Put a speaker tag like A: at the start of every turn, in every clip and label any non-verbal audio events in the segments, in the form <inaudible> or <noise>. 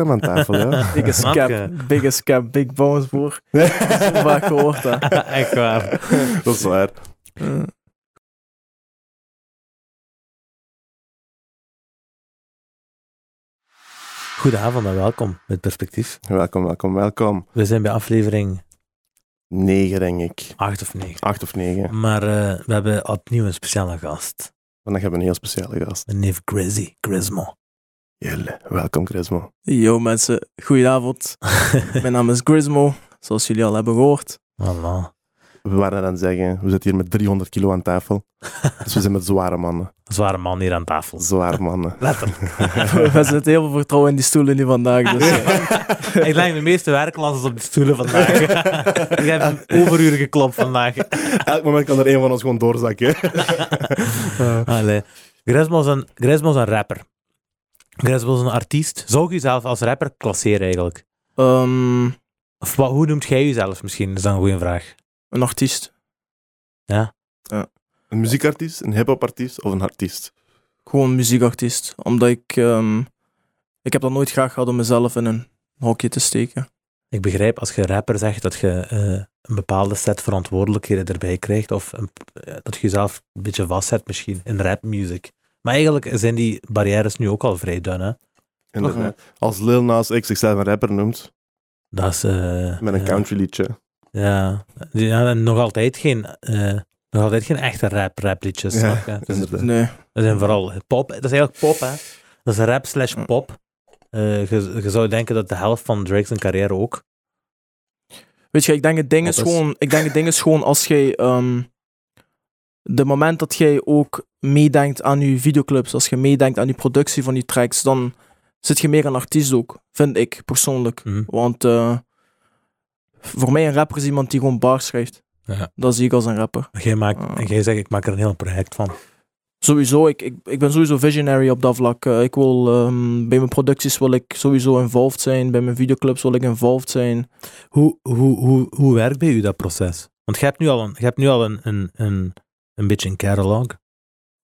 A: Kom aan tafel, hè.
B: Biggest
A: <laughs>
C: Snap
B: cap,
C: je?
B: biggest cap, big bones, broer. Zo vaak gehoord,
A: <laughs>
B: hè.
C: Echt waar.
A: Dat is waar.
B: Eh,
C: Goedenavond en welkom bij Perspectief.
A: Welkom, welkom, welkom.
C: We zijn bij aflevering
A: Negen, denk ik.
C: 8 of 9.
A: Acht of negen.
C: Maar eh, we hebben opnieuw een speciale gast.
A: Vandaag hebben we een heel speciale gast.
C: Een neef Grizzy, Grismo. <laughs>
A: Jelle, welkom, Grismo.
B: Yo mensen, goedenavond.
C: <laughs>
B: Mijn naam is Grismo, zoals jullie al
C: <laughs>
B: hebben gehoord. <laughs>
C: voilà.
A: We waren aan het zeggen, we zitten hier met 300 kilo aan tafel. Dus we zijn met zware mannen.
C: Zware man hier aan tafel.
A: Zware mannen.
C: Letterlijk.
B: We zetten heel veel vertrouwen in die stoelen nu vandaag, dus... eh,
C: Ik leg de meeste werklasten op de stoelen vandaag.
A: <laughs>
C: Ik heb een overuren geklopt vandaag.
A: Elk moment kan er een van ons gewoon doorzakken.
C: <laughs>
A: <laughs>
C: Allee. Grismo is, een, Grismo is een rapper. Grismo is een artiest. Zou je jezelf als rapper klasseren eigenlijk?
B: ehm,
C: Of wat, hoe noemt jij jezelf misschien? Dat is dan een goede vraag.
B: een artiest.
A: Een muziekartiest, een hip-hopartiest of een artiest?
B: Gewoon een muziekartiest. Omdat ik... ehm, ik heb dat nooit graag gehad om mezelf in een hokje te steken.
C: Ik begrijp als je rapper zegt dat je eh, een bepaalde set verantwoordelijkheden erbij krijgt, of een- eh, dat je jezelf een beetje vastzet misschien in rap music. Maar eigenlijk zijn die barrières nu ook al vrij dun, hè?
A: Inderdaad. Als Lil Nas X zichzelf een rapper noemt,
C: Dat is... eh,
A: met een
C: eh,
A: country liedje.
C: Ja, Die- ja, en nog altijd geen... eh, nog altijd geen echte rap, rapliedjes,
A: Ja,
C: snap je? Dus
A: Inderdaad.
B: Nee.
C: dat zijn vooral pop. Dat is eigenlijk pop, hè? Dat is rap slash pop. Eh, je, je zou denken dat de helft van Drake zijn carrière ook...
B: Weet je, ik denk het ding is
A: Wat is-
B: gewoon, ik denk het ding is gewoon als jij, ehm, de moment dat jij ook meedenkt aan je videoclips, als je meedenkt aan je productie van die tracks, dan zit je meer een artiest ook, vind ik persoonlijk.
C: Mhm.
B: Want eh, voor mij een rapper is iemand die gewoon bars schrijft.
C: Ja.
B: Dat zie ik als een rapper.
C: Jij, maakt,
B: Ah.
C: en jij zegt, ik maak er een heel project van.
B: Sowieso, ik, ik, ik ben sowieso visionary op dat vlak. Eh, ik wil, ehm, bij mijn producties wil ik sowieso involved zijn, bij mijn videoclips wil ik involved zijn. <laughs>
C: Hoe, hoe, hoe, hoe werkt bij u dat proces? Want je hebt nu al een, je hebt nu al een, een, een, een beetje een catalog.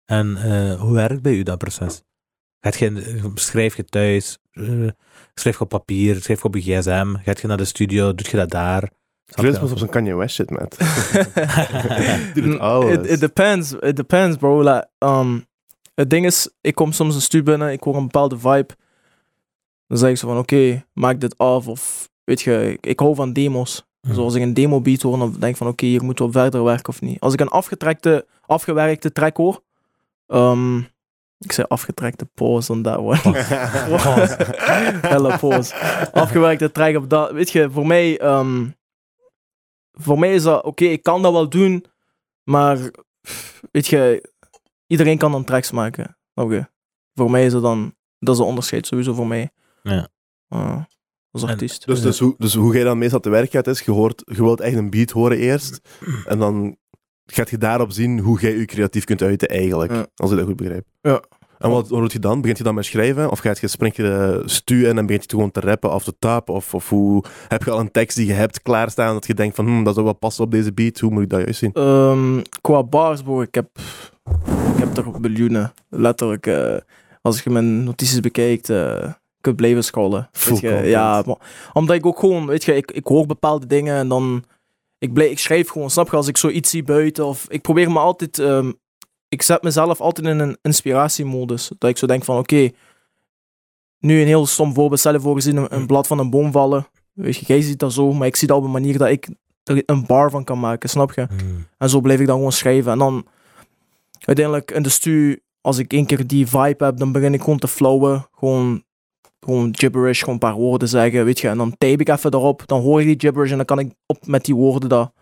C: En eh, hoe werkt bij u dat proces? Gaat je, schrijf je thuis, eh, schrijf je op papier, schrijf je op je gsm, gaat je naar de studio, doet je dat daar? Snap je?
A: Grismo is op zijn Kanye West shit,
B: <laughs>
A: met. Die doet
B: Mm,
A: alles.
B: It, it
A: <laughs>
B: depends, it depends, bro. Like, um, het ding is, ik kom soms een stuur binnen, ik hoor een bepaalde vibe. Dan zeg ik zo van, oké, maak dit af. Of, weet je, ik, ik hou van demos.
C: Mhm.
B: Zoals ik een demo beat hoor, dan denk ik van, oké, hier moeten we op verder werken of niet. Als ik een afgetrekte, afgewerkte track hoor, ehm, ik zei afgetrekte pause on that one. Pause. Hella pause. <laughs> Afgewerkte track op dat, weet je, voor mij, ehm, voor mij is dat, oké, ik kan dat wel doen, maar, pff, weet je, iedereen kan dan tracks maken. Oké. Voor mij is dat dan, dat is een onderscheid sowieso voor mij.
C: Ja.
B: Eh, als
C: En-
B: artiest.
A: Dus, dus, hoe, dus hoe jij dan meestal te werk gaat, is je, hoort, je wilt echt een beat horen eerst. En dan gaat je daarop zien hoe jij je creatief kunt uiten eigenlijk.
B: Ja.
A: Als ik dat goed begrijp.
B: Ja.
A: En wat wat doe je dan? Begint je dan met schrijven? Of gaat je, spring je de stuw en dan begint je gewoon te rappen of te tapen? Of, of hoe, heb je al een tekst die je hebt klaarstaan dat je denkt van, hm, dat zou wel passen op deze beat? Hoe moet ik dat juist zien?
B: Ehm, qua bars, bro, ik heb, ik heb toch miljoenen. Letterlijk. eh, als je mijn notities bekijkt, eh ik kan blijven scrollen.
A: Full
B: Weet je,
A: content.
B: ja, maar- omdat ik ook gewoon, weet je, ik, ik hoor bepaalde dingen en dan, ik, blijf, ik schrijf gewoon, snap je, als ik zoiets zie buiten of, ik probeer me altijd, ehm, ik zet mezelf altijd in een inspiratiemodus. Dat ik zo denk van, oké, nu een heel stom voorbeeld, stel je voor, je ziet een, een blad van een boom vallen. Weet je, jij ziet dat zo, maar ik zie dat op een manier dat ik er een bar van kan maken, snap je?
C: Hmm.
B: En zo bleef ik dan gewoon schrijven. En dan uiteindelijk in de stu, als ik één keer die vibe heb, dan begin ik gewoon te flowen. Gewoon, gewoon gibberish, gewoon een paar woorden zeggen, weet je. En dan type ik even erop, dan hoor ik die gibberish en dan kan ik op met die woorden dat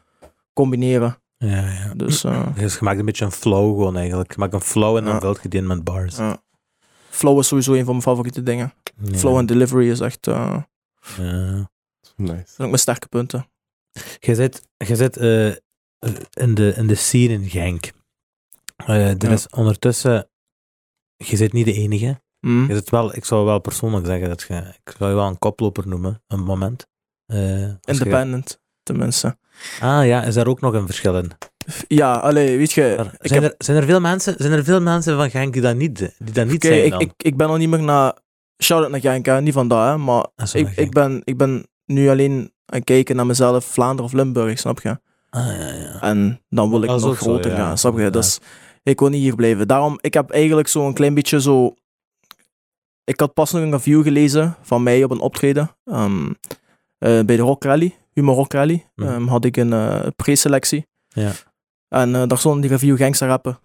B: combineren.
C: Ja, ja.
B: Dus eh,
C: <clears throat> Dus je maakt een beetje een flow gewoon eigenlijk. Je maakt een flow en dan
B: Ja.
C: vult je die in met bars.
B: Ja. flow is sowieso een van mijn favoriete dingen.
C: Ja.
B: Flow en delivery is echt, eh, dat
C: Ja.
A: Nice.
B: <laughs> zijn ook mijn sterke punten.
C: Je zit, je zit eh, in, de, in de scene in Genk. Eh, er
B: Ja.
C: is ondertussen... Je zit niet de enige.
B: Mm.
C: Je zit wel, ik zou wel persoonlijk zeggen dat je... Ik zou je wel een koploper noemen, een moment. Eh, als je-
B: Independent, tenminste.
C: ah ja, is daar ook nog een verschil in?
B: Ja, allee, weet je...
C: Maar
B: ik
C: zijn, er, zijn, er veel mensen, zijn er veel mensen van Genk die dat niet, die dat niet
B: Oké,
C: zijn
B: ik,
C: dan?
B: ik, ik ben al niet meer naar shout-out naar Genk, niet van daar, hè, maar
C: En zo
B: ik,
C: naar
B: ik,
C: Ah, Genk.
B: ben, ik ben nu alleen aan het kijken naar mezelf, Vlaanderen of Limburg, snap je?
C: Ah, ja, ja.
B: En dan wil ik
C: Dat is
B: nog
C: ook zo,
B: groter
C: ja.
B: gaan, snap je? Dus ik wil niet hier blijven. Daarom, ik heb eigenlijk zo'n klein beetje zo... Ik had pas nog een review gelezen van mij op een optreden. ehm, eh, bij de Rock Rally, Humor Rock Rally,
C: Mhm.
B: ehm, had ik een eh, preselectie.
C: Ja.
B: En eh, daar stond die review gangster rappen.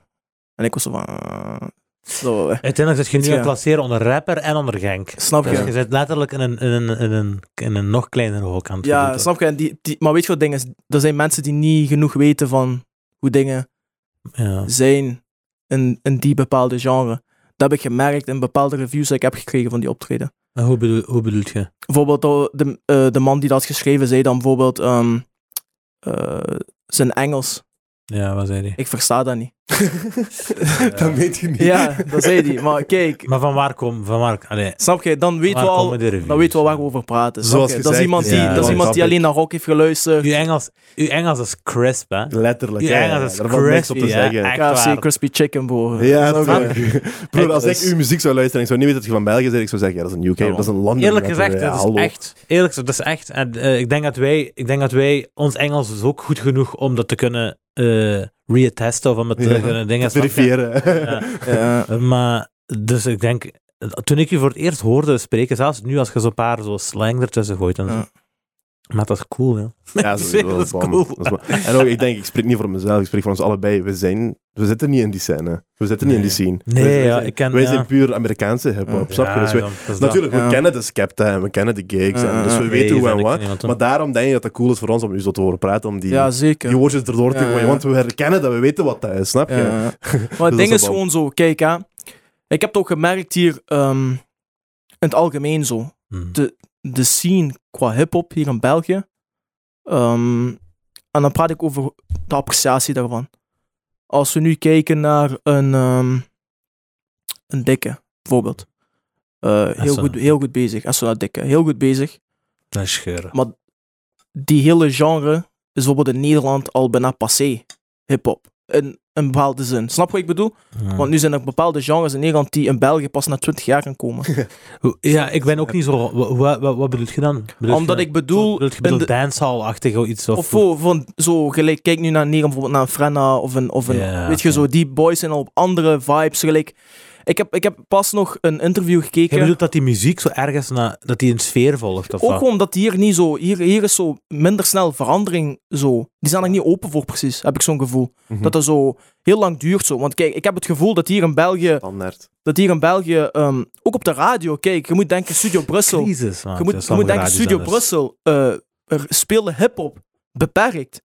B: En ik was zo van... eh, zo, eh,
C: Uiteindelijk zit je nu
B: Ja.
C: aan het klasseren onder rapper en onder Genk.
B: snap je?
C: Dus je zit letterlijk in een, in een, in een, in een nog kleinere hoek aan het
B: Ja,
C: verdienen.
B: snap je? En die, die, maar weet je wat het ding is? Er zijn mensen die niet genoeg weten van hoe dingen
C: Ja.
B: zijn in, in die bepaalde genre. Dat heb ik gemerkt in bepaalde reviews die ik heb gekregen van die optreden.
C: En hoe, bedoel, hoe bedoelt je?
B: Bijvoorbeeld de, de, eh, de man die dat had geschreven zei dan bijvoorbeeld ehm, eh, zijn Engels.
C: Ja, wat zei <laughs> die?
B: Ik versta dat niet.
A: dat weet je niet.
B: Ja, dat zei hij. Maar kijk,
C: Maar van waar kom, van waar, allee,
B: snap je? Dan weten
C: waar
B: we al
C: komen de reviews?
B: dan weten we al waar we over praten. snap
A: Zoals
B: je? Dat is
A: gezegd,
B: iemand die,
C: ja,
B: dat is
C: want
B: iemand die
A: dat-
B: alleen naar rock heeft geluisterd.
C: Uw Engels, uw Engels is crisp, hè?
A: Letterlijk.
C: Uw
A: Ja,
C: Engels is
A: daar valt niks op te
C: crispy, hè?
A: zeggen.
C: Echt
B: KFC
C: waar.
B: Crispy Chicken, bro.
A: Ja,
B: Snap je?
A: tuurlijk. <laughs> Broer, als ik
C: dus-
A: uw muziek zou luisteren en ik zou niet weten dat je van België bent, ik zou zeggen, ja, dat is een UK,
B: Ja,
A: dat is een London.
C: Eerlijk
A: rapper,
C: gezegd,
A: ja,
C: dat
A: hallo.
C: is echt. Eerlijk gezegd, dat is echt. En eh, ik, denk dat wij, ik denk dat wij, ons Engels is ook goed genoeg om dat te kunnen eh reattesten of om het te
A: Ja,
C: kunnen dingen snap je?
A: Verifiëren.
C: Ja. <laughs>
B: Ja.
C: Eh, Maar, dus ik denk, eh, toen ik je voor het eerst hoorde spreken, zelfs nu als je zo'n paar zo slang ertussen gooit en zo.
B: Ja.
C: Maar dat is cool, ja.
A: <laughs> Ja, sowieso,
C: Dat is
A: bom.
C: cool.
A: Dat is bom. En ook, ik denk, ik spreek niet voor mezelf, ik spreek voor ons allebei. We, zijn, we zitten niet in die scène. We zitten niet in die scene.
C: Nee,
A: We- we
C: ja,
A: zijn-
C: ik ken-
A: Wij
C: ja.
A: zijn puur Amerikaanse hip-hop, snap je?
C: Ja,
A: Dus wij-
C: dan- dat is dat.
A: natuurlijk, we
B: Ja.
A: kennen de Skepta en we kennen de gigs,
B: Ja,
A: en, dus
B: ja.
A: we
C: Nee,
A: weten hoe
C: dat
A: en
C: ik
A: wat.
C: niemand om.
A: Maar daarom denk ik dat het cool is voor ons om u zo te horen praten, om die,
B: ja, zeker.
A: die woordjes erdoor te
B: Ja,
A: gooien.
B: ja.
A: Want we herkennen dat, we weten wat dat is, snap je?
B: Ja. Maar
A: dat
B: het
A: is
B: ding
A: wel
B: is
A: bam.
B: gewoon zo, kijk hè. Ik heb het ook gemerkt hier, ehm, in het algemeen zo,
C: Hm.
B: de scene qua hip-hop hier in België. ehm, en dan praat ik over de appreciatie daarvan. Als we nu kijken naar een, ehm, een dikke, bijvoorbeeld. Eh, heel,
C: Assenaar.
B: goed, heel goed bezig. Asuna Dikke, heel goed bezig.
C: Dat is scheuren.
B: Die hele genre is bijvoorbeeld in Nederland al bijna passé. Hip-hop. In een bepaalde zin. Snap je wat ik bedoel?
C: Ja.
B: Want nu zijn er bepaalde genres in Nederland die in België pas na 20 jaar gaan
C: <laughs>
B: komen.
C: Hoe- Ja, ik ben ook niet zo... Wat, wat, wat bedoel je dan? Bedoel
B: Omdat
C: je,
B: ik bedoel,
C: Bedoel je
B: in
C: bedoel
B: de-
C: dancehall-achtig of iets? Of,
B: of voor, voor zo gelijk, kijk nu naar Nederland, bijvoorbeeld naar een Frenna of een, of een
C: Ja,
B: weet je
C: oké.
B: zo, die boys zijn al op andere vibes gelijk. Ik heb, ik heb pas nog een interview
C: Je
B: gekeken,
C: bedoelt dat die muziek zo ergens... Na, dat die een sfeer volgt of
B: ook
C: wat?
B: gewoon dat die hier niet zo, hier, hier is zo minder snel verandering zo. Die zijn er niet open voor precies, heb ik zo'n gevoel.
A: Mhm.
B: Dat dat zo heel lang duurt zo. Want kijk, ik heb het gevoel dat hier in België,
A: Standaard.
B: dat hier in België, ehm, ook op de radio, kijk, je moet denken Studio Brussel.
C: Crisis, man.
B: Je
C: Ja,
B: moet, je
C: sommige
B: moet denken, Studio
C: radiozenders.
B: Brussel eh, er speelde hip-hop beperkt.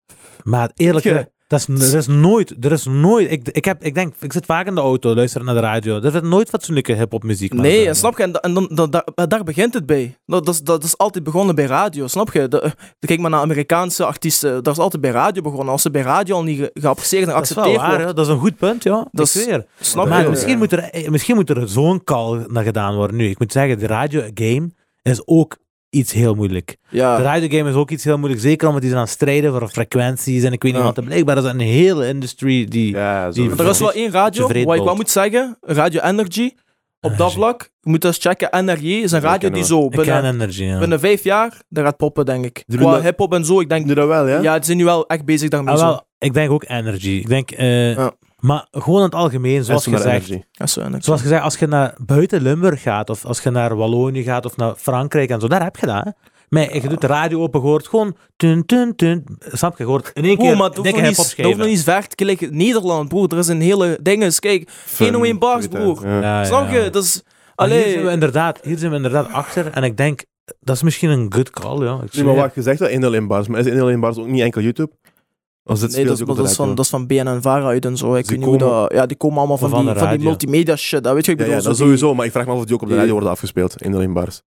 C: Maar eerlijk
B: Weet je?
C: gezegd, dat is, er is nooit, er is nooit, ik, ik, heb, ik denk, ik zit vaak in de auto, luister naar de radio, er is nooit fatsoenlijke hip-hop muziek.
B: Nee, en snap je? En, da- en dan, da- da- daar begint het bij. Dat, dat, is- dat is altijd begonnen bij radio, snap je? De- eh, kijk maar naar Amerikaanse artiesten, daar is altijd bij radio begonnen. Als ze bij radio al niet ge- geapprecieerd en
C: dat is wel
B: geaccepteerd
C: waar,
B: worden,
C: hè. dat is een goed punt, ja.
B: Dat
C: Dat
B: is-
C: weer.
B: snap
C: Maar
B: je?
C: misschien, moet er, eh, misschien moet er zo'n call naar gedaan worden nu. Ik moet zeggen, de radio game is ook iets heel moeilijk. De
B: Ja,
C: radio game is ook iets heel moeilijk, zeker omdat die zijn aan het strijden voor frequenties en ik weet niet
B: Ja.
C: wat. Blijkbaar is dat een hele industry die...
A: Ja,
C: Die-
A: zo.
B: er is wel één radio,
C: Te vreed
B: wat ik wel
C: bold.
B: moet zeggen, Radio Energy, op dat
C: Energy.
B: vlak, je moet eens checken, NRJ is een
A: Ja,
B: radio
A: kennen
B: die
A: we.
B: zo
C: Ik ken
B: binnen,
C: energy, ja.
B: binnen vijf jaar, daar gaat poppen, denk ik.
A: doen
B: Qua
A: dat-
B: hip-hop en zo, ik denk,
A: Doe dat wel, ja?
B: ja, ze zijn nu wel echt bezig daarmee.
C: Ah,
B: zo.
C: wel, ik denk ook energy. Ik denk, eh,
B: Ja.
C: maar gewoon in het algemeen, zoals
A: Aston Martin
C: gezegd,
A: Energy.
B: Ja, zo, en-
C: Zoals gezegd, als je naar buiten Limburg gaat, of als je naar Wallonië gaat, of naar Frankrijk en zo, daar heb je dat. Hè? Maar je doet de radio open, je hoort gewoon... Tun, tun, tun. Snap je? Je hoort in één
B: Broer,
C: keer
B: maar het hoeft
C: dikke
B: nog niet-
C: hip-hop
B: dat hoeft nog
C: schijven.
B: niet ver te liggen. Nederland, broer, er is een hele ding. eens. Kijk,
A: Fun,
B: 101 bars,
A: goed,
B: broer.
A: hè. Ja.
C: Ja, ja,
B: snap
C: ja.
B: je? Dat is...
C: Maar
B: Allee,
C: Hier zijn, we inderdaad, hier zijn we inderdaad achter. En ik denk, dat is misschien een good call, ja.
A: Nee,
C: Ik
A: maar
C: zweer.
A: wat gezegd wel 101 bars, maar is 101 bars ook niet enkel YouTube? Als dit
B: nee,
A: speelt
B: dat,
A: je
B: is,
A: ook op
B: dat, is
A: de radio.
B: van, dat is van BNN Vara uit en zo. Ik
A: Ze
B: weet niet hoe
A: komen-
B: dat... Ja, die komen allemaal van,
C: Van
B: die,
C: de
B: van die
C: radio.
B: multimedia shit. Dat weet je, ik
A: Ja,
B: bedoel...
A: ja,
B: zo
A: dat
B: die-
A: sowieso, maar ik vraag me af of die ook op de
B: die-
A: radio worden afgespeeld, 101 bars.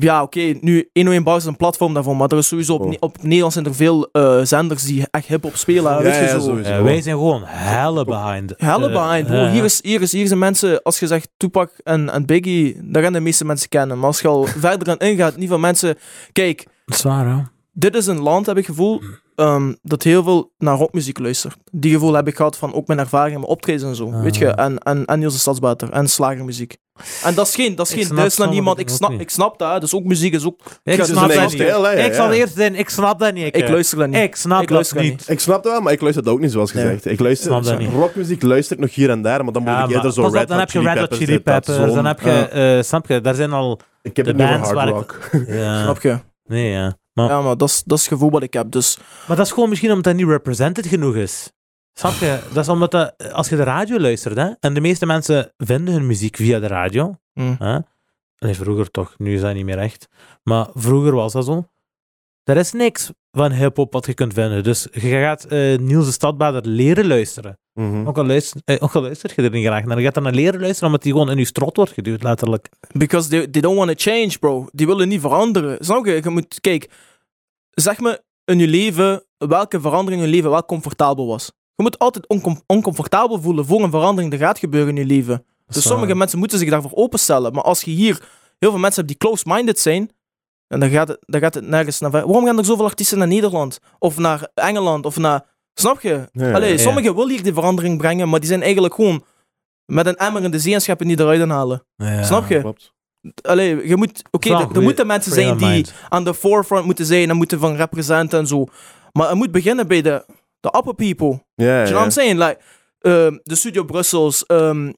B: Ja, oké, nu 101 bars is een platform daarvoor, maar er is sowieso op,
A: Oh.
B: op Nederland zijn er veel eh, zenders die echt hip-hop spelen. hè, weet je, zo.
A: sowieso.
C: Eh, wij zijn gewoon helle behind.
B: Helle
C: Eh,
B: behind, broer.
C: eh,
B: hier, is, hier, is, hier zijn mensen, als je zegt Tupac en, en Biggie, daar gaan de meeste mensen kennen. Maar als je al <laughs> verder aan ingaat, niet van mensen... Kijk,
C: Dat is waar, ja.
B: dit is een land, heb ik gevoel, ehm, dat heel veel naar rockmuziek luistert. Die gevoel heb ik gehad van ook mijn ervaring, mijn optredens en zo.
C: Ah.
B: Weet je, en, en, en Niels de Stadsbater en slagermuziek. En dat is geen, dat is
C: Ik
B: geen
C: snap
B: Duits naar
C: sommige
B: niemand. Ik
C: dingen ook
B: snap,
C: niet.
B: ik snap dat, hè. dus ook muziek is ook...
C: Ik
B: Ja,
A: Het is een
C: snap
B: dus
A: eigen
C: dat niet.
A: stijl, hè? Ja,
C: Ik zal
A: ja.
C: eerst zijn, ik snap dat niet. Ik, eh,
B: Ik luister dat niet.
C: Ik snap
B: Ik
C: dat
B: luister
C: niet.
B: niet.
A: Ik snap dat wel, maar ik luister dat ook niet, zoals
B: Nee.
A: gezegd. Ik luister,
C: Snap dat niet.
A: rockmuziek luister ik nog hier en daar, maar dan moet
C: Ja,
A: ik
C: Ah, maar
A: eerder zo
C: pas op,
A: Red
C: dan
A: Hot
C: heb je
A: Chili
C: Red Hot
A: Peppers,
C: Chili
A: dit, dat,
C: Peppers, dan
A: zo'n-
C: heb je, eh, snap je, daar zijn
A: <laughs>
C: al...
A: Ik heb
C: de
A: het nu over
C: bands waar
A: hard
C: ik-
A: rock.
C: Ja,
B: Snap je?
C: Nee, ja. Maar,
B: Ja, maar dat is, dat is het gevoel wat ik heb. Dus
C: maar dat is gewoon misschien omdat dat niet represented genoeg is. Snap je? Dat is omdat dat, als je de radio luistert, hè, en de meeste mensen vinden hun muziek via de radio,
B: mm,
C: Hè? Allee, vroeger toch, nu is dat niet meer echt. Maar vroeger was dat zo. Er is niks van hip-hop wat je kunt vinden. Dus je gaat eh Niels de Stadbader leren luisteren.
A: Mhm.
B: Mm.
C: Ook al, luister, eh, ook al luister je er niet graag naar. Je gaat dan naar leren luisteren omdat die gewoon in je strot wordt geduwd, letterlijk.
B: because they, they don't want to change, bro. Die willen niet veranderen. Snap je? Je moet, kijk, zeg me in je leven welke verandering in je leven wel comfortabel was. Je moet altijd oncom- oncomfortabel voelen voor een verandering die gaat gebeuren in je leven. Dus
C: Zo.
B: sommige mensen moeten zich daarvoor openstellen. Maar als je hier heel veel mensen hebt die close-minded zijn, en dan, gaat het, dan gaat het nergens naar ver. Waarom gaan er zoveel artiesten naar Nederland? Of naar Engeland? Of naar... Snap je?
A: Ja, ja,
B: Allee,
C: ja.
B: sommigen willen hier die verandering brengen, maar die zijn eigenlijk gewoon met een emmer in de zee en scheppen die eruit en halen.
C: Ja.
B: Snap je?
A: Klopt.
B: Allee, je moet... Oké,
C: Wel
B: er-
C: een
B: er,
C: goeie-
B: moeten mensen
C: Frame
B: zijn
C: of
B: die
C: mind.
B: aan de forefront moeten zijn en moeten van representen en zo. Maar het moet beginnen bij de, de upper people.
A: Ja,
B: Do you know what
A: ja.
B: I'm saying? Like, ehm, de Studio Brussels. ehm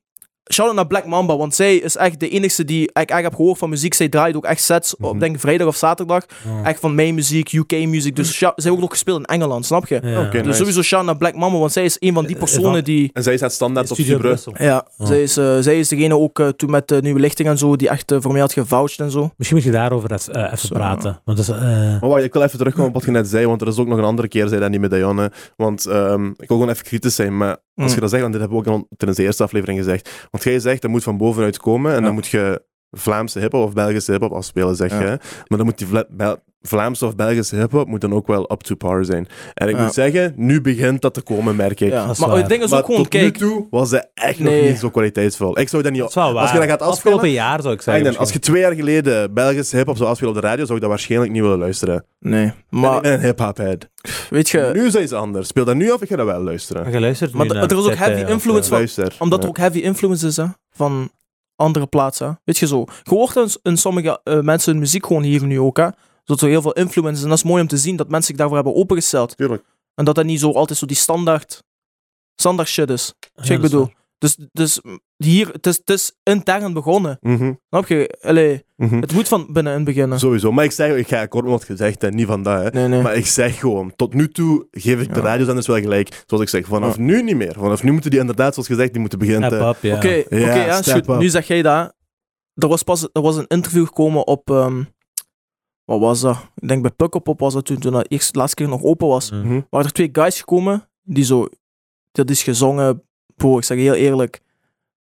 B: Shout-out naar Black Mamba, want zij is echt de enige die ik eigenlijk heb gehoord van muziek. Zij draait ook echt sets
A: Mhm.
B: op, denk ik, vrijdag of zaterdag.
C: Ja.
B: Echt van mijn muziek, UK muziek. Dus shout- zij heeft ook nog gespeeld in Engeland, snap je?
C: Ja.
A: Mhm. Oké.
B: Dus
A: nice.
B: sowieso shout naar Black Mamba, want zij is een van die
C: Eh,
B: personen
C: van-
B: die...
A: En zij staat standaard op
C: Studio
A: Subaru.
C: Brussel.
B: Ja,
C: Oh.
B: zij, is, eh, zij is degene ook eh, toen met de Nieuwe Lichting en zo, die echt eh, voor mij had gevouched en zo.
C: Misschien moet je daarover eens, eh, even
B: Zo.
C: praten. Want dat is, eh,
A: Maar wacht, ik wil even terugkomen op wat je net zei, want er is ook nog een andere keer, zei dat niet met Dionne. Want ehm, ik wil gewoon even kritisch zijn, maar als
B: Mm.
A: je dat zegt, want dit hebben we ook al tijdens de eerste aflevering gezegd. Want jij zegt, dat moet van bovenuit komen en
B: Ja.
A: dan moet je Vlaamse hip-hop of Belgische hip-hop afspelen, zeg
B: Ja.
A: je. hè. Maar dan moet die Vla- Bel- Vlaamse of Belgische hip-hop moet dan ook wel up to par zijn. En ik
B: Ja.
A: moet zeggen, nu begint dat te komen, merk ik.
B: Ja.
C: dat is
B: Maar
C: waar.
B: ik denk dat
A: Maar
B: ook gewoon,
A: tot nu
B: kijk...
A: toe was ze echt nog
B: Nee.
A: niet zo kwaliteitsvol. Ik zou dat niet...
C: dat is wel waar.
A: Als je dat gaat afspelen... Ah,
C: Afgelopen jaar zou ik
A: Ik
C: zeggen.
A: denk, als je twee jaar geleden Belgische hip-hop zou afspelen op de radio, zou ik dat waarschijnlijk niet willen luisteren.
B: Nee,
A: Maar...
B: maar
A: ik ben een hip-hop-head.
B: weet je...
A: Nu is iets anders. Speel dat nu af, ik ga dat wel luisteren.
C: misschien. Je luistert
B: Maar
C: nu
B: d-
C: naar
B: er is ook
C: Tete
B: heavy
C: of,
B: influence
C: eh,
B: van-
A: Luister.
B: Omdat
A: Ja.
B: er ook heavy influence is hè, van andere plaatsen. hè. Weet je zo. Je hoort in, in sommige eh, mensen hun muziek gewoon hier nu ook. Hè. Dat er heel veel influence is. En dat is mooi om te zien dat mensen zich daarvoor hebben opengesteld.
A: Tuurlijk.
B: En dat dat niet zo altijd zo die standaard, standaard shit is.
C: ja,
B: Weet
C: dat
B: je wat ik
C: is
B: bedoel. Dus, dus mm, hier, het is, het is intern begonnen.
A: Mhm,
B: Snap je? Allee,
A: mhm.
B: het moet van binnenin beginnen.
A: Sowieso. Maar ik zeg, ik ga akkoord met wat gezegd en niet vandaag. Hè.
B: Nee, nee.
A: Maar ik zeg gewoon, tot nu toe geef ik de
B: Ja.
A: radiozenders wel gelijk. Zoals ik zeg, vanaf nu niet meer. Vanaf nu moeten die inderdaad, zoals gezegd, die moeten
C: waar.
A: beginnen te...
C: App up, ja.
B: Oké, oké,
A: Ja,
B: ja, is
A: step
B: goed.
A: up.
B: Nu zeg jij dat. Er was pas er was een interview gekomen op. ehm, wat was dat? Ik denk bij Pukkelpop was dat toen, toen dat eerst de laatste keer nog open was.
C: Mm.
A: Mhm.
B: Waren er twee guys gekomen die zo. Dat is gezongen. Bro, ik zeg je heel eerlijk.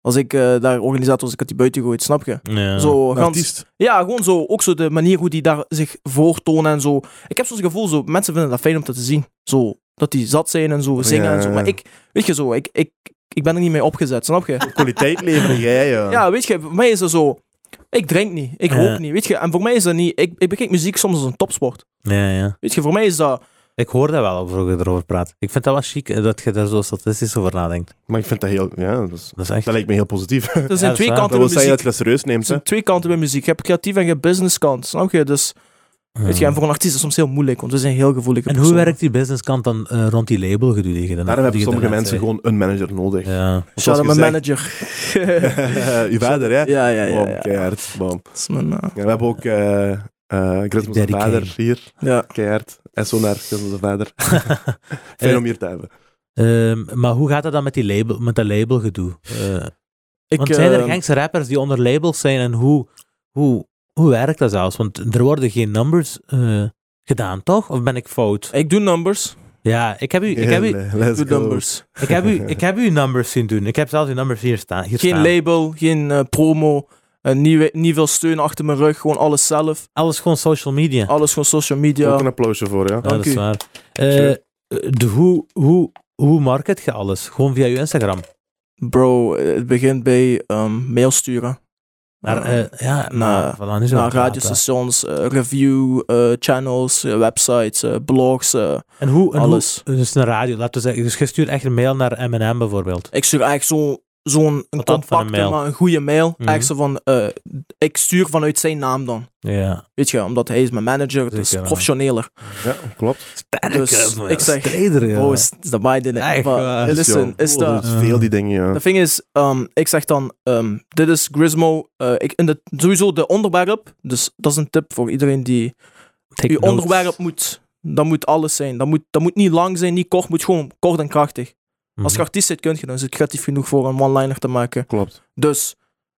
B: Als ik eh, daar organisator was, ik had die buiten gegooid, snap je?
C: Ja.
B: Zo,
A: Een
B: gans-
A: Artiest.
B: ja, gewoon zo. Ook zo de manier hoe die daar zich voortonen en zo. Ik heb soms het gevoel, zo, mensen vinden dat fijn om dat te zien. Zo, dat die zat zijn en zo, zingen
A: Ja,
B: en zo.
A: ja,
B: Maar
A: ja.
B: ik, weet je zo, ik, ik, ik ben er niet mee opgezet, snap je?
A: Kwaliteit leveren jij, ja.
B: Ja, weet je, voor mij is dat zo. Ik drink niet, ik rook
C: Ja.
B: niet, weet je. En voor mij is dat niet. Ik, ik bekijk muziek soms als een topsport.
C: Ja, ja.
B: Weet je, voor mij is dat.
C: Ik hoor dat wel vroeger erover praat. Ik vind dat wel chic eh, dat je daar zo statistisch over nadenkt.
A: Maar ik vind dat heel... Ja, dat, is-
C: Dat is echt.
A: dat lijkt me heel positief.
B: Er
C: dat
B: zijn
C: is
B: twee
C: waar.
B: kanten
A: Dat
B: bij
A: wil zeggen dat
B: muziek.
A: je dat serieus
B: Er
A: neemt, hè.
B: zijn twee kanten bij muziek. Je hebt creatief en je hebt businesskant, snap je? Dus, weet je, en voor een artiest is het soms heel moeilijk, want we zijn heel gevoelige
C: en hoe
B: personen.
C: werkt die businesskant dan eh, rond die label gedoe die je dan
A: Daarom
C: die
A: hebben
C: je
A: sommige
C: daarnet
A: mensen
C: zei?
A: gewoon een manager nodig.
C: Ja. <laughs>
B: Shout out
A: zoals
B: mijn manager.
A: <laughs> Je vader, hè.
B: <laughs> ja, ja, ja.
A: Bom,
B: ja.
A: keihard. Bom.
B: Dat is mijn, eh,
A: Ja, we hebben ook... eh eh Grismos
C: Daddy
A: vader
C: Kane.
A: hier.
B: ja.
A: Keihard. En zo naar Grismos vader.
B: Eh,
A: Fijn om hier te hebben.
C: Eh, Ehm, maar hoe gaat dat dan met, die label, met dat labelgedoe? Eh
B: Ik,
C: want zijn er
B: eh,
C: gangse rappers die onder labels zijn en hoe, hoe, hoe werkt dat zelfs? Want er worden geen numbers eh, gedaan, toch? Of ben ik fout?
B: ik doe numbers.
C: Ja, ik heb u, ik
A: <laughs>
C: heb u,
A: Heel, eh,
B: Ik
A: let's
B: doe
A: go.
B: numbers.
C: ik heb
B: <laughs>
C: u, ik heb u numbers zien doen. Ik heb zelfs uw numbers hier staan. Hier
B: Geen
C: staan.
B: label, geen eh, promo, eh, niet, niet veel steun achter mijn rug. Gewoon alles zelf.
C: Alles gewoon social media.
B: Alles gewoon social
A: Ook een
B: media.
A: applausje voor, ja.
C: Ja, dat is
B: Oh, Dank u.
C: waar. Eh,
A: Sure.
C: de, hoe, hoe, hoe market je alles? Gewoon via je Instagram.
B: Bro, eh, het begint bij ehm, mail sturen.
C: Naar,
B: Eh,
C: eh, ja,
B: naar-
C: naar, voilà, nu zijn we aan
B: naar
C: het praten.
B: radiostations, eh, review, eh, channels, eh, websites, eh, blogs. eh.
C: En hoe, en
B: Alles.
C: Hoe, dus naar radio, laten we zeggen. Dus je stuurt echt een mail naar M&M bijvoorbeeld.
B: Ik stuur eigenlijk zo zo'n een
C: Wat dan van een
B: compacte,
C: mail?
B: maar een goede mail.
C: Mhm.
B: Eigenlijk zo van, eh, ik stuur vanuit zijn naam dan.
C: Ja.
B: Weet je, omdat hij is mijn manager, dus
C: Zeker, ja.
B: professioneler.
A: Ja, klopt.
B: Dus ik zeg,
C: Steder, ja.
B: Oh, is is dat beide.
C: Echt waar.
B: Maar listen,
A: Ja,
B: is
A: oh,
B: dat...
A: er Veel die dingen, ja.
B: De thing is, ehm, ik zeg dan, ehm, dit is Grismo. eh, ik, in de, sowieso de onderwerp, dus dat is een tip voor iedereen die...
C: Take
B: Je
C: notes.
B: onderwerp moet, dat moet alles zijn. Dat moet, dat moet niet lang zijn, niet kort, moet gewoon kort en krachtig. Als je
C: Mhm.
B: artiest zit, kun je, dan is het creatief genoeg voor een one-liner te maken.
A: Klopt.
B: Dus,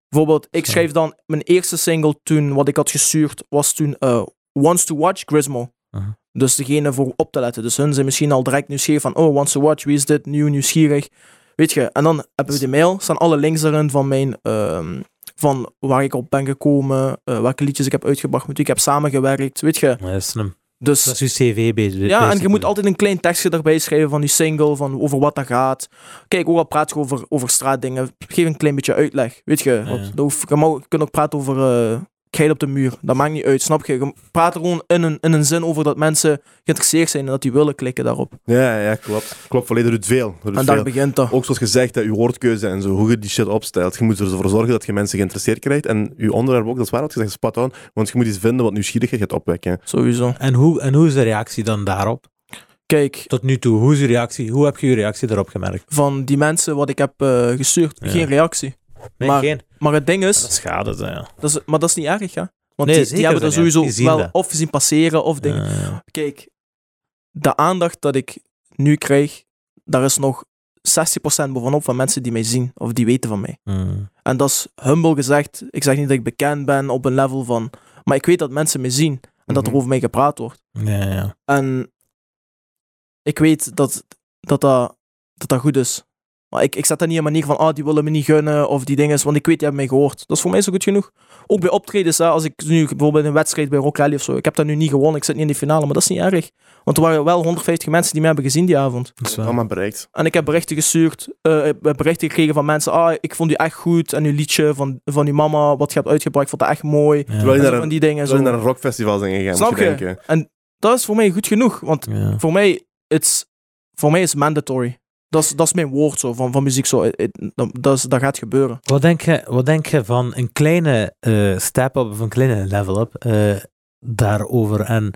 B: bijvoorbeeld, ik
C: Zo.
B: schreef dan mijn eerste single toen, wat ik had gestuurd, was toen eh Wants to Watch Grismo.
C: Mhm.
B: Dus degene voor op te letten. Dus hun zijn misschien al direct nieuwsgierig van, oh, Wants to Watch, wie is dit, nieuw, nieuwsgierig. Weet je, en dan hebben we de mail, staan alle links erin van mijn, ehm, van waar ik op ben gekomen, eh, welke liedjes ik heb uitgebracht, met wie ik heb samengewerkt, weet je.
C: Ja, Dat is een-
B: Dus,
C: dat is uw cv bezig.
B: ja, en je moet altijd een klein tekstje erbij schrijven van die single, van over wat dat gaat. Kijk, ook al praat je over, over straatdingen, geef een klein beetje uitleg. Weet je,
C: Ja,
B: want
C: ja.
B: dat hoeft- je, mag, je kunt ook praten over eh geil op de muur. Dat maakt niet uit, snap je? Je praat er gewoon in een, in een zin over dat mensen geïnteresseerd zijn en dat die willen klikken daarop.
A: Ja, ja, klopt. Klopt, volledig doet veel. Er doet
B: en
A: veel.
B: daar begint dat.
A: Ook zoals gezegd, dat je woordkeuze en zo, hoe je die shit opstelt. Je moet ervoor zorgen dat je mensen geïnteresseerd krijgt. En je onderwerp ook, dat is waar wat gezegd, spot on. Want je moet iets vinden wat nieuwsgierigheid gaat opwekken.
B: Sowieso.
C: En hoe, en hoe is de reactie dan daarop?
B: Kijk,
C: Tot nu toe, hoe is uw reactie? Hoe heb je je reactie daarop gemerkt?
B: van die mensen wat ik heb eh, gestuurd,
C: Ja.
B: geen reactie.
C: Nee,
B: Maar-
C: geen.
B: Maar het ding is,
C: Dat is schade, zijn, ja.
B: dat is, maar dat is niet erg, hè? Want
C: Nee,
B: die, die
C: zeker
B: hebben er
C: zijn, ja.
B: sowieso
C: Die zien
B: wel
C: dat.
B: of zien passeren of dingen.
C: Ja, ja.
B: Kijk, de aandacht dat ik nu krijg, daar is nog 60% bovenop van mensen die mij zien of die weten van mij.
C: Mm.
B: En dat is humble gezegd. Ik zeg niet dat ik bekend ben op een level van. Maar ik weet dat mensen me zien en dat er
A: Mhm.
B: over mij gepraat wordt.
C: Ja, ja.
B: En ik weet dat dat, dat, dat, dat goed is. Maar ik, ik zet dat niet in een manier van, ah, die willen me niet gunnen of die dingen, want ik weet, die hebben mij gehoord. Dat is voor mij zo goed genoeg. Ook bij optredens, hè, als ik nu bijvoorbeeld een wedstrijd bij Rock Rally of zo, ik heb dat nu niet gewonnen, ik zit niet in de finale, maar dat is niet erg. Want er waren wel 150 mensen die mij hebben gezien die avond.
C: Dat is wel-
A: Allemaal bereikt.
B: En ik heb berichten gestuurd, eh, ik heb berichten gekregen van mensen, ah, ik vond u echt goed en uw liedje van, van uw mama, wat je hebt uitgebracht, vond dat echt mooi.
C: Ja.
A: Terwijl je
B: En
A: naar
B: zo van
A: een,
B: die dingen.
A: terwijl je naar
B: Zo.
A: een rockfestival zijn gegaan,
B: Snap
A: moet je
B: je?
A: denken.
B: Dat is voor mij goed genoeg, want
C: Ja.
B: voor mij, it's, voor mij is mandatory. Dat is, dat is mijn woord zo, van, van muziek. Zo. Het- het- dat, dat, is, dat gaat gebeuren.
C: Wat denk, je, wat denk je van een kleine eh, step-up of een kleine level-up eh, daarover? En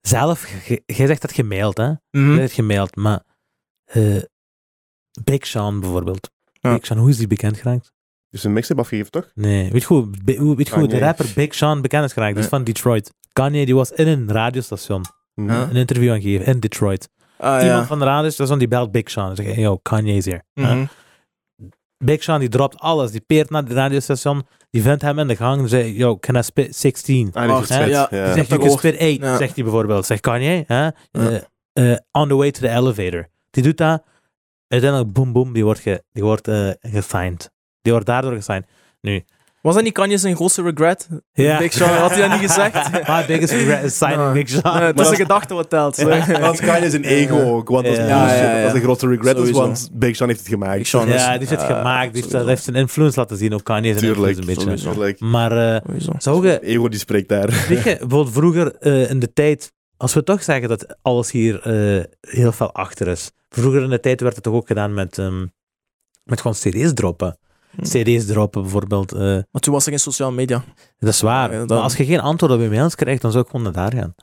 C: zelf, je- jij zegt dat je mailt,
B: Hm?
C: hè? Je hebt gemaild, maar eh, Big Sean bijvoorbeeld.
B: Ja.
C: Big Sean, hoe is die bekend geraakt?
A: Dus een mixtape afgegeven, toch?
C: Nee, weet je hoe, Bi- hoe- weet je hoe de
A: Kanye.
C: rapper Big Sean bekend is geraakt? Dat is
A: Ja.
C: van Detroit. Kanye, die was in een radiostation
A: Mhm.
B: Ja.
C: een interview aan het geven in Detroit.
B: Ah,
C: Iemand
B: ja.
C: van de radiostation die belt Big Sean. en zegt, hey, yo, Kanye is hier.
B: Mhm.
C: Big Sean die dropt alles. Die peert naar de radiostation. Die vindt hem in de gang. Die zegt, yo, can I spit 16?
A: Ah, die
B: Ach,
A: is vet.
B: ja.
A: Ja.
C: Die zegt, you
B: dat
C: can
B: gehoord.
C: spit 8,
B: Ja.
C: zegt hij bijvoorbeeld. Zegt Kanye, hè? Eh, eh, on the way to the elevator. Die doet dat. Uiteindelijk, boom, boom, die wordt, ge, die wordt eh, gesigned. Die wordt daardoor gesigned.
B: Was dat niet Kanye zijn grootste
C: <laughs>
B: regret? Big Sean, had hij dat niet gezegd?
C: My biggest regret is signing
B: No.
C: Big Sean.
B: Nee, het is
A: dat-
B: de gedachte wat telt. zo.
A: Maar <laughs> dat is
B: <laughs>
A: Kanye zijn ego ook, want dat is
C: Ja.
A: bullshit.
B: Ja, ja, ja.
A: Dat is een grote regret, dus,
B: Sowieso.
A: want Big Sean heeft het gemaakt.
B: Big Sean
C: ja, die heeft het
B: Eh,
C: gemaakt. Die heeft,
B: sowieso.
C: heeft zijn influence laten zien op Kanye. Zijn
A: Ah, Tuurlijk,
C: influence een beetje.
A: sowieso. Tuurlijk.
C: Maar eh,
B: Sowieso.
C: zou je,
A: Ego die spreekt daar.
C: weet je, bijvoorbeeld vroeger eh, in de tijd, als we toch zeggen dat alles hier eh, heel veel achter is. Vroeger in de tijd werd het toch ook gedaan met, ehm, met gewoon cd's droppen.
B: Hm.
C: Cd's droppen bijvoorbeeld. eh,
B: Maar toen was er geen sociale media.
C: dat is
B: Ja,
C: waar.
B: inderdaad.
C: maar als je geen antwoord op je mails krijgt, dan zou ik gewoon naar daar gaan.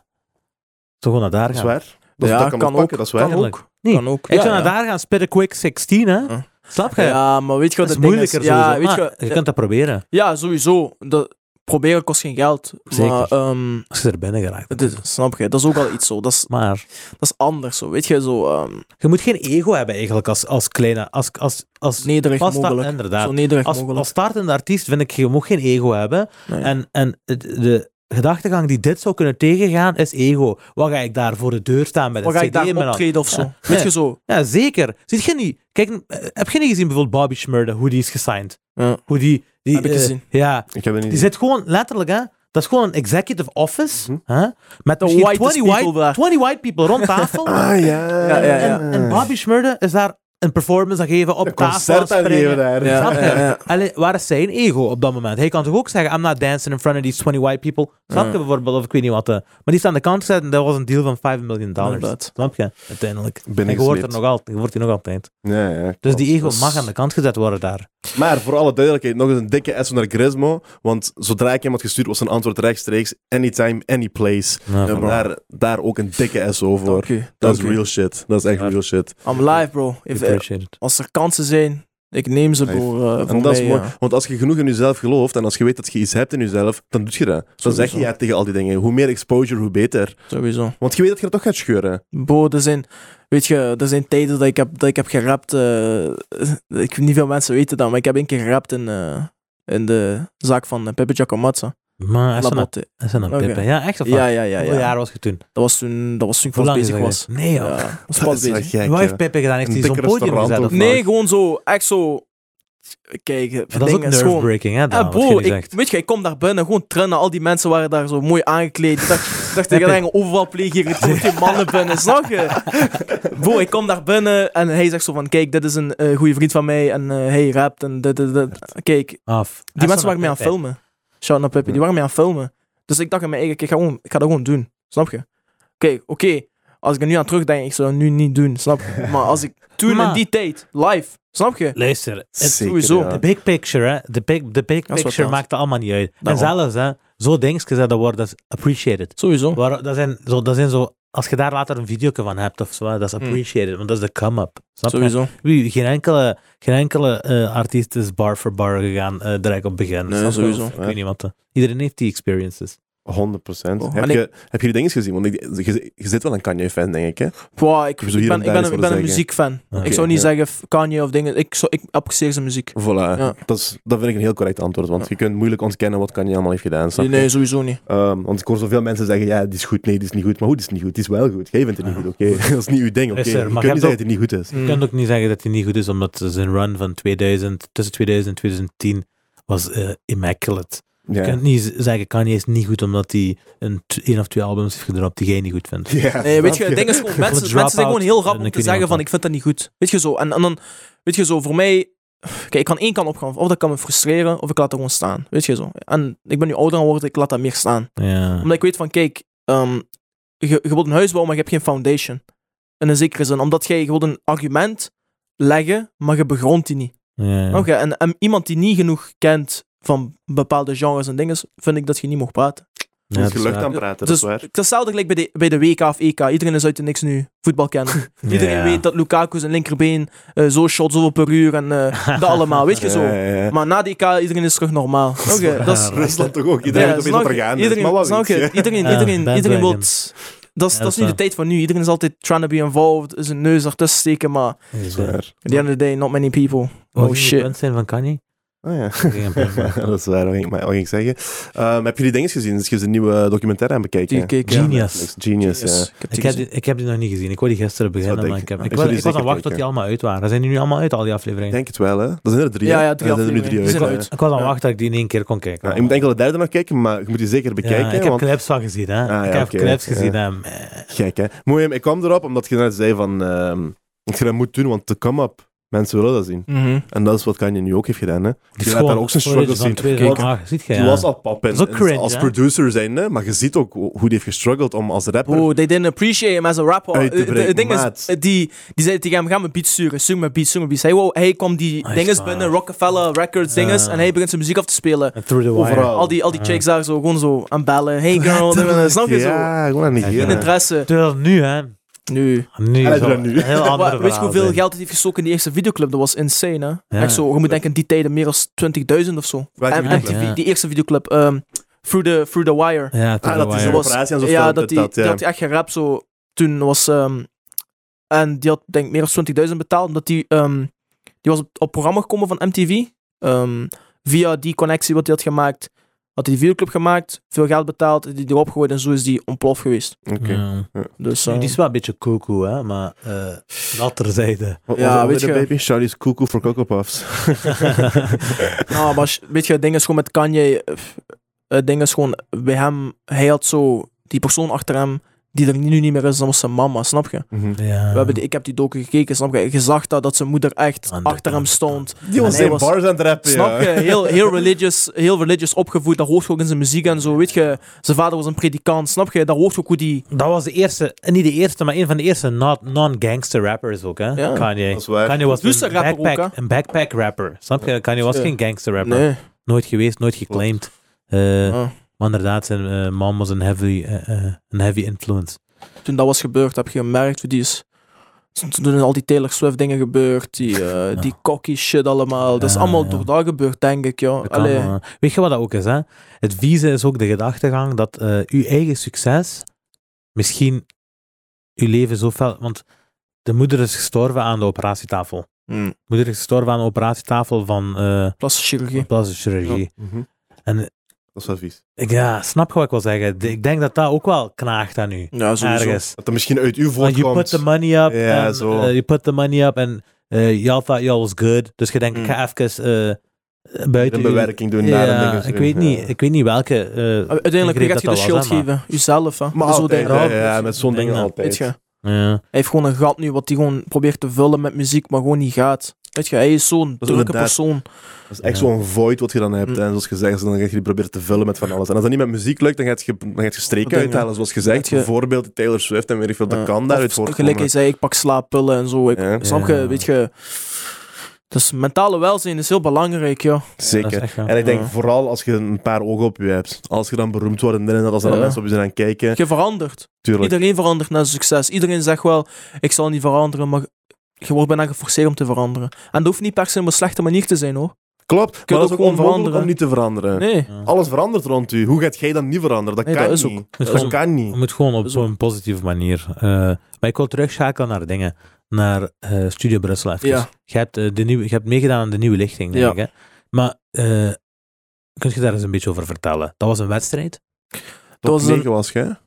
C: Zou gewoon naar daar
A: Dat is
C: gaan.
A: waar. Dat,
B: Ja,
A: dat kan,
B: kan
A: ook,
B: ook.
A: dat is waar.
B: Kan ook.
C: Nee,
B: Kan ook.
C: Ik zou
B: ja,
C: naar
B: ja.
C: daar gaan, spit a quick 16, hè?
B: Ja.
C: Snap je?
B: Ja, maar weet je
C: dat is
B: wat het ding
C: moeilijker
B: is? Ja,
C: sowieso,
B: weet
C: maar je
B: je,
C: kunt dat proberen.
B: ja, sowieso. Dat, proberen kost geen geld.
C: Zeker.
B: Maar, ehm,
C: Als je er binnen geraakt.
B: het is- snap je? Dat is ook wel iets zo. Dat is,
C: Maar...
B: dat is anders zo. Weet je, zo ehm,
C: Je moet geen ego hebben eigenlijk als, als kleine, als, als, als
B: nederig
C: als sta-
B: mogelijk.
C: Inderdaad.
B: Zo nederig
C: Als,
B: mogelijk.
C: als startende artiest vind ik, je moet geen ego hebben.
B: Nee.
C: En, en het- de gedachtegang die dit zou kunnen tegengaan is ego. Wat ga ik daar voor de deur staan met
B: Wat
C: een
B: ga ik
C: cd in
B: daar
C: mijn hand?
B: optreden of zo?
C: Ja.
B: Weet je zo?
C: Ja, zeker. Ziet je niet? Kijk, eh, heb je niet gezien bijvoorbeeld Bobby Schmurda, hoe die is gesigned?
B: Ja.
C: Hoe die... die
B: Heb ik
C: eh,
B: gezien.
C: Ja.
A: Ik heb het
C: Die
A: niet
C: zit gewoon, letterlijk hè, dat is gewoon een executive office.
A: Mhm.
C: hè, met
B: De
C: misschien
B: whitest
C: 20 white,
B: people daar.
C: 20 white people rond tafel.
A: <laughs> Ah ja.
B: Ja, ja, ja.
C: En, en Bobby Schmurda is daar een performance aan geven, op
A: Een
C: tafel aan
A: concert aan geven
C: springen.
A: daar.
B: Ja,
C: Snap je?
B: ja, ja.
C: Allee, waar is zijn ego op dat moment? Hij kan toch ook zeggen, I'm not dancing in front of these 20 white people. Snap je
B: Ja.
C: bijvoorbeeld, of ik weet niet wat. eh. maar die is aan de kant gezet en dat was een deal van 5 miljoen dollars.
B: Inderdaad.
C: Snap je? Uiteindelijk. En je hoort er
A: Binnengesleept.
C: nog altijd. Je hoort die nog altijd.
A: Ja, ja,
C: Dus
A: klopt.
C: die ego
B: Dus-
C: mag aan de kant gezet worden daar.
A: Maar voor alle duidelijkheid, nog eens een dikke S naar Grismo. Want zodra ik hem had gestuurd, was zijn antwoord rechtstreeks: anytime, any place.
C: Ja,
A: En
C: voilà.
A: daar, daar ook een dikke SO voor.
B: Dank u.
A: Dat
B: Dank
A: is
B: u.
A: real shit. Dat is echt
C: Ja.
A: real shit.
B: I'm live, bro. If, eh,
C: Appreciate it.
B: als er kansen zijn, ik neem ze
A: Live.
B: voor, eh, voor
A: En dat is
B: mij,
A: mooi,
B: ja.
A: want als je genoeg in jezelf gelooft en als je weet dat je iets hebt in jezelf, dan doe je dat. Dan
B: Sowieso.
A: zeg je ja tegen al die dingen. Hoe meer exposure, hoe beter.
B: Sowieso.
A: Want je weet dat je dat toch gaat scheuren.
B: Bro, er zijn, weet je, er zijn tijden dat ik heb, dat ik heb gerapt. eh, <laughs> ik, niet veel mensen weten dat, maar ik heb één keer gerapt in, eh, in de zaak van eh, Pepe Giacomazza.
C: Maar hij is aan-
B: Lamotte.
C: hij is aan een
B: Oké.
C: pippen. Ja, echt of
B: Ja,
C: wat?
B: ja, ja.
C: Hoeveel
B: ja.
C: jaar was je toen?
B: Dat was toen, dat was toen ik
C: Hoe
B: pas
C: lang is
B: bezig
C: dat
B: was.
C: geweest? Nee, joh.
B: Ja,
C: <laughs>
B: was
A: Dat
B: pas
A: is wel
B: bezig.
A: gek.
C: Wat heeft
A: hè.
C: Pepe gedaan? Heeft
A: Een
C: hij zo'n
A: dik
C: podium
A: restaurant
C: gezet?
A: of
C: of
A: wat?
C: wat?
B: Nee, gewoon zo, echt zo. Kijk, eh,
C: Maar Dat is ook
B: dingen is gewoon-
C: nerve-breaking, hè?
B: Ja,
C: Daan, wat
B: bro,
C: je nu
B: Ah, ik,
C: zegt.
B: weet je, ik kom daar binnen, gewoon trennen. Al die mensen waren daar zo mooi aangekleed. Ik dacht, ik
C: <laughs>
B: dacht tegen hem, overal pleeg hier, die mannen binnen, snap je? Bro, ik kom daar binnen en hij zegt zo van, kijk, dit is een eh, goede vriend van mij en eh, hij rapt en dit, dit, dit. Kijk, die
C: Af.
B: mensen waren mee aan het filmen. Shout naar Pepe, die waren mee aan het filmen. Dus ik dacht in mijn eigen, ik ga, gewoon, ik ga dat gewoon doen, snap je? Kijk, oké, als ik er nu aan terugdenk, ik zou het nu niet doen, snap je? Maar als ik
C: <laughs>
B: toen
C: Maar-
B: in die tijd, live, snap je?
C: Luister, het,
A: Zeker,
B: sowieso.
A: ja.
C: de big picture, hè? De big, de big
B: Dat is wat
C: picture
B: telt.
C: maakt het allemaal niet uit. En
B: Daarom.
C: zelfs, hè? Zo dingetjes hè, dat worden, dat is appreciated.
B: Sowieso.
C: Waar, dat, zijn, zo, dat zijn zo... Als je daar later een video van hebt of zo, hè, dat is appreciated, want dat is de come-up. Snap je?
B: Hmm. Sowieso.
C: Wie- Geen enkele, geen enkele eh, artiest is bar voor bar gegaan eh direct op het begin.
A: Nee,
C: Snap je?
B: sowieso.
C: Of Ik weet niet wat. eh, Iedereen heeft die experiences.
A: 100%.
B: Oh,
A: heb,
B: en
A: je,
B: ik-
A: heb je die dingen gezien? Want ik, je, je zit wel een Kanye-fan, denk ik. Hè?
B: Boah, ik,
A: Je
B: ik
A: zou hier
B: ben,
A: en
B: ik
A: daar
B: ben,
A: iets
B: ik ben een
A: willen
B: muziekfan.
C: Ja.
B: ik zou
A: ja.
B: niet zeggen f- Kanye of dingen. Ik, zou, ik apprecieer zijn muziek.
A: Voilà.
B: Ja.
A: Dat, is, dat vind ik een heel correct antwoord. Want
B: Ja.
A: je kunt moeilijk ontkennen wat Kanye allemaal heeft gedaan. snap
B: Nee,
A: je?
B: nee, sowieso niet.
A: Ehm, want ik hoor zoveel mensen zeggen, ja, die is goed, nee, die is niet goed. Maar hoe, die is niet goed? Die is wel goed. Jij vindt het niet
C: Ja.
A: goed,
B: <laughs>
A: oké? dat is niet uw ding, oké?
C: Is er,
A: je kunt niet
C: maar je hebt
A: zeggen dat hij niet goed is.
B: Mm.
C: Je kunt ook niet zeggen dat hij niet goed is, omdat zijn run van 2000, tussen 2000 en 2010 was eh, immaculate.
A: Ja.
C: Je kunt niet z- zeggen, Kanye is niet goed omdat hij een, t- één of twee albums heeft gedropt die jij niet goed vindt.
A: <laughs> Ja,
B: Nee, weet je,
A: snap
B: het ding
C: <laughs>
B: is gewoon,
C: Voor
B: mensen,
C: de
B: mensen
C: drop-out
B: zijn gewoon heel rap
C: en ik
B: om te
C: weet niet
B: zeggen
C: wat
B: van, ik vind dat niet goed. Weet je zo, en, en dan, weet je zo, voor mij, kijk, ik kan één kant opgaan. Of dat kan me frustreren, of ik laat het gewoon staan. Weet je zo. En ik ben nu ouder aan worden, ik laat dat meer staan.
C: Ja.
B: Omdat ik weet van, kijk, ehm, je, je wilt een huis bouwen, maar je hebt geen foundation. In een zekere zin. Omdat jij, je wilt een argument leggen, maar je begrond die niet.
C: ja.
B: Oké, en, en iemand die niet genoeg kent van bepaalde genres en dingen, vind ik dat je niet mag praten.
A: je.
C: Ja,
A: Moet
C: dat
A: je
C: is
A: lucht
C: waar.
A: aan praten, dat
B: dus
A: is waar.
B: het is hetzelfde gelijk bij de, bij de WK of EK. Iedereen is uit de niks nu voetbal
A: <laughs>
B: kennen. Iedereen
C: Ja.
B: weet dat Lukaku zijn linkerbeen eh, zo shot, zoveel per uur
A: <laughs>
B: en eh, dat allemaal, weet je zo.
A: Ja, ja, ja.
B: Maar na de EK, iedereen is terug normaal. Oké,
A: <laughs>
B: dat is...
C: waar.
A: Rusland toch ook?
B: Ja,
A: Iedereen weet opeens
B: snap
A: wat er
B: je?
A: gaan is,
B: Iedereen,
A: maar wel
B: snap
A: iets,
B: je?
A: <laughs> ja.
B: Iedereen,
C: Ja,
B: iedereen, iedereen
C: bandwagon.
B: wil... Dat is,
C: Ja,
B: dat
C: dat
B: is nu de
C: is
B: tijd van nu. Iedereen is altijd trying to be involved, zijn neus ertussen steken, maar at
C: Dat is
A: Dat is
C: waar.
A: waar.
B: the end of the day, not many people.
C: Wat
B: Oh
C: ging je
B: shit.
C: punt zijn van
A: <laughs>
C: Kanye?
A: Ah,
C: Geen punt.
A: ja. <laughs> dat is waar, wat ging ik, maar wat ging ik zeggen? Ehm, heb je die dingen gezien? Is je een nieuwe documentaire aan het bekijken?
B: Die keek, ja.
C: Genius.
A: Genius,
B: Yes,
A: ja.
B: ik heb die
C: Ik heb,
B: gezien.
C: die, ik heb die nog niet gezien. Ik wou die gisteren beginnen,
A: dik.
C: maar ik, heb,
A: Ja,
C: ik,
A: ik
C: was,
A: zou die
C: ik was aan
A: zeker
C: wachten tot die
A: kijken.
C: allemaal uit waren. Zijn die nu allemaal uit, al die afleveringen?
A: Ik denk het wel, hè? Dat zijn er drie, hè?
B: Ja, ja, drie
A: Er zijn er nu drie
B: afleveringen.
A: uit.
B: Die zijn
A: hè?
B: uit.
C: Ik was aan
B: Ja.
C: wachten dat ik die in één keer kon kijken.
A: Ja, je moet enkel de derde nog kijken, maar je moet die zeker
C: Ja,
A: bekijken.
C: ik heb
A: want
C: clips van gezien, hè.
A: Ah, ja,
C: ik heb
A: oké,
C: clips
A: ja.
C: gezien, hè.
A: Gek, hè? Mooi, ik kwam erop omdat je net zei van... ehm, dat je dat moet doen, want de come-up, mensen willen dat zien.
B: Mhm.
A: En dat is wat Kanye nu ook heeft gedaan, hè?
C: Het
A: Je
C: is
A: laat daar
C: gewoon
A: ook zijn
C: footage
A: struggles
C: van
A: zien.
C: 2008, Ah, ziet je,
A: Die
C: ja.
A: was al pap
C: Dat is ook cringe,
A: als
C: hè?
A: producer zijn, hè? Maar je ziet ook hoe die heeft gestruggeld om als rapper...
B: Oh, they didn't appreciate him as a rapper.
A: Uit te
B: Eh, de-
A: breken,
B: Het ding
A: maat.
B: is, eh, die, die zei tegen hem, ga mijn beats sturen, stuur mijn beats, stuur mijn beats. Hij, wou- hij kwam die
C: Hij is
B: dinges
C: waar.
B: binnen, Rockefeller Records dinges,
C: Ja.
B: en hij begint zijn muziek af te spelen.
C: En Through the Wire.
A: Overal.
B: Al die, al die
C: Ja.
B: chicks daar zo, gewoon zo aan bellen. Hey
A: <laughs>
B: girl,
A: Letterlijk,
B: snap je zo?
A: Ja, gewoon aan
C: Ja.
A: negeren.
B: Interesse.
C: Terwijl nu, hè. Ah,
B: Nu.
C: Nu.
A: Hij doet
C: zal-
A: dat nu. <laughs>
C: een Heel
B: Wa-
C: ander
B: Weet je
C: verhaal
B: hoeveel
C: zijn.
B: geld hij heeft gestoken in die eerste videoclip? Dat was insane, hè?
C: Ja.
B: Echt zo, je moet denken, in die tijden meer dan 20.000 of zo.
A: Welke
B: En
A: videoclip?
B: MTV,
C: Ja.
B: die eerste videoclip, ehm, through, the, through the
C: Ja,
B: Wire.
C: Through
A: Ah,
C: the
A: dat is
C: Wire.
A: een
B: was-
A: operatie en zo.
B: ja,
A: filmt
B: dat
A: het
B: die, die
A: ja.
B: had die echt gerapt zo. Toen was. ehm, en die had denk ik meer dan 20.000 betaald. Omdat die. ehm, die was op, op programma gekomen van MTV. Ehm, via die connectie wat hij had gemaakt. Had hij die videoclip gemaakt. Veel geld betaald. Die erop gegooid. En zo is die ontplof geweest.
A: Oké.
C: Ja.
B: Dus.
C: Nu,
B: ehm,
C: Die is wel een beetje koekoe, hè. Maar eh
A: <laughs>
C: dat terzijde.
A: Wat
B: Ja,
A: was dat
B: weet
A: weer,
B: je-
A: baby? Charlie's Cuckoo voor Coco
B: <laughs>
A: Puffs.
B: <laughs> nou, maar als je- weet je, het ding is gewoon met Kanye. eh, Het ding is gewoon bij hem. Hij had zo. Die persoon achter hem. die er nu niet meer is, dan was zijn mama, snap je?
A: Mhm.
C: Ja.
B: We hebben die, ik heb die docu gekeken, snap je? Je zag dat, dat zijn moeder echt
C: Aan de
B: achter hem
C: kant.
B: stond.
A: Die was
B: En hij
A: zijn
B: was-
A: bars aan het rappen,
C: <laughs>
B: Snap je?
A: ja.
B: Heel, heel, religious, heel religious opgevoed, dat hoort je ook in zijn muziek en zo, weet je? Zijn vader was een predikant, snap je? Dat hoort je ook hoe die...
C: Dat was de eerste, eh, niet de eerste, maar een van de eerste not- non-gangster rappers ook, hè?
B: Ja.
C: Kanye.
A: Dat is waar.
C: Kanye was
B: Dus
C: een
B: een rapper ook,
C: backpack,
B: hè?
C: een backpack rapper. Snap je? Kanye was
B: Ja.
C: geen gangster rapper.
B: Nee. ah.
C: Nooit geweest, nooit geclaimed. Eh,
B: Ja.
C: Maar inderdaad, zijn eh, mom was een heavy, eh, eh, een heavy influence.
B: Toen dat was gebeurd, heb je gemerkt hoe die is... Toen zijn al die Taylor Swift dingen gebeurd, die, eh, die cocky shit allemaal. Dat is
C: Ja,
B: allemaal
C: ja.
B: door dat gebeurd, denk ik, joh.
C: Dat kan,
B: Allee.
C: eh, weet je wat dat ook is, hè? Het vieze is ook de gedachtegang dat eh uw eigen succes misschien uw leven zo fel... Want de moeder is gestorven aan de operatietafel.
B: Hm.
A: Hmm.
C: De moeder is gestorven aan de operatietafel van eh
B: Plastische chirurgie.
C: plastische chirurgie.
A: Mhm.
C: En- eh,
A: dat is wel vies.
C: Ik, ja, snap je wat ik wil zeggen? De- ik denk dat dat ook wel knaagt aan u.
B: Ja, sowieso.
C: Ergens.
A: Dat er misschien uit uw
C: Want you
A: voortkomt.
C: put the money up.
A: Ja,
C: en,
A: zo.
C: eh, you put the money up en eh, y'all thought y'all was good. Dus je denkt, ik ga even eh, buiten...
A: Een
C: uw-
A: bewerking Mm. doen, daar een
C: Ja,
A: ding
C: ik
A: doen,
C: weet,
A: ja.
C: niet, ik weet niet welke... eh,
B: Uiteindelijk, wie
C: ingreep dat
B: gaat je
C: dat
B: de
C: was,
B: schild
C: hè, maar-
B: geven? Jezelf, hè?
A: Maar
B: Zo
A: altijd,
B: dingen.
A: ja,
C: dingen.
A: ja, met zo'n
C: Dingen,
A: dingen
B: Weet
A: altijd.
B: je?
C: Ja.
B: Hij heeft gewoon een gat nu wat hij gewoon probeert te vullen met muziek, maar gewoon niet gaat. Weet je, hij is zo'n
A: is
B: drukke
A: inderdaad-
B: persoon.
A: Dat is echt
C: Ja.
A: zo'n void wat je dan hebt.
B: Mm.
A: En zoals gezegd, dan ga je die proberen te vullen met van alles. En als dat niet met muziek lukt, dan ga je, dan ga je streken
B: Dingen.
A: uithalen. Zoals gezegd,
B: Dat je-
A: bijvoorbeeld die Taylor Swift en weet ik veel. Dat
B: Ja.
A: kan daaruit
B: Of
A: voortkomen.
B: Gelijk hij zei, ik pak slaappillen en zo. Ik,
A: Ja,
B: Snap je,
C: Ja.
B: weet je. Dus mentale welzijn is heel belangrijk, joh.
C: Dat is
A: Zeker.
C: echt waar.
A: En ik denk
B: Ja.
A: vooral als je een paar ogen op je hebt. Als je dan beroemd wordt en dit en dat, als dan
B: Ja.
A: mensen op je zijn aan het kijken.
B: Je verandert.
A: Tuurlijk.
B: Iedereen verandert naar succes. Iedereen zegt wel, ik zal niet veranderen, maar je wordt bijna geforceerd om te veranderen. En dat hoeft niet per se op een slechte manier te zijn, hoor.
A: Klopt, maar
B: ook
A: dat is ook
B: gewoon
A: onveranderd
B: veranderen.
A: om niet te veranderen.
B: Nee.
A: Alles verandert rond u. Hoe gaat jij dan niet veranderen? Dat
B: Nee,
A: kan
B: dat is
A: niet.
B: ook-
C: dat is
A: Dat
C: ook-
A: kan
C: Je
A: niet.
C: moet gewoon op
B: Dus-
C: zo'n positieve manier. eh, maar ik wil terugschakelen naar dingen. Naar eh, Studio Brussel even.
B: Ja.
C: Je, hebt, eh, de nieuwe, je hebt meegedaan aan de nieuwe lichting, denk
B: Ja.
C: ik. Hè? Maar eh kun je daar eens een beetje over vertellen? Dat was een wedstrijd.
A: Top
B: was een-
A: 9 was jij?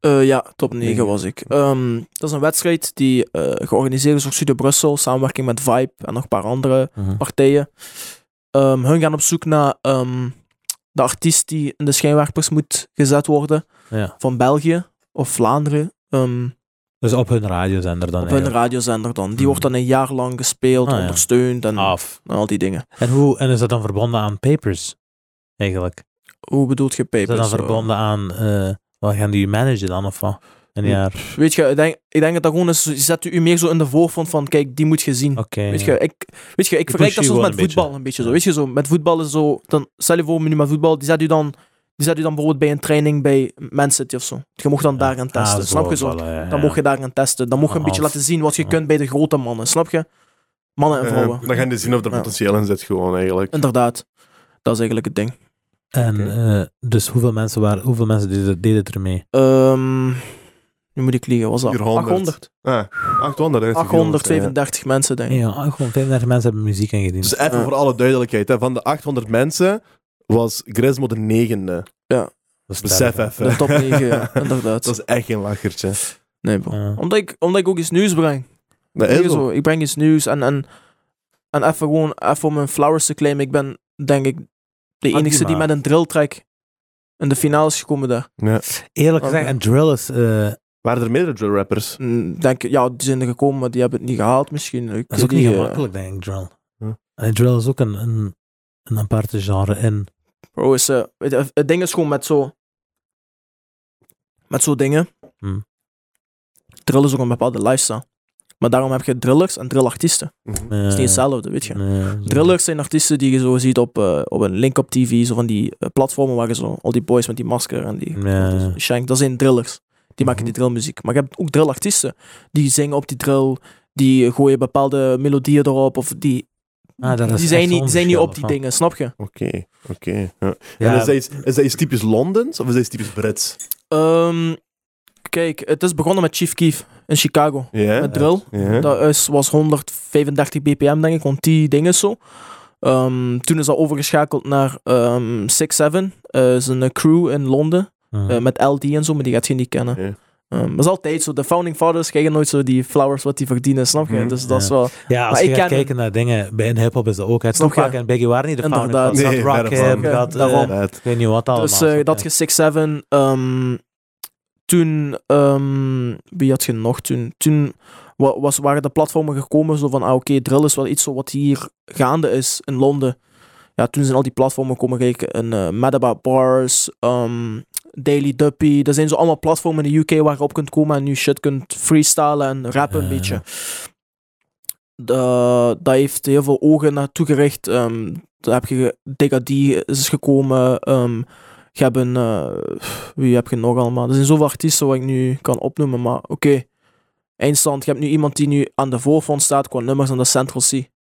B: Eh, ja, top 9
C: Negen.
B: was ik. Ehm, dat is een wedstrijd die eh, georganiseerd is door Studio Brussel, samenwerking met Vibe en nog een paar andere partijen. Ehm, hun gaan op zoek naar ehm, de artiest die in de schijnwerpers moet gezet worden
C: Ja.
B: van België of Vlaanderen. Ehm,
C: Dus op hun radiozender dan
B: op hun
C: eigenlijk.
B: radiozender dan. Die
C: Ah, Hmm.
B: wordt dan een jaar lang gespeeld,
C: Ah, ja.
B: ondersteund en,
C: Af.
B: en al die dingen.
C: En, hoe, en is dat dan verbonden aan papers? Eigenlijk.
B: Hoe bedoelt je
C: Is dat
B: papers?
C: dan
B: eh?
C: verbonden aan... eh wat gaan die managen dan of wat? Een
B: Hm.
C: jaar.
B: Weet je, ik denk, ik denk dat dat gewoon is, je zet u meer zo in de voorfront van, kijk, die moet je zien.
C: Oké.
B: Weet je, ik, weet je, ik
C: pusht je
B: vergelijk dat soms
C: gewoon
B: met
C: een beetje.
B: voetbal een beetje zo. Weet je, zo, met voetbal is zo, dan, stel je voor nu met voetbal, die zet u dan, die zet u dan bijvoorbeeld bij een training bij Man City of zo. Je mocht dan daar gaan testen, snap je zo? Dan mocht je daar gaan testen. Dan mocht je een
C: Ah,
B: beetje
C: als-
B: laten zien wat je
C: ah.
B: kunt bij de grote mannen, snap je? Mannen en vrouwen.
A: Eh, dan gaan die zien of er
B: Ja.
A: potentieel in zit, gewoon eigenlijk.
B: Inderdaad. Dat is eigenlijk het ding.
C: En
A: Oké.
C: eh, dus hoeveel mensen, waren, hoeveel mensen deden, deden er mee?
B: Ehm, nu moet ik liegen, was dat?
A: 400.
B: 800.
A: Ah, 800. dat is toch heel veel,
B: 837 mensen, denk ik.
C: Ja, gewoon 35 mensen hebben muziek
A: ja.
C: ingediend.
A: Dus even
B: Ja.
A: voor alle duidelijkheid. Hè, van de 800 mensen was Grismo de negende.
C: Dat is
A: Besef
C: sterk,
A: even.
B: De top 9,
A: <laughs>
B: ja, inderdaad.
A: Dat is echt geen lachertje.
B: Nee, bro.
C: hè. Ja.
B: Omdat ik, omdat ik ook iets nieuws breng.
A: Dat
B: Hier
A: is zo.
B: zo, ik breng iets nieuws en, en, en even gewoon even om mijn flowers te claimen. Ik ben denk ik de
C: die
B: enigste die
C: maar.
B: met een drill track in de finale is gekomen daar.
A: Ja.
C: Eerlijk
B: Oké.
C: gezegd, en drill is... eh,
A: Waren er meerdere drill rappers?
B: Mm, Denk, ik, ja, die zijn er gekomen, maar die hebben het niet gehaald misschien. Ik
C: dat is ook
B: die,
C: niet
B: eh,
C: gemakkelijk, denk ik, drill.
A: Ja.
C: En drill is ook een, een, een aparte genre. En
B: bro, is, eh, weet je, het ding is gewoon met zo... Met zo dingen.
C: Hm.
B: Drill is ook een bepaalde lifestyle. Maar daarom heb je drillers en drillartiesten.
C: eh,
B: Het is niet hetzelfde, weet je. Drillers zijn artiesten die je zo ziet op, eh, op een link op tv, zo van die eh, platformen waar je zo al die boys met die masker en die dus
C: Ja. Mhm.
B: shank, dat zijn drillers. Die maken die drillmuziek. Maar je hebt ook drillartiesten die zingen op die drill, die gooien bepaalde melodieën erop of die,
C: Ah, daar is
B: die zijn,
C: echt
B: niet, zijn niet op die
C: onderscheid
B: dingen, snap je?
A: Oké, oké. ja.
C: Ja,
A: En is dat, iets, is dat iets typisch Londens of is dat iets typisch Brits?
B: Ehm, kijk, het is begonnen met Chief Keef in Chicago.
A: Ja?
B: Met drill.
A: Ja.
B: Dat is, was 135 bpm, denk ik, want die dingen zo. Ehm, toen is dat overgeschakeld naar ehm 6-7, eh, zijn eh, crew in Londen.
C: ja.
B: Eh, met LD en zo, maar die gaat je niet kennen.
A: Ja.
B: Ehm, dat is altijd zo. De founding fathers krijgen nooit zo die flowers wat die verdienen, snap je?
A: Mhm.
B: Dus dat is
C: Ja.
B: wel...
C: Ja, als
B: Maar
C: je
B: ik
C: gaat
B: ken-
C: kijken naar dingen, bij een hip-hop is dat ook. hè. Het is
B: Snap
C: nog vaak
B: je?
C: en Biggie waren niet de fan.
B: Inderdaad.
C: Dat
B: <laughs>
A: Nee,
C: Rock
A: verre van.
C: Him, dat, eh,
B: Daarom.
A: Inderdaad.
C: ik weet niet wat allemaal.
B: dus eh, dat je 6-7... ehm, toen, ehm, wie had je nog toen? Toen wa- was, waren de platformen gekomen zo van, ah oké, drill is wel iets zo wat hier gaande is in Londen. Ja, toen zijn al die platformen komen kijken. Een eh, Mad About Bars, ehm, Daily Duppy. Dat zijn zo allemaal platformen in de UK waar je op kunt komen en nu shit kunt freestylen en rappen een
C: Ja,
B: beetje. De, dat heeft heel veel ogen naartoe gericht. Ehm daar heb je Degadie is gekomen. ehm je hebt een, eh, wie heb je nog allemaal? Er zijn zoveel artiesten wat ik nu kan opnoemen, maar oké. Eindstand, je hebt nu iemand die nu aan de voorfront staat qua nummers aan de Central C.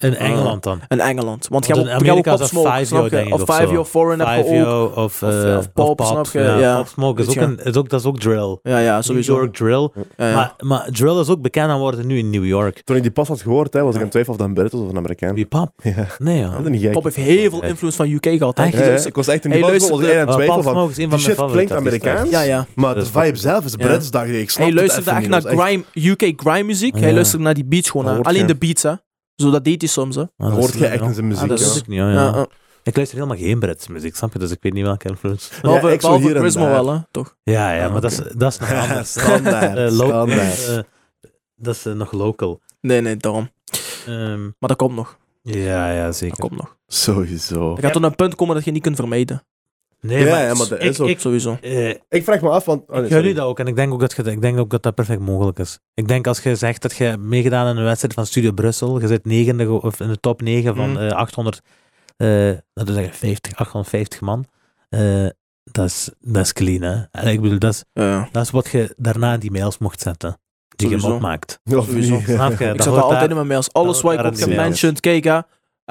C: In
B: Ah.
C: Engeland dan.
B: In Engeland. Want je
C: Want
B: hebt
C: in
B: ook- je hebt
C: Amerika
B: ook
C: is
B: Pop
C: dat
B: Smoke,
C: 5-0
B: snap
C: denk
B: je?
C: ik
B: Of
C: of zo.
B: 5-0 Foreign heb je ook.
C: 5-0 of,
B: Of,
C: eh,
B: eh,
C: of
B: Pop,
C: Pop.
B: snap je?
C: Ja,
B: Ja.
C: Pop Smoke is
B: Weet
C: ook,
B: je.
C: een, is ook, dat is ook drill.
B: Ja, ja,
C: New
B: sowieso.
C: York drill.
B: Ja, ja.
C: Maar, maar drill is ook bekend aan worden nu in New York.
A: Toen ik die pas had gehoord, hè, was ik aan het twijfelen of dat een Brit was of een Amerikaan.
C: Wie pap?
A: Ja,
C: Nee,
A: dat
C: ja.
A: is niet gek.
B: Pop heeft heel veel invloed van UK gehad. hè.
C: Echt?
A: Ja, ja,
B: Dus-
A: ik was echt in
B: Hey,
A: die pas
B: luister,
A: was ik echt aan het
C: Maar Pop
A: twijfelen van...
C: Smoke is een van
A: Die shit
C: mijn favoriete
A: klinkt
C: artiesten.
A: Amerikaans,
B: Ja, ja.
A: maar
C: Dat
A: de
C: is fucking-
A: vibe zelf is
B: Ja.
A: Brits, dacht ik. Ik snap
B: Hij
A: het
B: luisterde
A: even
B: echt
A: niet,
B: naar
A: was echt-
B: grime, UK grime muziek. Hij
C: Ja.
B: luisterde naar die beats gewoon.
A: Dat
B: hè.
A: hoort
B: Alleen
A: je.
B: de beats, hè. Zo dat deed hij soms, hè.
C: Maar dat
A: Hoort
C: is-
A: je echt in zijn
C: Ah,
A: muziek,
C: dat
B: ja.
C: is ook niet, ja,
B: Ja,
C: ja.
B: eh.
C: Ik luister helemaal geen Brits muziek, snap je? Dus ik weet niet welke invloed.
A: ik
B: Behalve,
A: zo
B: behalve
A: hier en
B: Prismo
A: daar.
B: wel, hè. Toch?
C: Ja, ja,
B: Ah,
C: maar dat is,
A: <laughs>
C: dat is nog anders.
A: Standaard,
C: <laughs> Eh, lo-
A: standaard.
C: eh, dat is eh, nog local.
B: Nee, nee, daarom.
C: Ehm,
B: Maar dat komt nog.
C: ja, ja,
B: Dat
C: zeker.
B: komt nog.
A: Sowieso.
B: Er gaat tot een punt komen dat je niet kunt vermijden.
C: Nee,
A: Ja, ja, maar dat
C: ik,
A: is ook-
C: ik,
B: Sowieso.
C: eh,
A: Ik vraag me af, want... oh, nee,
C: ik gun
A: sorry.
C: u dat ook en ik denk ook dat, je, ik denk ook dat dat perfect mogelijk is. Ik denk als je zegt dat je meegedaan in een wedstrijd van Studio Brussel, je zit negende ge- of in de top 9 van
B: Mm.
C: eh, 800, eh, dat wil zeggen 50, 850 man, eh, dat, is, dat is clean hè. En ik bedoel, dat is,
B: Ja.
C: dat is wat je daarna in die mails mocht zetten, die je
B: Sowieso.
C: hem maakt.
A: Of
B: Sowieso.
A: niet? <laughs>
C: Snap je? Dat
B: Ik zat
C: hoort
B: daar altijd
C: daar-
B: in mijn mails. Alles
C: hoort
B: wat ik
C: daar
B: op
A: aan die
B: gementioned, kijk hè.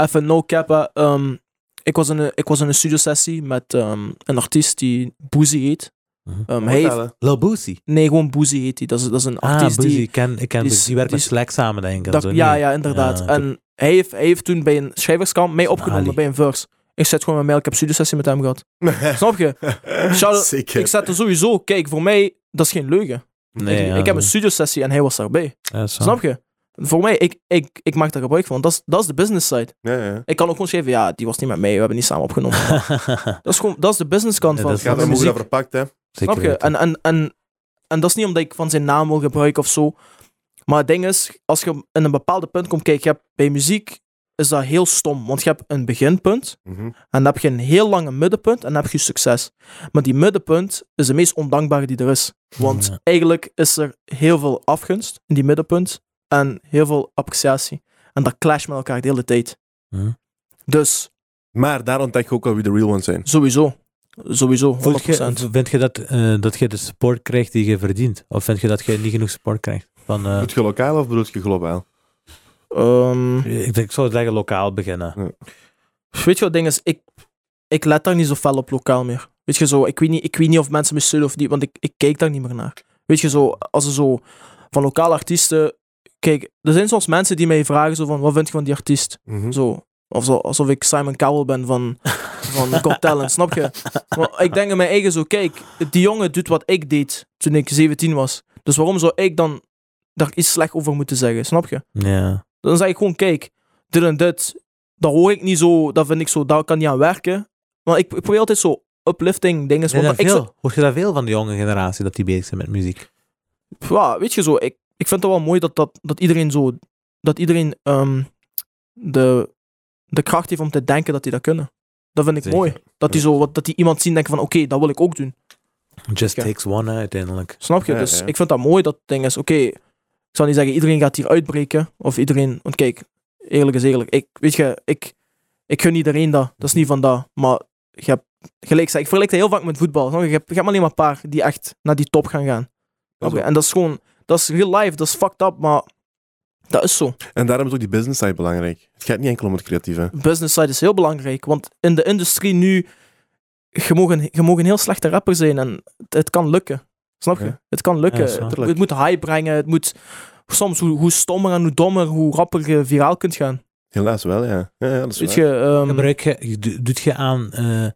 B: Even no cap hè. Ehm, ik, was in een, ik was in een studiosessie met ehm, een artiest die Boozy heet.
C: Mhm.
B: Ehm, hij heeft-
C: Lil Boosie.
B: nee, gewoon Boozy heet hij. Dat is, dat is een
C: Ah,
B: artiest
C: Boosie,
B: die...
C: ik ken, ik ken
B: die
C: die,
B: is-
C: die werkt
B: die
C: met
B: is-
C: Slack samen, denk ik. en
B: Dat-
C: zo,
B: ja,
C: nee.
B: ja, inderdaad.
C: Ja,
B: en hij heeft, hij heeft toen bij een schrijverskamp mij
C: Dat is een
B: opgenomen
C: Ali.
B: bij een verse. Ik zet gewoon mijn mail, ik heb studiosessie met hem gehad. Snap je?
A: <laughs>
B: Shout-out-
A: Zeker.
B: Ik zette sowieso, kijk, voor mij, dat is geen leugen.
C: Nee,
B: ik,
C: ja, Ah.
B: ik heb een
C: zo.
B: studiosessie en hij was daarbij.
C: Ja, zo.
B: Snap je? Voor mij, ik, ik, ik maak daar gebruik van. Dat is, dat is de business side.
A: Ja, ja.
B: Ik kan ook gewoon schrijven, ja, die was niet met mij, we hebben niet samen opgenomen. Dat is, gewoon, dat is de business kant
C: Ja,
B: van,
C: dat
A: Gaat
B: van
C: gaat
A: hem
C: om
B: de
A: hoe je
B: muziek.
A: dat verpakt, hè.
C: Zeker
B: Snap je?
C: weten.
B: En, en, en, en dat is niet omdat ik van zijn naam wil gebruiken of zo. Maar het ding is, als je in een bepaalde punt komt, kijk, je hebt, bij muziek is dat heel stom. Want je hebt een beginpunt
A: Mhm.
B: en dan heb je een heel lange middenpunt en dan heb je succes. Maar die middenpunt is de meest ondankbare die er is. Want
C: Ja.
B: eigenlijk is er heel veel afgunst in die middenpunt en heel veel appreciatie. En dat clasht met elkaar de hele tijd.
C: Hm.
B: Dus
A: Maar daar ontdek ik ook wel wie de real ones zijn.
B: sowieso. Sowieso,
C: Voelt
B: 100%.
C: je, vind je dat, eh, dat je de support krijgt die je verdient? Of vind je dat je niet genoeg support krijgt? Van, eh,
A: Doet je lokaal of bedoelt je globaal?
B: Ehm,
C: ik, ik zou het zeggen lokaal beginnen.
B: Weet je wat het ding is? Ik, ik let daar niet zo fel op lokaal meer. Weet je zo, ik weet niet, ik weet niet of mensen me steunen of niet, want ik, ik kijk daar niet meer naar. Weet je zo, als er zo van lokale artiesten. Kijk, er zijn soms mensen die mij vragen zo van, wat vind je van die artiest?
A: Mhm.
B: Zo. Of zo, alsof ik Simon Cowell ben van, van Got Talent, snap je? Maar ik denk in mijn eigen zo, kijk, die jongen doet wat ik deed toen ik 17 was. Dus waarom zou ik dan daar iets slecht over moeten zeggen, snap je?
C: Ja.
B: Dan zeg ik gewoon, kijk, dit en dit, dat hoor ik niet zo, dat vind ik zo, daar kan niet aan werken. Maar ik, ik probeer altijd zo uplifting dingen.
C: Nee,
B: want
C: dat
B: ik
C: veel.
B: zo-
C: Hoor je dat veel van de jonge generatie, dat die bezig zijn met muziek?
B: ja, weet je zo, ik, ik vind het wel mooi dat, dat, dat iedereen zo, dat iedereen ehm, de, de kracht heeft om te denken dat die dat kunnen. Dat vind ik
C: Zeker.
B: mooi. Dat die, zo, wat, dat die iemand zien denken van, oké, dat wil ik ook doen.
C: Just
B: Ja.
C: takes one, hè, uiteindelijk.
B: Snap je?
A: Ja,
B: dus
A: ja.
B: ik vind dat mooi dat het ding is, oké, ik zal niet zeggen iedereen gaat hier uitbreken, of iedereen, want kijk, eerlijk is eerlijk, ik, weet je, ik, ik gun iedereen dat, dat is niet van dat, maar je hebt gelijk, ik vergelijk dat heel vaak met voetbal, snap je? Je hebt, je hebt maar alleen maar een paar die echt naar die top gaan gaan.
A: Dat is
B: Oké, En dat is gewoon, dat is real life, dat is fucked up, maar dat is zo.
A: En daarom is ook die business side belangrijk. Het gaat niet enkel om het creatieve.
B: Business side is heel belangrijk, want in de industrie nu, je mag een, je mag een heel slechte rapper zijn en het, het kan lukken. Snap je?
A: Ja.
B: Het kan lukken.
C: Ja, dat is
B: het,
C: waar.
B: het moet hype brengen. Het moet, soms hoe, hoe stommer en hoe dommer, hoe rapper je viraal kunt gaan.
A: Helaas wel, ja. Ja, ja dat is
B: Weet
A: waar.
B: je, ehm,
C: Gebruik je, je do- doet je aan, eh,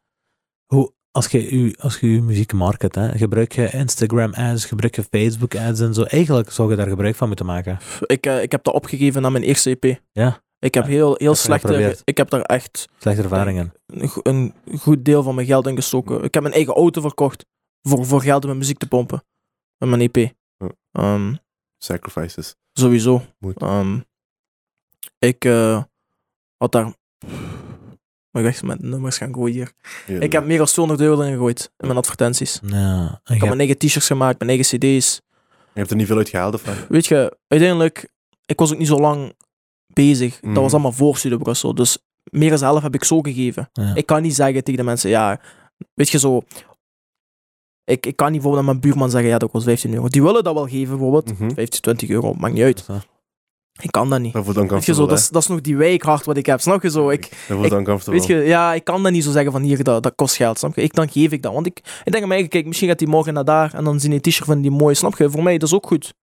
C: hoe, als je je, als je, je muziek market, hè, gebruik je Instagram ads, gebruik je Facebook ads en zo. Eigenlijk zou je daar gebruik van moeten maken.
B: ik, eh, ik heb dat opgegeven na mijn eerste EP.
C: Ja.
B: Ik heb
C: Ja,
B: heel, heel
C: heb je
B: slechte...
C: geprobeerd.
B: Ik heb daar echt
C: Slechte ervaringen.
B: een, go- een goed deel van mijn geld in gestoken. Ik heb mijn eigen auto verkocht. voor, voor geld om mijn muziek te pompen. Met mijn EP.
A: Ja.
B: Ehm,
A: Sacrifices.
B: sowieso.
A: Moet.
B: Ehm, ik eh, had daar... Moet ik echt met nummers gaan gooien hier? Ik heb meer dan 200 euro in gegooid. In mijn advertenties.
C: Ja. En
B: Ik
C: jij-
B: heb mijn eigen t-shirts gemaakt, mijn eigen cd's.
A: Je hebt er niet veel uit gehaald, of wat?
B: Weet je, uiteindelijk, ik was ook niet zo lang bezig.
A: Mhm.
B: Dat
C: Mm.
B: was allemaal voor Studio Brussel. Dus meer dan de helft heb ik zo gegeven.
C: ja.
B: Ik kan niet zeggen tegen de mensen, ja, weet je zo. Ik, ik kan niet bijvoorbeeld aan mijn buurman zeggen, ja, dat kost 15 euro. Die willen dat wel geven, bijvoorbeeld.
C: Mm.
A: Mhm.
B: 15, 20 euro, maakt niet uit. Ik kan dat niet.
A: Daarvoor dan
B: Weet je zo,
A: comfortable,
B: dat is, dat is nog die wijkhart wat ik heb, snap je zo? Ik,
A: hè? Daarvoor dan comfortable.
B: Weet je, ja, ik kan dat niet zo zeggen van hier, dat, dat kost geld, snap je? Ik, dan geef ik dat. Want ik, ik denk aan mij, kijk, misschien gaat die morgen naar daar en dan zien die t-shirt van die mooie, snap je? Voor mij, dat is ook goed.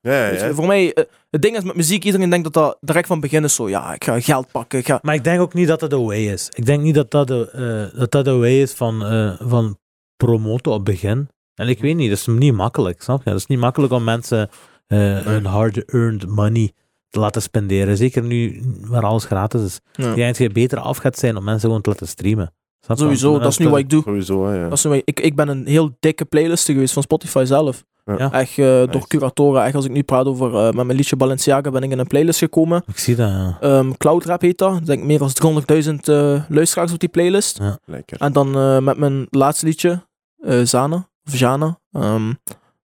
A: Ja, ja,
B: Weet je,
A: ja.
B: Voor mij, eh, het ding is met muziek, iedereen denkt dat dat direct van het begin is zo, ja, ik ga geld pakken, ik ga...
C: Maar ik denk ook niet dat dat de way is. Ik denk niet dat dat de, eh, dat dat de way is van, eh, van promoten op begin. En ik weet niet, dat is niet makkelijk, snap je? Dat is niet makkelijk om mensen eh, hun hard-earned money te laten spenderen. Zeker nu waar alles gratis is.
B: Ja.
C: Ik denk dat je beter af gaat zijn om mensen gewoon te laten streamen. Snap je?
B: Sowieso,
C: Want
B: dat is nu wat ik doe.
A: Sowieso, hè, ja.
B: Dat is nu wat ik, ik, ik ben een heel dikke playlist geweest van Spotify zelf.
C: Ja.
B: Echt eh, door curatoren, echt als ik nu praat over eh, met mijn liedje Balenciaga ben ik in een playlist gekomen.
C: Ik zie dat, ja.
B: Ehm Cloud Rap heet dat. Ik denk meer dan 300.000 eh, luisteraars op die playlist.
A: Lekker.
B: En dan eh, met mijn laatste liedje, eh Zana, of Jana. ehm,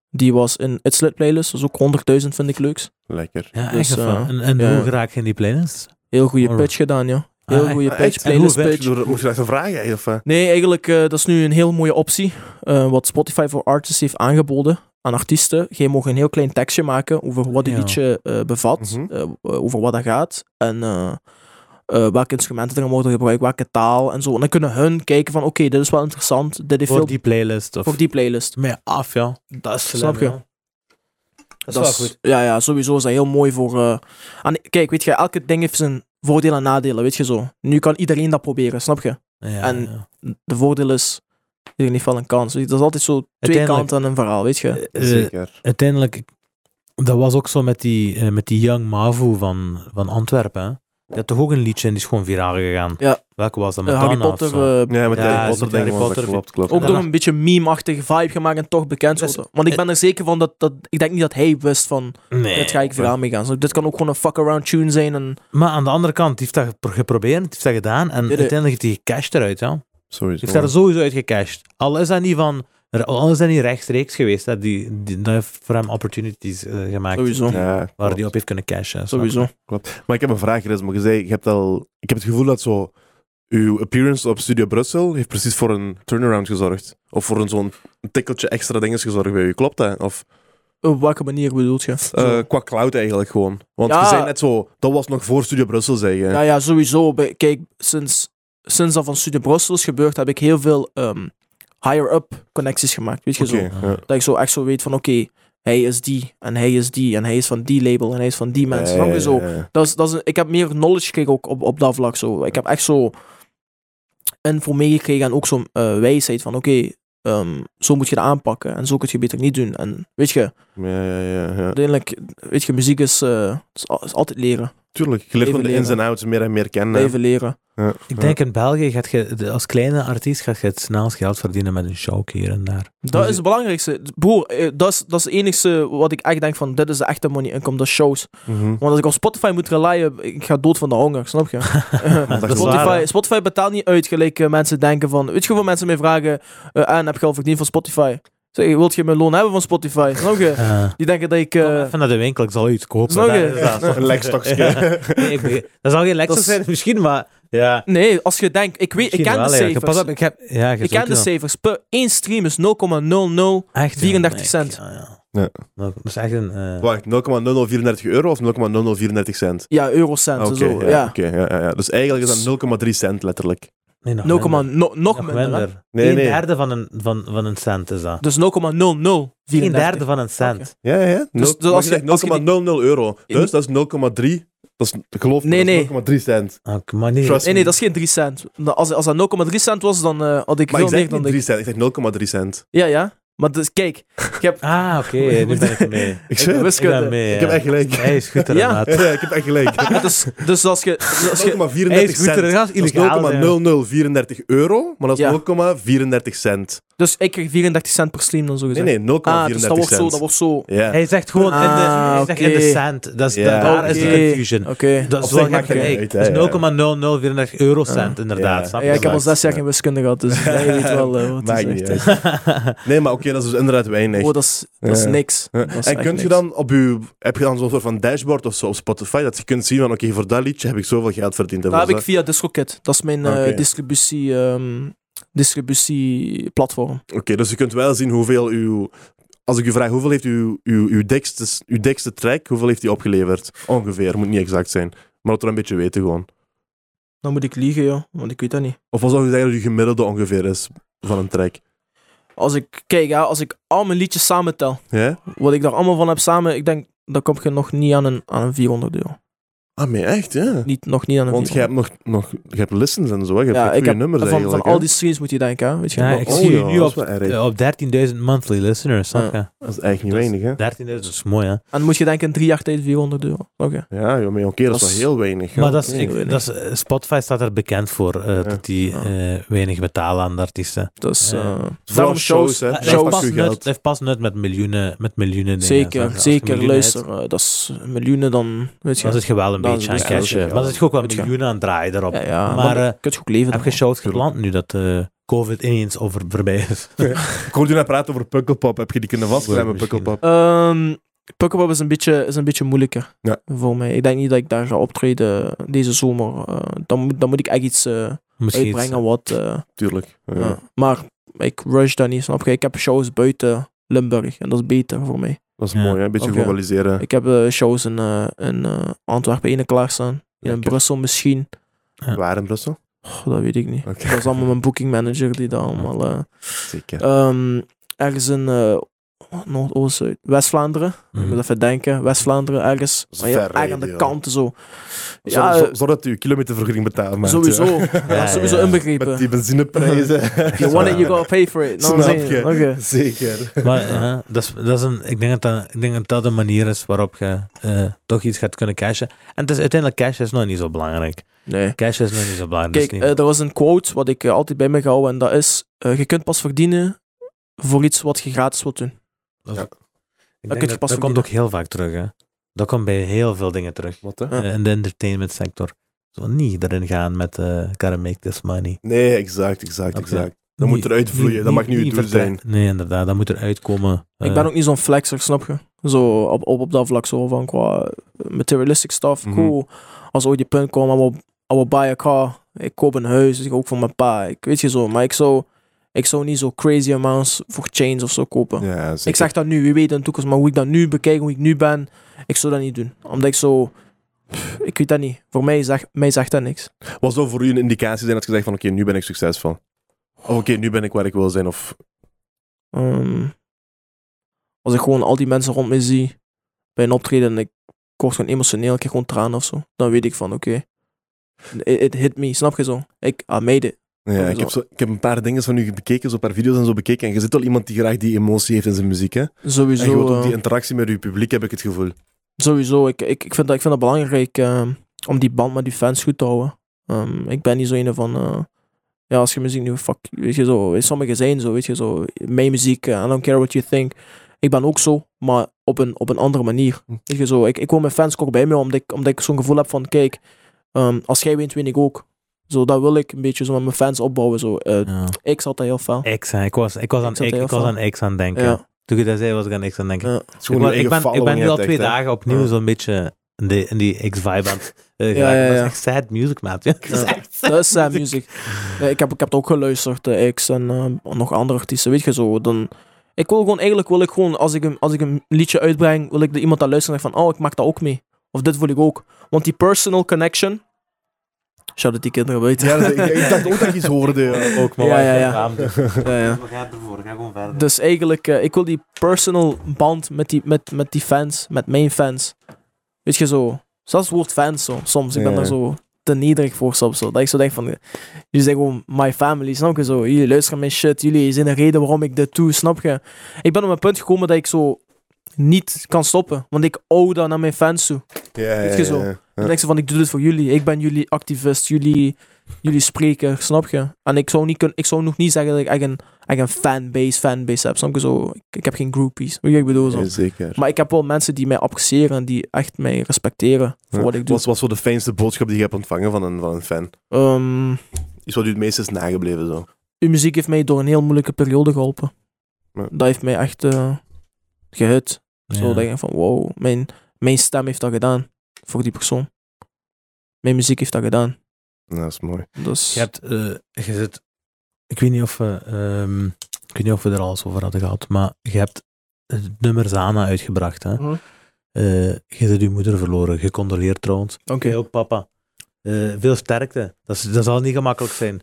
B: die was in It's Lit playlist, dus ook 100.000 vind ik leuks.
A: Lekker.
C: Ja,
B: Dus,
C: echt wel.
B: eh,
C: en en
B: ja.
C: hoe raak je in die playlist?
B: Heel goede
C: Alright.
B: pitch gedaan, ja.
C: Ah,
B: Heel
C: echt?
B: goede
A: Ah,
B: pitch,
A: echt? En hoe
B: playlist
A: werkt
B: pitch.
A: je door- Moet je daar vragen, hè, of wat?
B: Nee, eigenlijk, eh, dat is nu een heel mooie optie. eh, wat Spotify voor artists heeft aangeboden aan artiesten. Jij mag een heel klein tekstje maken over wat die
C: Ja.
B: liedje eh, bevat,
A: Mhm.
B: eh, eh, over wat dat gaat en eh, eh, welke instrumenten er worden gebruikt, welke taal en zo. En dan kunnen hun kijken van, oké, dit is wel interessant, dit heeft
C: Voor
B: veel
C: die playlist? Of...
B: voor die playlist.
C: Meer af, ja. Dat is slim,
B: Snap je?
C: ja. Dat is wel goed.
B: Ja, ja, sowieso is dat heel mooi voor... eh, en kijk, weet je, elke ding heeft zijn voordelen en nadelen, weet je zo. Nu kan iedereen dat proberen, snap je?
C: Ja,
B: En-
C: ja.
B: De voordeel is, iedereen heeft wel een kans. Weet je, Dat is altijd zo twee
C: Uiteindelijk-
B: kanten aan een verhaal, weet je.
C: Eh, eh,
A: Zeker.
C: uiteindelijk, ik- dat was ook zo met die, eh, met die Young Mavu van, van Antwerpen. Hè? Die had toch ook een liedje en die is gewoon viraal gegaan.
B: Ja.
C: Welke was dat?
B: Eh,
C: Madonna
B: Harry
C: of
B: Potter,
C: zo?
B: eh,
A: Ja, met
C: Ja,
A: Harry Potter
C: is met
A: denk ik
C: Harry
A: wel, dat
C: Potter.
A: klopt, klopt.
B: ook
C: Ja.
B: door een beetje meme-achtige vibe gemaakt en toch bekend
C: Dat is- eh,
B: worden. Want ik ben er zeker van dat, dat ik denk niet dat hij wist van,
C: nee.
B: dit eh, ga ik viraal mee gaan. Zo, dit kan ook gewoon een fuck-around tune zijn. En,
C: Maar aan de andere kant, die heeft dat gepro- geprobeerd, die heeft dat gedaan en
B: nee.
C: uiteindelijk heeft hij gecashed eruit. Ja? Die
A: Sowieso.
C: heeft daar sowieso uit gecashed. Al is dat niet van... Al is dat niet rechtstreeks geweest, dat, die, die, dat heeft voor hem opportunities eh, gemaakt
B: Sowieso.
C: die-
A: Ja,
C: waar
A: klopt.
C: hij op heeft kunnen cashen. snap je?
B: sowieso.
A: Maar ik heb een vraag, Chris. Maar je zei, je hebt al... Ik heb het gevoel dat zo... Uw appearance op Studio Brussel heeft precies voor een turnaround gezorgd. Of voor een zo'n tikkeltje extra dinges gezorgd bij u. Klopt dat? Of
B: Op welke manier bedoelt je?
A: eh, qua cloud eigenlijk gewoon. Want
B: Ja.
A: je zei net zo, dat was nog voor Studio Brussel, zei je.
B: Nou Ja, ja, sowieso. Bij- Kijk, sinds, sinds dat van Studio Brussel is gebeurd, heb ik heel veel ehm, higher-up connecties gemaakt. Weet je
A: Oké,
B: zo?
A: ja.
B: Dat ik zo echt zo weet van, oké, hij is die, en hij is die, en hij is van die label, en hij is van die mensen. Snap je zo?
A: Ja, ja, ja.
B: Dat is, dat is, een- ik heb meer knowledge gekregen ook op, op dat vlak. Zo. Ik heb echt zo info meegekregen en ook zo'n eh, wijsheid van, oké, ehm, zo moet je het aanpakken, en zo kun je het beter niet doen. En weet je,
A: Ja, ja, ja, ja.
B: uiteindelijk, weet je, muziek is, eh, is al- is altijd leren,
A: Tuurlijk, je leert van de
B: leren.
A: ins en outs meer en meer kennen. hè.
B: blijven leren.
A: Ja,
C: Ik
A: ja.
C: denk in België, gaat je, de- als kleine artiest, gaat je het snelst geld verdienen met een show hier en daar.
B: Dat is het belangrijkste. Broer, eh, dat is, dat is het enige wat ik echt denk van, dit is de echte money income, dat is shows.
A: Mhm.
B: Want als ik op Spotify moet relyen, ik ga dood van de honger, snap je?
C: <laughs>
B: <laughs>
C: Dat is waar,
B: Spotify,
C: hè?
B: Spotify betaalt niet uit, gelijk eh, mensen denken van, weet je hoeveel mensen mij vragen, eh aan heb je al verdiend van Spotify? Zeg, wilt je mijn loon hebben van
C: <laughs>
B: Spotify? Snap je?
C: Eh,
B: Die denken dat ik... eh,
C: Kom even naar de winkel, ik zal u iets kopen.
B: Snap je?
C: Daar is dat.
A: Een
C: <laughs>
A: lekstokje.
B: <laughs>
C: Nee, ik begrijp- dat zal geen Lexus
B: Dat is-
C: zijn, misschien, maar... Ja,
B: nee, als je denkt, ik, weet, ik
C: misschien
B: ken
C: wel,
B: de
C: eigenlijk.
B: cijfers.
C: Pas op, ik heb... Ja, je
B: ik ken de
C: zult wel-
B: cijfers. Per één stream is 0,00.
C: Echt, ja,
B: 34
C: nee,
B: cent.
C: Ja, ja.
A: Ja.
C: Dat is echt een... eh,
A: Wacht, 0,0034 euro of 0,0034 cent?
B: Ja, eurocent.
A: Oké,
B: zo,
A: ja,
B: ja.
A: oké, ja, ja, ja. Dus eigenlijk is dat 0,3 cent letterlijk.
C: nee, nog
B: 0,
C: minder.
B: no- nog
C: Nog
B: minder. hè.
A: Nee,
C: een
A: nee.
C: derde van een, van, van een cent is dat.
B: Dus 0,00.
C: Een derde van een cent.
B: Oké.
A: Ja, ja, ja.
B: Dus-
A: Dus,
B: dus als je- als je die-
A: 0,00 euro. Dus dat is 0,3. Dat is, ik geloof me,
B: Nee,
A: dat is
B: nee.
A: 0,3 cent.
C: Ah, kom maar niet.
A: Trust
B: Nee, nee, dat is geen 3 cent. Nou, Als, als dat 0,3 cent was, dan eh, had ik
A: Maar
B: veel
A: ik zeg
B: meer
A: niet
B: dan
A: 3
B: ik. <laughs>
A: cent, ik zeg 0,3 cent.
B: Ja, ja. Maar
A: <laughs>
B: dus, kijk, ik heb...
C: Ah, <laughs> oké, nu ben ik mee.
A: Ik zeg,
B: wist-
A: het.
B: Wiskunde.
C: Ik ben mee,
A: ik heb
C: ja.
A: echt gelijk.
C: Hij is <laughs> goed
B: Ja.
C: inderdaad.
A: Ja, ik heb echt gelijk.
B: Het is- <laughs> dus als je... Als je
A: 0,34
C: Hij is goed
A: cent.
C: inderdaad.
A: Dat is
C: Illegaal. zijn.
A: 0,0034 euro, maar dat is
B: eh. Ja.
A: 0,34 cent.
B: dus ik krijg 34 cent per slim dan zo
A: Nee,
B: gezegd.
A: nee, 0,34
B: ah, dus dat wordt zo,
A: cent.
B: dat wordt zo. Oké.
A: Ja. <laughs>
C: Hij zegt gewoon in de,
B: Ah,
C: hij zegt in de
B: oké.
C: cent. Dat is,
A: Ja.
C: da- daar is de
B: Oké.
C: confusion. Dat
A: Op
C: is wel
A: zich maakt het niet
C: gelijk.
A: uit,
C: Dat is
A: hè, ja.
C: 0,0034 eurocent, inderdaad.
A: Ja.
C: Snap je?
B: Ja, ik heb al
A: maakt-
B: zes jaar
A: ja.
B: geen wiskunde
A: <laughs>
B: gehad, dus jij weet wel eh, wat het
A: Maakt
B: is.
A: niet
B: echt.
A: uit. Nee, maar oké, dat is dus inderdaad weinig.
B: Oh, dat is, dat is
A: Ja.
B: niks.
A: Ja.
B: Dat is
A: en
B: echt
A: kunt je
B: niks.
A: dan op je, heb je dan zo'n soort van dashboard of zo op Spotify, dat je kunt zien van oké, voor dat liedje heb ik zoveel geld verdiend. en
B: Dat Nou, heb
A: voor
B: ik via DistroKid. Dat is mijn eh,
A: Ah, Oké.
B: distributie, ehm, distributieplatform.
A: Oké, dus je kunt wel zien hoeveel uw. Als ik u vraag hoeveel heeft uw, uw, uw, dikste, uw dikste track, hoeveel heeft die opgeleverd? Ongeveer, moet niet exact zijn. Maar dat we een beetje weten gewoon.
B: Dan moet ik liegen, ja, want ik weet dat niet.
A: Of wat zou je zeggen dat uw gemiddelde ongeveer is van een track?
B: Als ik, kijk, ja, als ik al mijn liedjes samentel,
A: Ja?
B: wat ik daar allemaal van heb samen, ik denk, dan kom je nog niet aan een, aan een 400 euro.
A: Ah, nee, echt, ja.
B: Niet, nog niet aan een
A: Want je
B: 400
A: hebt nog, nog je hebt listens en zo, hè. je hebt goede nummers
B: van,
A: eigenlijk.
B: van
A: hè.
B: al die streams moet je denken, hè, weet je.
C: Ja,
B: Maar-
C: ik
A: Oh,
C: zie
A: ja,
C: je nu
A: dat
C: op,
A: is wel erg.
C: eh, op 13.000 monthly listeners. Snap je?
A: Dat is eigenlijk niet
C: Dat is-
A: weinig, hè?
C: 13.000 is mooi, hè?
B: En moet je denken, in drie jaar tijd 400 euro. Oké.
A: Ja, joh, maar oké, dat is wel
B: Dat is-
A: heel weinig. ja.
C: Maar dat is,
A: Oké.
C: ik- dat is, eh, Spotify staat er bekend voor eh, dat die
B: Ja.
C: eh, weinig betalen aan de artiesten.
B: Dus,
C: Ja.
B: eh,
A: Vooral
B: daarom
A: shows,
B: shows.
A: hè.
C: Dat
A: Shows
C: heeft
A: past
C: pas
A: uw
C: nut,
A: geld.
C: heeft pas nut met miljoenen, met miljoenen dingen. Als je-
B: Zeker,
C: als je
B: zeker.
C: miljoenen hebt,
B: Luister, eh, dat is miljoenen dan, weet je.
C: Dan zit je wel een
B: Dan
C: beetje aan
B: is het
C: cash.
A: wel-
C: eh, Maar er zit ook wel
B: Moet je-
C: miljoenen aan het draaien daarop.
B: ja,
C: Maar,
B: ja, maar
C: eh,
B: kun je ook leven.
C: Heb
B: daarvan.
C: je shows gepland nu dat eh, COVID ineens over voorbij is? <laughs>
A: Ik hoorde je net praten over Pukkelpop. Heb je die kunnen vastklemmen,
C: Misschien.
A: Pukkelpop?
B: Ehm Pukkelpop is een beetje, is een beetje moeilijker
A: Ja.
B: voor mij. Ik denk niet dat ik daar ga optreden deze zomer. Eh, dan, moet, dan moet ik echt iets eh,
C: Misschien iets-
B: uitbrengen wat... eh,
A: Tuurlijk. Ja.
B: ja. Maar ik rush dat niet, snap je? Ik heb shows buiten Limburg en dat is beter voor mij.
A: Dat is
C: Ja.
A: mooi, hè? Een beetje
B: Oké.
A: globaliseren.
B: Ik heb eh, shows in, eh, in eh, Antwerpen ene klaarstaan. En in
A: Lekker.
B: Brussel misschien.
A: Waar in Brussel?
B: Oh, dat weet ik niet.
A: Oké.
B: Dat is allemaal mijn booking manager die dat allemaal... eh,
A: <laughs> Zeker.
B: Ehm, ergens in eh, Noordoost, Zuid- West-Vlaanderen. Ik
C: Mhm.
B: <laughs> moet even denken. West-Vlaanderen ergens.
A: Dat is
B: Maar ja,
A: ver
B: erg aan de
A: rijden,
B: kanten zo.
A: Zor-
B: Ja,
A: zor-
B: eh,
A: Zorg dat u kilometervergoeding betaalt, maat,
B: sowieso.
A: <laughs> ja.
B: Ja,
C: Ja,
B: sowieso
C: ja.
A: Met
B: inbegrepen.
A: die benzineprijzen.
B: <laughs> You want it, you gotta pay for it. Nou,
A: Snap
B: nee,
A: je.
B: oké.
A: <laughs> Zeker.
C: Maar
B: <laughs>
C: ja, dat is, dat is een, ik, denk dat dat, ik denk dat dat een manier is waarop je eh, toch iets gaat kunnen cashen. En het is, uiteindelijk, cash is nog niet zo belangrijk.
B: Nee.
C: Cash is nog niet zo belangrijk.
B: Kijk,
C: dat is
B: eh,
C: niet-
B: er was een quote wat ik eh, altijd bij me hou. En dat is, eh, je kunt pas verdienen voor iets wat je gratis wilt doen.
C: dat is-
A: ja.
C: ik denk
B: kun je
C: dat,
B: pas
C: dat komt ook heel vaak terug. Hè. Dat komt bij heel veel dingen terug.
A: Wat, hè?
B: Ja.
C: Eh, in de entertainment sector. Zo niet erin gaan met eh gotta make this money.
A: Nee, exact, exact,
C: Oké.
A: exact. Dat moet
C: Niet-
A: eruit vloeien,
C: niet-
A: dat mag niet uw doel
C: vertre-
A: zijn.
C: Nee, inderdaad, dat moet eruit komen.
B: Ik
C: Eh,
B: ben ook niet zo'n flexer, snap je? Zo op, op, op dat vlak, zo van qua eh, materialistic stuff.
A: Mhm.
B: Cool. Als ooit die punt komt, I will, I will buy a car. Ik koop een huis, dus ik ook voor mijn pa. Ik weet je zo, maar ik zou, ik zou niet zo crazy amounts voor chains of zo kopen.
A: Ja, zeker.
B: Oh. ik zeg dat nu, wie weet in de toekomst, maar hoe ik dat nu bekijk, hoe ik nu ben, ik zou dat niet doen. Omdat ik zo, pff, ik weet dat niet. Voor mij zegt, mij zegt dat niks.
A: Wat zou voor u een indicatie zijn dat je zegt van oké, nu ben ik succesvol? Of oké, nu ben ik waar ik wil zijn. Of
B: Ehm, als ik gewoon al die mensen rond me zie bij een optreden en ik word gewoon emotioneel, ik krijg gewoon tranen of zo, dan weet ik van oké. It, it hit me, snap je zo? Ik, I made it.
A: Ja, ik
B: Sowieso.
A: heb, zo, ik heb een paar dingen van u bekeken, zo een paar video's en zo bekeken. En je zit wel iemand die graag die emotie heeft in zijn muziek. Hè? En je wilt
B: Sowieso,
A: ook
B: eh,
A: die interactie met je publiek, heb ik het gevoel.
B: sowieso ik, ik, ik, vind dat, ik vind dat belangrijk ehm, om die band met die fans goed te houden. Ehm, ik ben niet zo een van, eh, ja, als je muziek nu, fuck, weet je zo, sommigen zijn zo, weet je zo, mijn muziek, eh, I don't care what you think. Ik ben ook zo, maar op een, op een andere manier.
A: Hm.
B: Weet je zo, ik, ik wil mijn fans kort bij me, omdat ik, omdat ik zo'n gevoel heb van, kijk, ehm, als jij wint, win ik ook. Zo, dat wil ik een beetje zo met mijn fans opbouwen. Zo. Eh,
C: ja.
B: ik zat daar heel fel.
C: X, hè. ik was, ik was, aan,
B: zat
C: ik,
B: heel
C: ik was
B: veel.
C: aan X aan het denken.
B: Ja.
C: Toen je dat zei, was ik aan X aan het denken.
B: Ja.
A: Het is gewoon
C: Maar
A: je
C: ik,
A: eigen
C: ben, ik ben
A: following
C: nu al
A: hebt,
C: twee
A: echt, hè.
C: dagen opnieuw
A: Ja.
C: zo'n beetje in die, in die X-vibe aan het eh,
B: Ja,
C: geraken.
B: ja,
C: Dat
B: ja.
C: is echt sad music, maat. Ja. <laughs> Dat is
B: Ja.
C: echt sad
B: Dat is sad music. Nee, ik, heb, ik heb het ook geluisterd, de X en eh, nog andere artiesten, weet je zo. Dan, ik wil gewoon, eigenlijk wil ik gewoon, als ik een, als ik een liedje uitbreng, wil ik er iemand aan luisteren en denk van, oh, ik maak dat ook mee. Of dit voel ik ook. Want die personal connection, shout out die kinderen buiten.
A: Ja, dat is- ik, ik dacht ook dat ik iets hoorde. ja.
C: ook, maar
B: Ja,
C: wat
B: ja,
C: ik
B: ja.
C: ga aan doen.
B: <laughs> Ja, ja.
C: We gaan ervoor, ga gewoon verder.
B: Dus eigenlijk, eh, ik wil die personal band met die, met, met die fans, met mijn fans. Weet je zo. Zelfs het woord fans zo, soms. Ik ben
A: Ja.
B: daar zo te nederig voor soms. Zo. Dat ik zo denk van, eh, jullie zijn gewoon my family, snap je zo? Jullie luisteren mijn shit, jullie zijn de reden waarom ik dit doe, snap je? Ik ben op een punt gekomen dat ik zo niet kan stoppen, want ik owe dat naar mijn fans toe.
A: Ja,
B: Weet je zo. Dan denk ze van, ik doe dit voor jullie. Ik ben jullie activist, jullie, jullie spreker, snap je? En ik zou, niet kun, ik zou nog niet zeggen dat ik echt een, echt een fanbase, fanbase heb. Snap je zo? Ik, ik heb geen groupies. Weet je wat ik bedoel? Zo.
A: Ja, zeker.
B: Maar ik heb wel mensen die mij appreciëren en die echt mij respecteren voor
A: Ja.
B: wat ik doe.
A: Wat was voor de fijnste boodschap die je hebt ontvangen van een, van een fan?
B: Ehm,
A: Iets wat u het meest is nagebleven zo.
B: uw muziek heeft mij door een heel moeilijke periode geholpen.
A: Ja.
B: Dat heeft mij echt eh, gehut. Zo denk ik van, wow, mijn, mijn stem heeft dat gedaan voor die persoon. Mijn muziek heeft dat gedaan.
A: Ja, Dat is mooi.
B: Dus...
C: Je hebt, eh, je zit, ik weet niet of we, ehm, ik weet niet of we er alles over hadden gehad, maar je hebt het nummer Zana uitgebracht. Hè?
B: Mhm.
C: Eh, je zit je moeder verloren, gecondoleerd trouwens.
B: Oké.
C: Heel papa. Eh, veel sterkte. Dat, is- dat zal niet gemakkelijk zijn.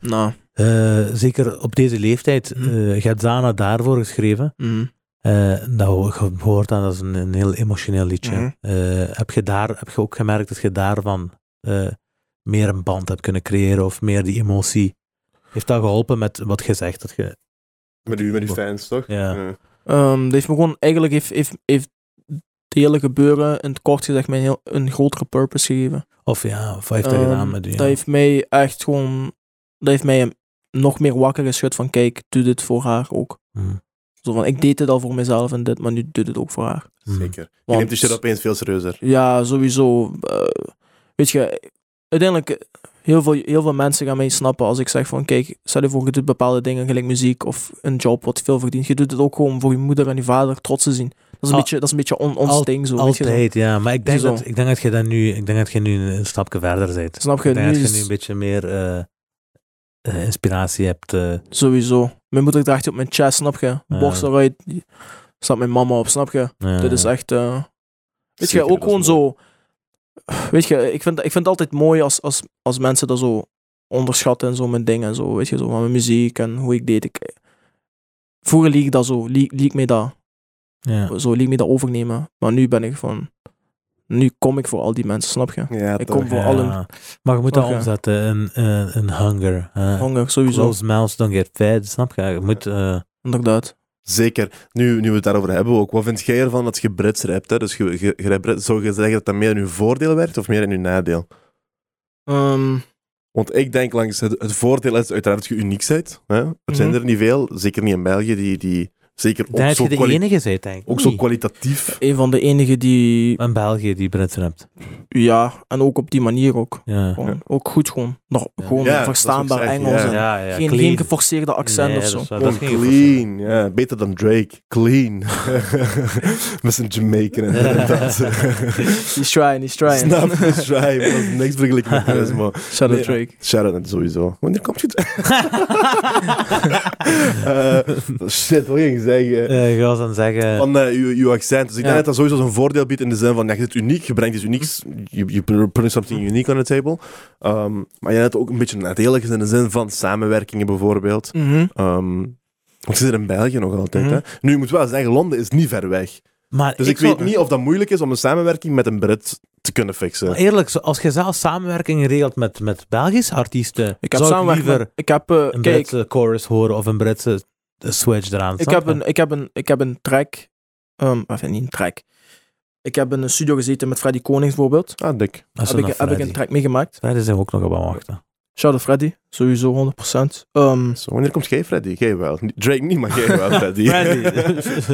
B: Nou.
C: Eh, zeker op deze leeftijd.
B: Mhm.
C: eh, je hebt Zana daarvoor geschreven.
B: mhm.
C: Eh, dat ho- ge- hoort aan, dat is een, een heel emotioneel liedje.
B: Mhm.
C: Eh, heb, je daar, heb je ook gemerkt dat je daarvan eh, meer een band hebt kunnen creëren of meer die emotie? Heeft dat geholpen met wat je zegt? Dat je,
A: Met u, met uw fans, toch?
C: Ja.
B: Ehm, dat heeft me gewoon, eigenlijk heeft, heeft, heeft het hele gebeuren in het kort gezegd mij een, heel, een grotere purpose gegeven.
C: of ja, of wat heeft dat
B: Ehm,
C: gedaan met je?
B: Dat heeft mij echt gewoon, dat heeft mij nog meer wakker geschud van kijk, doe dit voor haar ook.
C: Hm.
B: Zo van, ik deed dit al voor mezelf en dit, maar nu doe dit ook voor haar.
C: Hm.
A: Zeker. Je
B: Want-
A: neemt de shit opeens veel serieuzer.
B: Ja, sowieso. eh, weet je, uiteindelijk, eh, heel veel, heel veel mensen gaan mij snappen als ik zeg van, kijk, stel je voor, je doet bepaalde dingen, gelijk muziek of een job wat veel verdient. Je doet het ook gewoon voor je moeder en je vader trots te zien. Dat is een
C: Al-
B: beetje, dat is een beetje on- ons
C: al-
B: ding. Zo, weet je, zo.
C: Altijd, ja. Maar ik denk,
B: Zo.
C: dat, ik denk dat je dat nu, ik denk dat je nu een stapje verder bent.
B: Snap je?
C: Ik denk
B: Nu
C: dat je
B: is-
C: nu een beetje meer eh, eh, inspiratie hebt. eh.
B: Sowieso. Mijn moeder draagt je op mijn chest, snap je? Borst
C: Ja.
B: eruit. Staat mijn mama op, snap je?
C: ja.
B: Dit is echt... eh, weet
A: Zeker,
B: je, ook
A: dat is
B: gewoon zo... Weet je, ik vind, ik vind het altijd mooi als, als, als mensen dat zo onderschatten en zo mijn dingen en zo. Weet je, zo van mijn muziek en hoe ik deed. Ik, vroeger liet ik dat zo, liet, liet ik mij dat,
C: Ja.
B: zo, liet ik mij dat overnemen. Maar nu ben ik van... Nu kom ik voor al die mensen, snap je?
A: Ja,
B: Ik
A: toch.
B: kom voor
C: Ja.
B: allen.
C: Maar je moet dat
B: Snap je?
C: omzetten in, eh, in hunger. hè.
B: Honger, sowieso.
C: Close mouths don't get fed, snap je? Je moet... eh,
B: Inderdaad.
A: Zeker. Nu, nu we het daarover hebben ook. Wat vind jij ervan dat je Brits rapt? Hè? Dus je, je, je rapt Brits. zou je zeggen dat dat meer in uw voordeel werkt of meer in uw nadeel?
B: Ehm,
A: Want ik denk langs het, het voordeel is uiteraard dat je uniek bent. Hè? Er zijn
B: Mhm.
A: er niet veel, zeker niet in België, die, die zeker
C: ik denk
A: ook
C: dat
A: zo,
C: je de
A: kwali-
C: enige bent, denk ik.
A: ook zo
C: Niet.
A: kwalitatief.
B: een van de enigen die...
C: In België die Brits rapt.
B: Ja, en ook op die manier ook.
C: Ja.
B: Gewoon, Ook goed gewoon. Nog,
C: Ja.
B: Gewoon
A: Ja,
B: verstaanbaar
A: dat is wat ik zeg,
B: Engels.
A: ja.
B: en
C: Ja, ja,
B: geen,
C: clean.
B: geen geforceerde accent
C: Nee,
B: of zo.
C: Dat is, dat is
A: Gewoon
C: geen geforceerd.
A: clean. Ja, beter dan Drake. Clean. <laughs> Met zijn Jamaican en dat.
C: <laughs>
B: He's trying, he's trying.
A: Snap, dat is right. Dat is niks vergelijk met Chris, man.
B: Shout out
A: Ja.
B: Drake.
A: Sharon sowieso. Wanneer komt je het? <laughs>
B: <laughs>
C: <laughs>
A: Eh, shit, wat ging ik zeggen?
C: Eh, je was aan het zeggen...
A: Van eh, uw, uw accent. Dus ik
B: Ja.
A: denk dat dat sowieso een voordeel biedt in de zin van, ja, je bent uniek, je brengt iets unieks, you, you bring something unique on the table. Ehm, maar je hebt ook een beetje nadelig is in de zin van samenwerkingen bijvoorbeeld.
B: Mhm.
A: Ehm ik zit er in België nog altijd.
B: Mhm.
A: Hè? Nu, je moet wel zeggen, Londen is niet ver weg.
C: maar
A: Dus ik,
C: zou-
A: weet niet of dat moeilijk is om een samenwerking met een Brit te kunnen fixen.
C: Maar eerlijk, zo- als je zelf samenwerking regelt met, met Belgische artiesten,
B: Ik heb
C: zou ik
B: samenwerking.
C: liever
B: met- Ik heb, eh,
C: een
B: kijk,
C: Britse chorus horen of een Britse eh, switch eraan.
B: ik
C: snap
B: heb,
C: je?
B: een, ik, heb een, ik heb een track. ehm enfin, niet een track. Ik heb in een studio gezeten met Freddy Konings bijvoorbeeld.
A: Ah, dik.
C: Dat is een
B: Heb ik, heb ik
C: Freddy.
B: een track meegemaakt.
C: Freddy zijn we ook nog op aan wachten.
B: Shout out Freddy, sowieso 100%.
A: <laughs>
B: Ehm
A: Zo, wanneer komt jij, Freddy? Jij wel. Niet- Drake niet, maar jij wel,
B: <laughs>
A: Freddy. <laughs>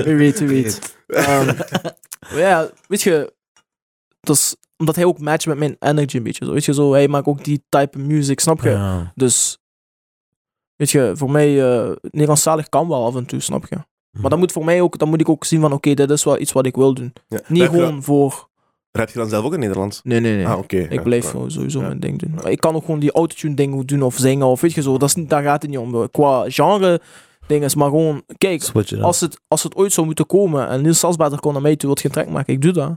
B: Wie weet, wie weet. Ehm, maar ja, weet je, dat is omdat hij ook matcht met mijn energy een beetje. Zo. Weet je, zo, hij maakt ook die type music, snap je?
C: Ja.
B: Dus, weet je, voor mij, eh Nederlandstalig kan wel af en toe, snap je? Maar dan moet voor mij ook, dan moet ik ook zien van, oké, dit is wel iets wat ik wil doen.
A: Ja.
B: Niet
A: Rap je
B: gewoon
A: dan-
B: voor...
A: Rap je dan zelf ook in Nederlands?
B: Nee, nee, nee.
A: Ah, oké.
B: ik
A: Ja,
B: blijf
A: klaar.
B: gewoon sowieso
A: Ja.
B: mijn ding doen. Maar ik kan ook gewoon die autotune dingen doen of zingen of weet je zo. Dat is niet, daar gaat het niet om. Qua genre dingen is maar gewoon... Kijk,
C: Switch it up.
B: als het, als het ooit zou moeten komen en Niels Salzbader kon naar mij toe wat geen trek maken, ik doe dat.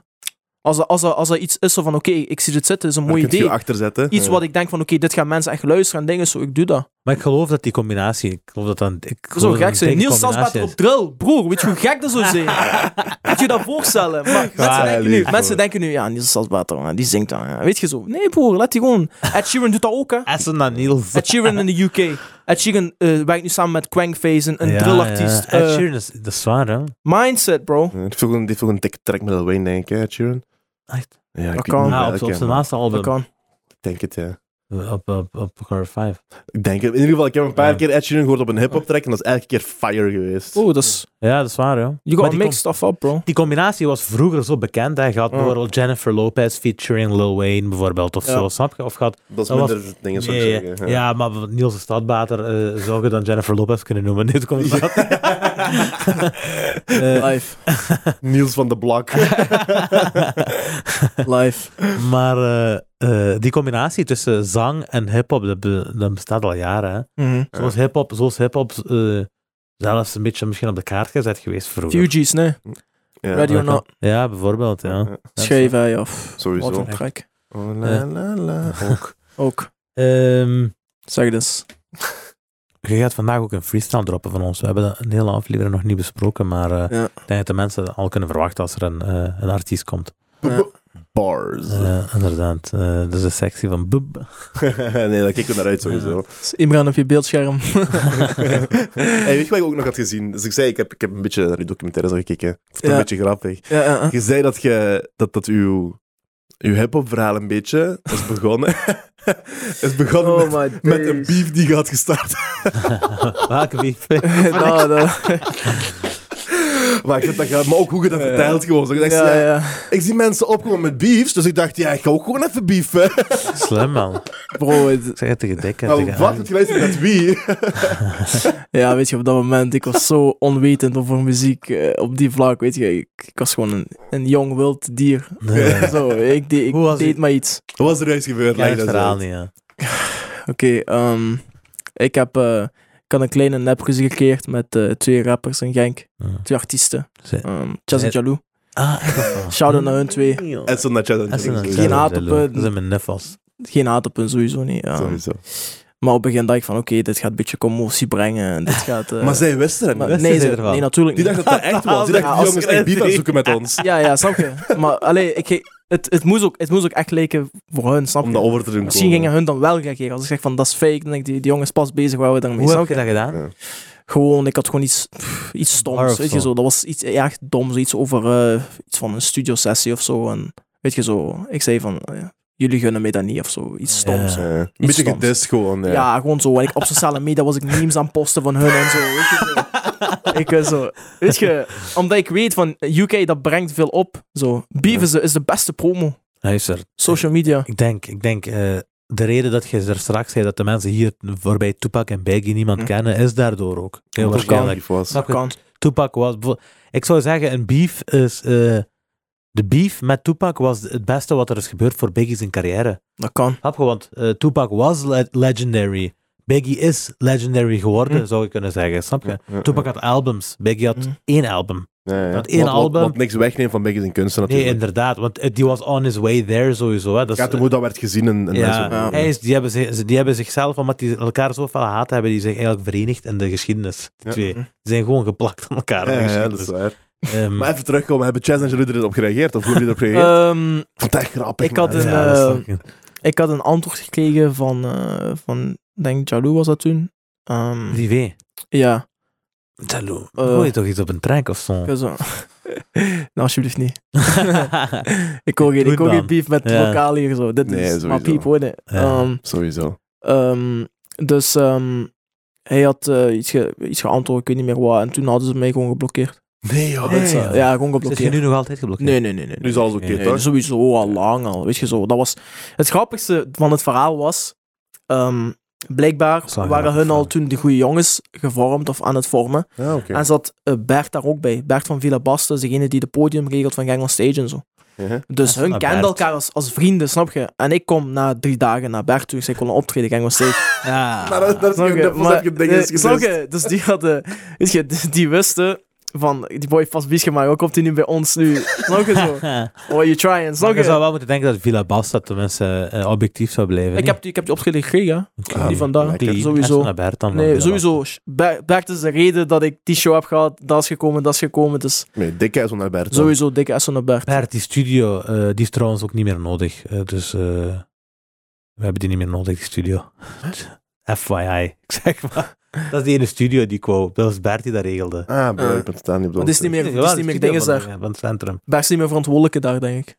B: Als er, als er, als er iets is zo van, oké, ik zie dit zitten, is een
A: Dan
B: mooi
A: kun je
B: idee.
A: je achterzetten.
B: Iets
A: Ja.
B: wat ik denk van, oké, dit gaan mensen echt luisteren en dingen zo, ik doe dat.
C: Maar ik geloof dat die combinatie, ik geloof dat dan, ik
B: Zo
C: geloof dat
B: gek
C: dat een
B: zijn.
C: dikke
B: Niels
C: combinatie
B: Salzbader
C: is.
B: op drill. Broer, weet je hoe gek dat zou zijn? Moet je dat voorstellen? Maar mensen,
C: Ja,
B: denken
A: lief,
B: nu,
A: hoor.
B: mensen denken nu, ja, die is Salzwater, man, die zingt dan. Weet je zo. Nee, broer, laat die gewoon. Ed Sheeran doet dat ook, hè.
C: Essen naar Niels.
B: Ed Sheeran in de UK. Ed Sheeran eh, werkt nu samen met Quangface, een, een drillartiest.
C: Ed
B: Eh,
C: Sheeran is, dat is zwaar, hè?
B: mindset, bro.
A: Eh, Die heeft ook een- die heeft ook een dikke track met Lil Wayne, denk ik, hè, Sharon?
C: Echt?
A: Ja, ik
B: Dat
A: weet
B: kan.
A: niet
C: Ja, op,
A: welke,
C: op zijn
A: maar
C: laatste album.
B: Dat kan.
A: Ik denk het, ja.
C: Op, op, op Horror 5.
A: Ik denk het. In ieder geval, ik heb een paar
C: Ja.
A: keer Ed Sheeran gehoord op een hip-hop track en dat is elke keer fire geweest.
B: Oh, dat is...
C: Ja, dat is waar, joh.
B: You
C: Maar
B: gotta
C: die,
B: make
C: com-
B: stuff up, bro.
C: die combinatie was vroeger zo bekend. Hij had
B: Ja.
C: bijvoorbeeld Jennifer Lopez featuring Lil Wayne, bijvoorbeeld, of
B: Ja.
C: zo, snap je? Of gaat...
A: Dat is
C: dat was-
A: minder dingen, zou ik
C: Nee, ja,
A: zeggen.
C: ja, maar wat Niels de Stadbater eh, zou je dan Jennifer Lopez kunnen noemen. Dit komt dat.
B: <laughs>
C: Eh, <laughs>
B: Live.
A: Niels van de Blok.
B: Live.
C: maar eh, eh, die combinatie tussen zang en hip-hop, dat, be- dat bestaat al jaren. Hè? Zoals hip-hop, zoals hip-hop eh, zelfs een beetje misschien op de kaart gezet geweest vroeger.
B: Fugees, nee.
A: Ja,
B: Ready or not.
C: Ja, bijvoorbeeld. Ja. Eh.
A: Ja,
B: Schreef hij af. Wat
A: Sowieso.
B: een track.
A: Oh, la, la, la. <laughs> Ook.
B: Ook.
C: Ehm,
B: Zeg dus.
C: je gaat vandaag ook een freestyle droppen van ons. We hebben dat een hele aflevering nog niet besproken, maar eh,
B: Ja.
C: ik denk dat de mensen dat al kunnen verwachten als er een, eh, een artiest komt.
B: Ja.
A: Bars.
C: Eh, inderdaad. Eh, dat is de sectie van Bub.
A: <laughs>
C: <laughs>
A: nee, daar kijk ik naar uit sowieso.
B: Is Imran op je beeldscherm.
A: <laughs> hey, weet je wat ik ook nog had gezien? Dus ik zei, ik heb, ik heb een beetje naar die documentaires al gekeken. Ik vond het
B: Ja.
A: een beetje grappig.
B: ja, ja, ja.
A: Je zei dat je, dat, dat uw, uw hip-hop verhaal een beetje is begonnen. <laughs> is begonnen met,
B: Oh my days. <laughs>
A: met een beef die je had gestart. <laughs>
C: Welke beef?
B: nou, dat-
A: maar ik vind dat grappig. Maar ook hoe je dat
B: Ja.
A: vertelt gewoon. Zo, ik, dacht,
B: ja,
A: ja,
B: ja.
A: ik zie mensen opkomen met beefs, dus ik dacht, ja, ik ga ook gewoon even beefen.
C: Slim, man.
B: Bro, het-
C: Ik zeg het tegen dikke.
A: Maar
C: tegen
A: Oh, wat <laughs>
C: Anne.
A: het geweest is met wie?
B: ja, weet je, op dat moment, ik was zo <laughs> onwetend over muziek eh, op die vlak, weet je. Ik, ik was gewoon een, een jong wild dier.
C: Nee.
B: Zo, ik, deed- ik
C: Hoe was
B: deed
C: het?
B: maar iets.
A: Wat was er juist gebeurd?
C: Ik ken
A: Leg
C: het
A: dat
C: verhaal
A: uit.
C: niet, ja.
B: Oké, ehm, ik heb eh, ik had een kleine nepruzie gekeerd met eh, twee rappers in Genk.
C: Ja.
B: Twee artiesten.
C: Ze-
B: Ehm Chaz en
C: Eh,
B: Jaloux.
C: Ah, echt <laughs> wel.
B: Shout-out naar hun twee.
A: En zo naar Chad en
C: Dat is een-
A: James.
B: Geen haat
C: dat
B: op,
C: is een-
B: eh,
C: Dat zijn mijn neffels.
B: Geen haat op hun, sowieso niet. ja.
A: Sowieso.
B: Maar op het begin dacht ik van, oké, dit gaat een beetje commotie brengen. en Dit gaat... eh,
A: Maar zij wisten het
B: maar-
A: niet.
C: wisten
B: nee,
C: ze
B: ze-
C: ervan?
B: nee, natuurlijk
A: Die
B: niet.
A: dacht dat dat echt was. Die dacht,
B: Ja,
A: die
B: als
A: jongens echt beef aan het zoeken met ons.
B: Ja, ja, snap je. Maar allee, ik, het, het, moest ook, het moest ook echt lijken voor hun, snap
A: Om dat
B: je?
A: over te doen
B: Misschien gingen hun dan wel reageren. Als ik zeg van, dat is fake, dan denk ik, die, die jongens pas bezig waar we dan mee
C: Hoe
B: snap
C: heb
B: je?
C: je dat gedaan?
B: Gewoon, ik had gewoon iets, pff, iets
C: Bar
B: stoms,
C: of
B: weet je
C: zo.
B: zo. Dat was iets ja, echt doms, iets over eh, iets van een studiosessie of zo. En weet je zo, ik zei van, eh, jullie gunnen mij dat niet of zo. Iets stoms.
C: Ja.
A: Een beetje
B: stoms.
A: gedist gewoon.
B: Ja.
A: Ja.
B: gewoon zo. En ik op sociale media was ik memes aan het posten van hun en zo. Weet je, zo.
A: <laughs>
B: ik eh, zo. Weet je, omdat ik weet van UK dat brengt veel op. Zo. Beef is, de- is de beste promo.
C: Luister,
B: Social media.
C: ik denk, ik denk eh, de reden dat je er straks zei dat de mensen hier voorbij Tupac en Biggie niemand
B: Hm.
C: kennen, is daardoor ook. Heel
A: Omdat
C: waarschijnlijk.
A: het was.
C: Snap je?
B: Kan.
C: Tupac was... bijvo- Ik zou zeggen, een beef is... eh, de beef met Tupac was het beste wat er is gebeurd voor Biggie zijn carrière.
B: Dat kan.
C: Snap je? Want eh, Tupac was le- legendary. Biggie is legendary geworden,
B: Hm.
C: zou je kunnen zeggen. Snap je?
A: Ja, ja,
C: Tupac had albums. Biggie had
B: Hm.
C: één album.
A: ja, ja.
C: dat één
A: Wat- wat-
C: album-
A: Wat niks wegneemt van Biggie's in kunsten
C: Nee,
A: natuurlijk.
C: inderdaad. Want eh, die was on his way there sowieso. Hè. Dat is,
A: Gaat hoe dat werd gezien en, en
C: Ja,
A: dat soort
C: hij
A: dingen.
C: is, die, hebben zich, ze- die hebben zichzelf, omdat die elkaar zoveel haat hebben, die zich eigenlijk verenigd in de geschiedenis. Die
A: Ja.
C: twee. Die zijn gewoon geplakt aan elkaar. in de
A: Ja, ja, dat
C: geschiedenis.
A: is waar.
C: Ehm,
A: Maar even terugkomen, hebben Chaz en Jalou erop gereageerd? Of hoe hebben jullie erop gereageerd?
B: Ehm,
A: Ik vond het echt grappig.
B: ik had
A: man.
B: een,
C: ja, dat
B: eh,
C: snap ik.
B: ik had een antwoord gekregen van, eh, van denk Jaloux was dat toen. Ehm,
C: Privé.
B: ja,
C: Talo,
B: Eh.
C: hoor je toch iets op een track of
B: <laughs>
C: zo?
B: ik was zo. nou, alsjeblieft niet. Ik hoor geen,
C: Goed
B: ik hoor geen
C: dan.
B: beef met
C: Ja.
B: lokaal hier zo. Dit
A: Nee,
B: is maar
A: sowieso.
B: piep hoor. nee.
C: Ja.
B: Ehm,
A: Sowieso.
B: ehm, dus ehm, hij had eh, iets, ge- iets geantwoord, ik weet niet meer wat. En toen hadden ze mij gewoon geblokkeerd. eh,
A: Nee, joh.
C: Nee,
A: dit is-
C: joh. Ja.
B: Ja, gewoon
C: Zit je
B: geblokkeerd.
C: nu nog altijd geblokkeerd?
B: Nee, nee, nee, nee.
A: Nu
B: nee.
A: is alles oké,
C: Nee,
B: Nee, dus-
A: toch?
B: sowieso al lang al. Weet je zo. Dat was het grappigste van het verhaal was. ehm, blijkbaar
C: Dat is wel
B: waren
C: grappig,
B: hun al
C: ja.
B: toen de goede jongens gevormd of aan het vormen.
A: Ja, oké.
B: En zat eh, Bert daar ook bij. Bert van Villa Bastos, degene die de podium regelt van Gang on Stage en zo.
A: Ja.
B: Dus
C: Ah,
B: hun
C: naar
B: kenden
C: Bert.
B: elkaar als, als vrienden, snap je? En ik kom na drie dagen naar Bert toe. Ik zei, ik wil een optreden, gang was steeds.
C: Ja.
A: Maar dat, dat is
B: Snap
A: geen
B: je?
A: dubbel, dat heb je
B: Maar,
A: dingen
B: eh, snap je? Dus die hadden... Weet je, die wisten... van, die boy heeft vast bies gemaakt, hoe komt hij nu bij ons nu? Snap je zo? What you trying? Snap
C: Nog je
B: je?
C: zou wel moeten denken dat Villa Basta tenminste eh, objectief zou blijven.
B: Ik heb die, ik heb die opschrift gekregen, ja.
A: Ah,
B: die vandaag.
A: lekker.
B: sowieso.
C: dan
B: Nee, sowieso. sh- Bert Bert is de reden dat ik die show heb gehad. Dat is gekomen, dat is gekomen. Dus
A: Nee, dikke is naar Bert. dan.
B: sowieso dikke S naar Bert.
C: Bert, die studio, eh, die is trouwens ook niet meer nodig. Eh, dus eh, we hebben die niet meer nodig, die studio. <laughs> FYI, ik zeg maar. Dat is die ene studio die ik wou. Dat was Bert die dat regelde.
A: Ah, bro,
B: Eh.
A: ik ben het daar niet op de
B: Maar dit is niet
A: hoogte.
B: meer, dit is niet meer dingen, zeg.
C: Van het centrum.
B: Bert is niet meer verantwoordelijke daar, denk ik.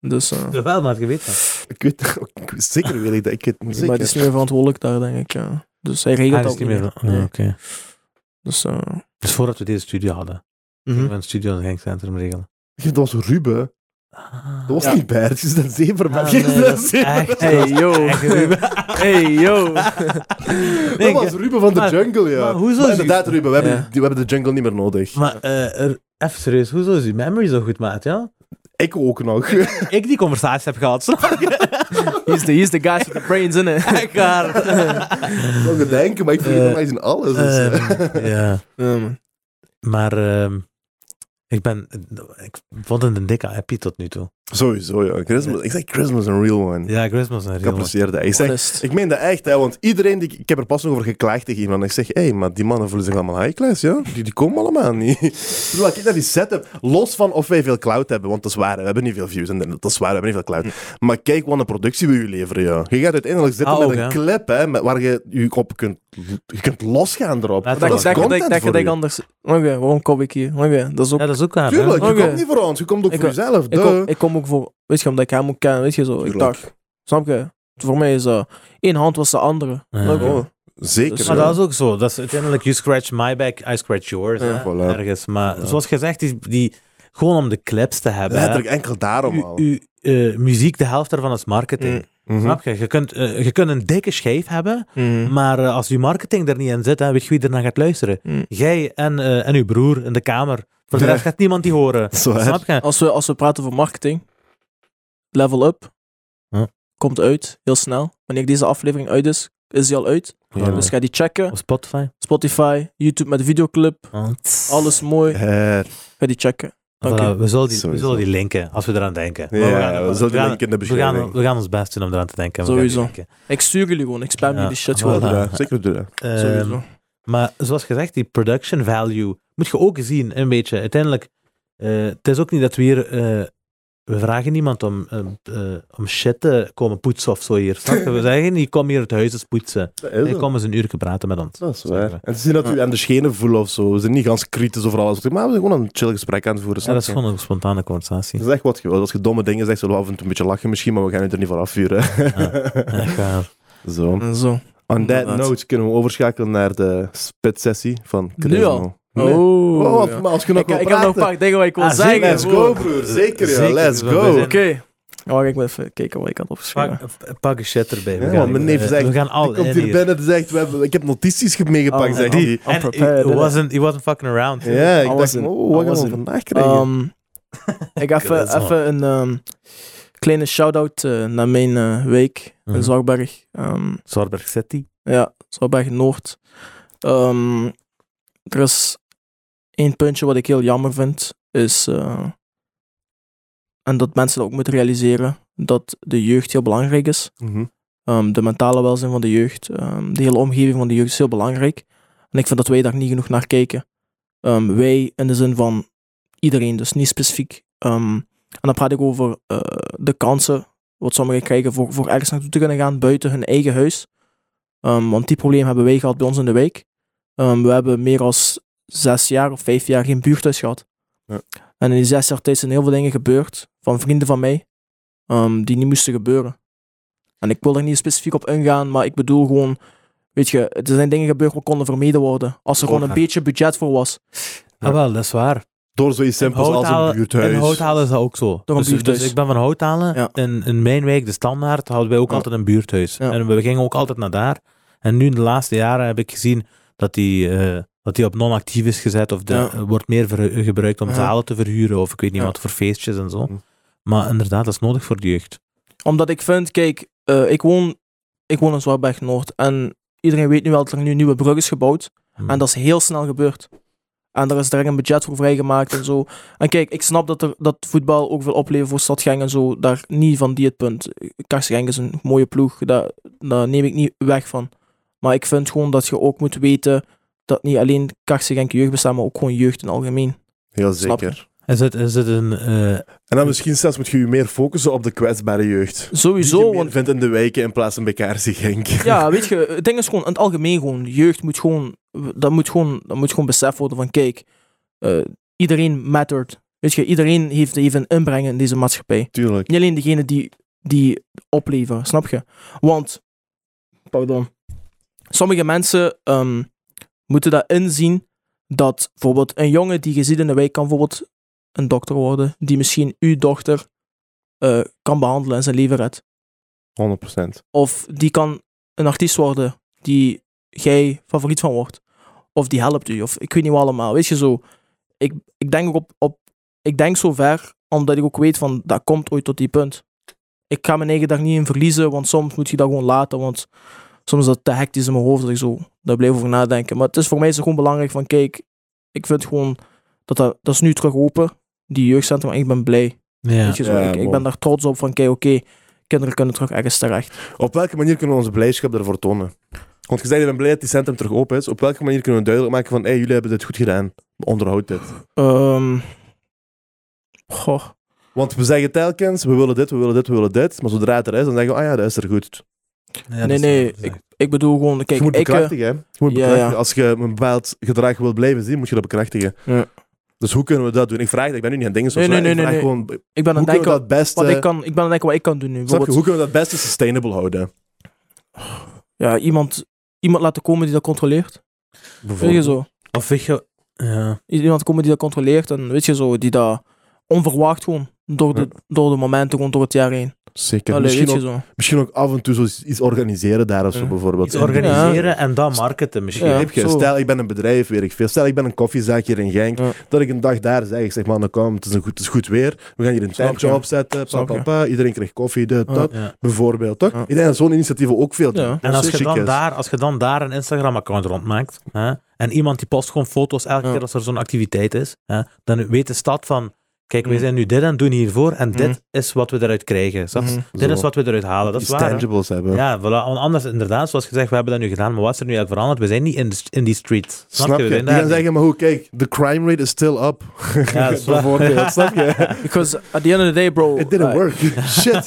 B: Dus, eh,
C: Wel, maar je weet dat.
A: Ik weet <laughs> ik weet- zeker wil ik dat. Ik weet het
B: maar
A: zeker.
B: die is niet meer verantwoordelijk daar, denk ik. ja. Dus hij regelt
C: Ah, dat
B: dat
C: is niet
B: ook
C: meer.
B: meer.
C: Ja,
B: Nee.
C: oké.
B: Dus, eh,
C: Dus voordat we deze studio hadden,
B: mhm.
C: we een studio in het Genkcentrum regelen.
A: Dat was Ruben. Dat was
B: Ja.
A: niet Bert. Je bent zeven.
C: Ah,
A: man.
C: nee,
A: Je bent
C: dat is
A: zeven.
C: echt-
B: Hey, yo.
C: Echt, Ruben.
B: Hey, yo.
C: Nee,
A: Dat was Ruben van de
C: maar-
A: jungle, ja.
C: maar hoezo
A: Maar
C: is-
A: inderdaad, Ruben, we hebben,
B: Ja.
A: die- we hebben de jungle niet meer nodig.
C: Maar eh, er- even serieus, hoezo is uw memory zo goed, maat? Ja?
A: Ik ook nog. <laughs>
C: Ik die conversatie heb
B: <laughs>
C: gehad, snap
B: He's the, he's the guy with the brains, innit?
C: ik haar.
A: Ik wil denken, maar ik vergeet
C: Eh,
A: nog eens in alles. dus, eh.
C: Ehm, ja,
B: Ja, man.
C: maar ehm, ik ben, ik vond het een dikke happy tot nu toe.
A: Sowieso, ja. Christmas, ik zeg Christmas een real one.
C: Ja, Christmas is een
A: Ik
C: real
A: apprecieer dat. Ik, zeg,
B: Honest.
A: ik meen dat echt, hè, want iedereen... Die, ik heb er pas nog over geklaagd tegen iemand. Ik zeg, hé, hey, maar die mannen voelen zich allemaal high-class, ja? Die, die komen allemaal niet. <laughs> Ik bedoel, kijk naar die setup. Los van of wij veel cloud hebben, want dat is waar. We hebben niet veel views en dat is waar, we hebben niet veel cloud. Maar kijk wat een productie we u leveren, ja. Je gaat uiteindelijk zitten
C: Ah,
A: met
C: ook,
A: een
C: hè?
A: clip, hè, met, waar je je op kunt... Je kunt losgaan erop.
C: Dat
B: Dat
A: dat
B: ik
A: is
B: denk, dat
A: content
B: ik denk,
A: voor
B: dat ik
A: u.
B: anders... Oké, waarom kom ik hier? Oké, dat is ook...
C: Ja, dat is ook waar. hè?
A: Tuurlijk, je
B: Oké.
A: komt niet voor ons. Je komt ook
B: Ik-
A: voor jezelf,
B: ik,
A: duh.
B: kom, ik kom ook voor... Weet je, omdat ik hem moet kennen, weet je zo. Ik
A: Tuurlijk.
B: dacht... Snap je? Voor mij is eh één hand was de andere.
C: Ja.
B: Oké.
A: Oh, zeker.
B: Dus-
A: ja.
C: Maar dat is ook zo. Dat is uiteindelijk, you scratch my back, I scratch yours.
A: Ja,
C: hè,
A: voilà.
C: Ergens. Maar
A: Ja.
C: zoals gezegd, die, die, gewoon om de clips te hebben. hè.
A: Letterlijk enkel daarom
C: Uw,
A: al.
C: uw, eh, muziek, de helft daarvan is marketing.
B: Mm.
A: Mhm.
C: Snap je? Je kunt, eh, je kunt een dikke schijf hebben,
A: Mm-hmm. mm.
C: maar eh, als je marketing er niet in zit, hè, weet je wie er naar gaat luisteren?
B: Mm.
C: Jij en, eh, en uw broer in de kamer. Voor de
A: Ja.
C: rest gaat niemand die horen.
A: Dat is waar.
C: Snap je?
B: Als we, als we praten over marketing, level up,
C: Ja.
B: komt uit, heel snel. Wanneer deze aflevering uit is, is die al uit.
A: Ja.
B: Dus ga die checken.
C: Op Spotify.
B: Spotify, YouTube met videoclip, alles mooi.
A: Eh,
B: Ga die checken.
C: Voilà,
B: Oké.
C: we, zullen die, we
A: Sowieso.
C: zullen die linken als we eraan denken. Maar
A: Ja,
C: gaan-
A: we zullen die
C: gaan-
A: linken in de
C: we gaan-
A: beschrijving.
C: We gaan ons best doen om eraan te denken. We gaan
B: Sowieso.
C: die linken.
B: Ik stuur jullie gewoon, ik spam
C: Ja,
B: jullie shit
C: voilà.
A: Doe
B: gewoon.
A: dat, Zeker doe dat.
C: Ehm,
B: Sowieso.
C: maar zoals gezegd, die production value moet je ook zien, een beetje. Uiteindelijk, eh, het is ook niet dat we hier... eh, we vragen niemand om, eh, eh, om shit te komen poetsen of zo hier. Snap je?
B: <laughs>
C: We zeggen niet, kom hier het huis eens poetsen.
A: Dat
C: Nee,
A: is
C: kom eens een uur praten met ons.
A: Dat is waar. En ze zien dat u aan de schenen voelen of zo. Ze zijn niet gans kritisch over alles. Maar we zijn gewoon een chill gesprek aan het voeren.
C: Ja, dat is
A: snap je?
C: gewoon een spontane conversatie.
A: Dat is echt wat je wilt. Als je domme dingen zegt, zullen we af en toe een beetje lachen misschien, maar we gaan u er niet voor afvuren.
C: Echt waar.
A: <laughs> Zo.
B: En zo.
A: On that
B: Inderdaad.
A: note kunnen we overschakelen naar de spitsessie van Chris.
B: Nu al?
A: Nee.
B: Oh,
A: Oh,
B: ja.
A: maar als je nog
B: ik,
A: wil
B: ik heb nog een
A: praten-
B: paar dingen wat ik wil
C: Ah,
B: zeggen.
C: zeker,
A: Let's
B: broer.
A: go, broer. Zeker, ja.
C: Zeker,
A: Let's
C: we zijn bij
A: go.
C: zijn-
B: Oké. Wacht, ik moet even kijken wat ik had opgeschreven.
C: Pak, pak een shit erbij. We
A: Ja,
C: gaan-
A: want mijn neef
C: eh,
A: zegt,
C: we gaan al
A: Die komt
C: in
A: hier
C: hier.
A: binnen en zegt, we hebben, ik heb notities meegepakt,
B: Oh,
A: zegt
B: die-
A: hij.
B: I'm
C: En
B: prepared,
C: he
B: hè.
C: wasn't, he wasn't fucking around.
A: Ja, ik
B: I
A: dacht,
B: wasn't-
A: oh, wat
B: I
A: gaan we
B: wasn't.
A: vandaag krijgen?
B: Ehm, ik heb
C: Oké, dat is
B: even, even een ehm, kleine shout-out eh, naar mijn eh, week
C: Mhm.
B: in Zorgberg. Ehm,
C: Zorberg City.
B: ja, Zorgberg Noord. Ehm, er is één puntje wat ik heel jammer vind, is... eh, en dat mensen dat ook moeten realiseren, dat de jeugd heel belangrijk is.
A: Mhm.
B: Ehm, de mentale welzijn van de jeugd, ehm, de hele omgeving van de jeugd is heel belangrijk. En ik vind dat wij daar niet genoeg naar kijken. Ehm, wij in de zin van iedereen, dus niet specifiek. Ehm, en dan praat ik over eh, de kansen wat sommigen krijgen voor, voor ergens naartoe te kunnen gaan buiten hun eigen huis. Ehm, want die probleem hebben wij gehad bij ons in de wijk. Ehm, we hebben meer dan zes jaar of vijf jaar geen buurthuis gehad.
A: Ja.
B: En in die zes jaar tijd zijn heel veel dingen gebeurd van vrienden van mij ehm, die niet moesten gebeuren. En ik wil er niet specifiek op ingaan, maar ik bedoel gewoon, weet je, er zijn dingen gebeurd die konden vermeden worden. Als er gewoon een
C: Ja.
B: beetje budget voor was.
A: Ja.
C: Ah, wel, dat is waar.
A: Door zoiets simpels
C: In
A: als een
C: Houthalen-
A: buurthuis.
C: In Houthalen is dat ook zo.
B: Door een
C: dus, dus
B: buurthuis.
C: ik ben van Houthalen.
B: Ja.
C: In, in mijn wijk, de standaard, hadden wij ook
B: Ja.
C: altijd een buurthuis.
B: Ja.
C: En we gingen ook altijd naar daar. En nu in de laatste jaren heb ik gezien dat die, eh, dat die op non-actief is gezet. Of de,
B: Ja.
C: eh, wordt meer verhu- gebruikt om
B: Ja.
C: zalen te verhuren. Of ik weet niet
B: Ja.
C: wat, voor feestjes en zo.
A: Hm.
C: Maar inderdaad, dat is nodig voor de jeugd.
B: Omdat ik vind, kijk, eh, ik, woon, ik woon in
A: Hmm.
B: Zwartberg Noord. En iedereen weet nu wel dat er nu een nieuwe brug is gebouwd.
C: Hm.
B: En dat is heel snel gebeurd. En daar is direct een budget voor vrijgemaakt en zo. En kijk, ik snap dat, er, dat voetbal ook veel oplevert voor Stad Genk en zo. Daar niet van die het punt. Kars Genk is een mooie ploeg, daar, daar neem ik niet weg van. Maar ik vind gewoon dat je ook moet weten dat niet alleen Kars Genk jeugd bestaat, maar ook gewoon jeugd in het algemeen.
A: Heel
B: Snap je?
A: zeker.
C: Is het, is het een... eh,
A: En dan misschien zelfs moet je je meer focussen op de kwetsbare jeugd. Die je
B: Sowieso,
A: meer
B: want
A: vindt in de wijken in plaats van bij Kaarsen Genk.
B: ja, weet je, het ding is gewoon, in het algemeen gewoon, jeugd moet gewoon, dat moet gewoon, dat moet gewoon besef worden van, kijk, eh, iedereen mattert. Weet je, iedereen heeft even een inbreng in deze maatschappij.
A: <laughs> Tuurlijk.
B: Niet alleen degene die, die opleveren, snap je? Want, pardon, sommige mensen ehm, moeten dat inzien dat bijvoorbeeld een jongen die je ziet in de wijk kan bijvoorbeeld een dokter worden, die misschien uw dochter eh, kan behandelen en zijn leven redt.
A: 100%.
B: Of die kan een artiest worden die jij favoriet van wordt. Of die helpt u. Of ik weet niet wat allemaal. Weet je zo. Ik, ik denk ook op, op. Ik denk zo ver omdat ik ook weet van dat komt ooit tot die punt. Ik ga mijn eigen daar niet in verliezen, want soms moet je dat gewoon laten. Want soms is dat te hectisch in mijn hoofd dat ik zo daar blijf over nadenken. Maar het is voor mij is het gewoon belangrijk van kijk, ik vind gewoon dat dat, dat is nu terug open, die jeugdcentrum. En ik ben blij.
C: ja.
B: Weet je zo.
A: Ja,
B: ik, ik
A: man.
B: ben daar trots op van kijk, oké, kinderen kunnen terug ergens terecht.
A: Op welke manier kunnen we onze blijdschap daarvoor tonen? Want je zei, ik ben blij dat die centrum terug open is. Op welke manier kunnen we duidelijk maken van, hé, hey, jullie hebben dit goed gedaan. Onderhoud dit.
B: Ehm goh.
A: Want we zeggen telkens, we willen dit, we willen dit, we willen dit. Maar zodra het er is, dan zeggen we, ah ja, dat is er goed.
C: Ja,
B: nee,
C: dat is
B: nee.
C: wel gezegd.
B: Ik, ik bedoel gewoon, kijk,
A: je moet
B: ik... eh,
A: bekrachtigen, hè. Je moet
B: Ja,
A: bekrachtigen.
B: ja.
A: Als je een bepaald gedrag wilt blijven zien, moet je dat bekrachtigen.
B: Ja.
A: Dus hoe kunnen we dat doen? Ik vraag dat, ik ben nu niet aan dingen.
B: Nee, nee, nee, nee, nee.
A: Gewoon, hoe
B: ik ben aan
A: kunnen
B: het
A: we
B: denken
A: dat beste...
B: wat ik kan... Ik ben aan het denken wat ik kan doen nu.
A: Snap je?
B: Bijvoorbeeld,
A: Hoe kunnen we dat beste sustainable houden?
B: ja, iemand, iemand laten komen die dat controleert. Weet je
A: Bijvoorbeeld.
B: zo.
C: Of weet je... Ja.
B: Iemand komen die dat controleert en weet je zo, die dat onverwacht gewoon, door de, door de momenten, gewoon door het jaar heen.
A: Zeker.
B: Allee, weet
A: misschien,
B: je
A: ook,
B: zo.
A: misschien ook af en toe zo iets organiseren daar of zo,
B: Ja.
A: bijvoorbeeld.
C: Iets
A: En-
C: organiseren en dan marketen misschien.
B: Ja.
A: Begrijp je?
B: zo.
A: Stel, ik ben een bedrijf, weet ik veel. Stel, ik ben een koffiezaak hier in Genk.
B: Ja.
A: Dat ik een dag daar zeg, ik zeg, man, nou kom, het is, een goed, het is goed weer. We gaan hier een
B: Snap
A: tentje
B: je.
A: opzetten. Pa,
B: Snap
A: pa,
B: je.
A: pa. Iedereen krijgt koffie, dit,
B: Ja.
A: dat.
C: Ja.
A: Bijvoorbeeld, toch?
B: Ja.
A: Ik denk dat zo'n initiatief ook veel doet.
B: Ja.
A: Dat
C: En als
A: zo
C: je,
A: chic
C: dan
A: is.
C: daar, als je dan daar een Instagram-account rondmaakt, hè, en iemand die post gewoon foto's elke
B: Ja.
C: keer als er zo'n activiteit is, hè, dan weet de stad van, kijk, wij
B: Mhm.
C: zijn nu dit aan het doen hiervoor, en dit
B: Mhm.
C: is wat we eruit krijgen. Snap je?
B: Mhm.
C: Dit
A: Zo.
C: is wat we eruit halen, dat is
A: Iets
C: waar. hè.
A: tangibles hebben.
C: Ja, voilà. Want anders inderdaad, zoals gezegd, we hebben dat nu gedaan, maar wat is er nu uit veranderd? We zijn niet in, de, st- in die streets. Snap,
A: Snap je?
C: We
A: Die
C: zijn
A: gaan
C: daar
A: zeggen, maar hoe, kijk, the crime rate is still up.
C: niet. Ja, dat is
A: <laughs>
C: waar.
A: bijvoorbeeld, snap
C: <laughs>
A: je?
B: Because at the end of the day,
A: <laughs>
B: bro,
A: It didn't
B: eh,
A: work. Shit.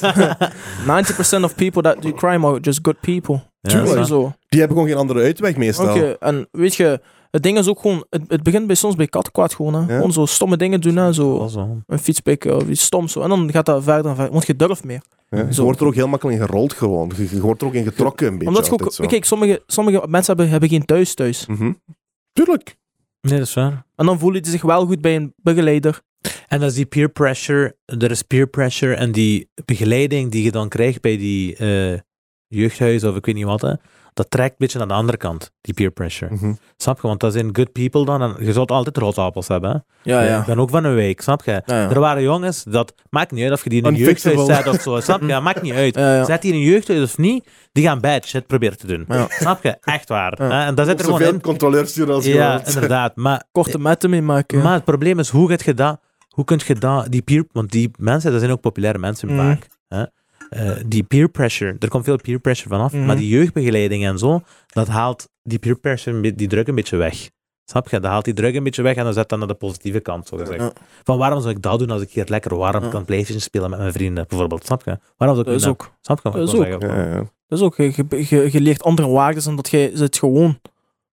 B: 90% of people that do crime are just good people.
C: Ja,
A: Tuurlijk.
C: dat
B: Weet
C: is
B: je
C: waar.
B: zo.
A: Die hebben gewoon geen andere uitweg meestal.
B: Oké, en weet je, het ding is ook gewoon, het, het begint bij soms bij kattenkwaad gewoon. Hè.
A: Ja.
B: Gewoon zo stomme dingen doen, hè, zo
C: Wel zo.
B: een fiets pikken of iets stoms. Zo. En dan gaat dat verder en verder, want je durft meer.
A: Ja, Je
B: Zo.
A: wordt er ook heel makkelijk in gerold gewoon. Je je wordt er ook in getrokken een beetje.
B: Omdat je
A: altijd zo.
B: ook, kijk, sommige, sommige mensen hebben, hebben geen thuis thuis.
A: Mhm. Tuurlijk.
C: Nee, dat is waar.
B: En dan voelen ze zich wel goed bij een begeleider.
C: En dat is die peer pressure, er is peer pressure en die begeleiding die je dan krijgt bij die eh jeugdhuizen of ik weet niet wat, hè, dat trekt een beetje naar de andere kant, die peer pressure.
A: Mhm.
C: Snap je? Want dat zijn good people dan en je zult altijd rotappels hebben. Hè?
B: Ja,
C: Ik ben ook van een week, snap je?
B: Ja, ja.
C: Er waren jongens, dat maakt niet uit of je die in een
A: Unfixable.
C: jeugdhuis zet of
B: <laughs>
C: zo, snap je? Maakt niet uit.
B: Ja, ja.
C: Zet die in een jeugdhuis of niet, die gaan bad shit proberen te doen.
B: Ja.
C: Snap je? Echt waar.
B: Ja.
C: hè? En daar zit er gewoon
A: Zoveel
C: in.
A: controleurs sturen als je
C: Ja,
A: wilt.
C: inderdaad. Maar
B: Korte metten mee maken.
C: maar het probleem is, hoe, gaat je dat, hoe kun je dat, die peer, want die mensen, dat zijn ook populaire mensen
B: Mhm.
C: vaak. Hè? Eh, die peer pressure, er komt veel peer pressure vanaf,
B: Mhm.
C: maar die jeugdbegeleiding en zo, dat haalt die peer pressure, een be- die druk een beetje weg. Snap je? Dat haalt die druk een beetje weg en dan zet dat naar de positieve kant, zo gezegd.
B: Ja.
C: Van waarom zou ik dat doen als ik hier lekker warm
B: Ja.
C: kan PlayStation spelen met mijn vrienden, bijvoorbeeld? Snap je? Waarom zou ik
B: dat is
C: dat-
B: ook.
C: Snap je? wat ik
B: dat is
C: wil
B: ook. eh,
C: zeggen?
A: Ja, ja, ja.
B: Dat is ook. Je, je- je- je leert andere waarden en dat jij zit gewoon.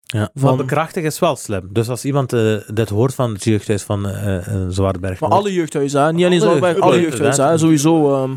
C: Ja.
B: Van-
C: Maar bekrachtigen is wel slim. Dus als iemand eh, dit hoort van het jeugdhuis van eh eh, Zwaarberg...
B: Maar alle jeugdhuizen, hè. niet
C: Alle
B: alleen Zorgberg, alle
C: jeugdhuizen,
B: jeugdhuizen. hè.
C: inderdaad.
B: Sowieso. ehm,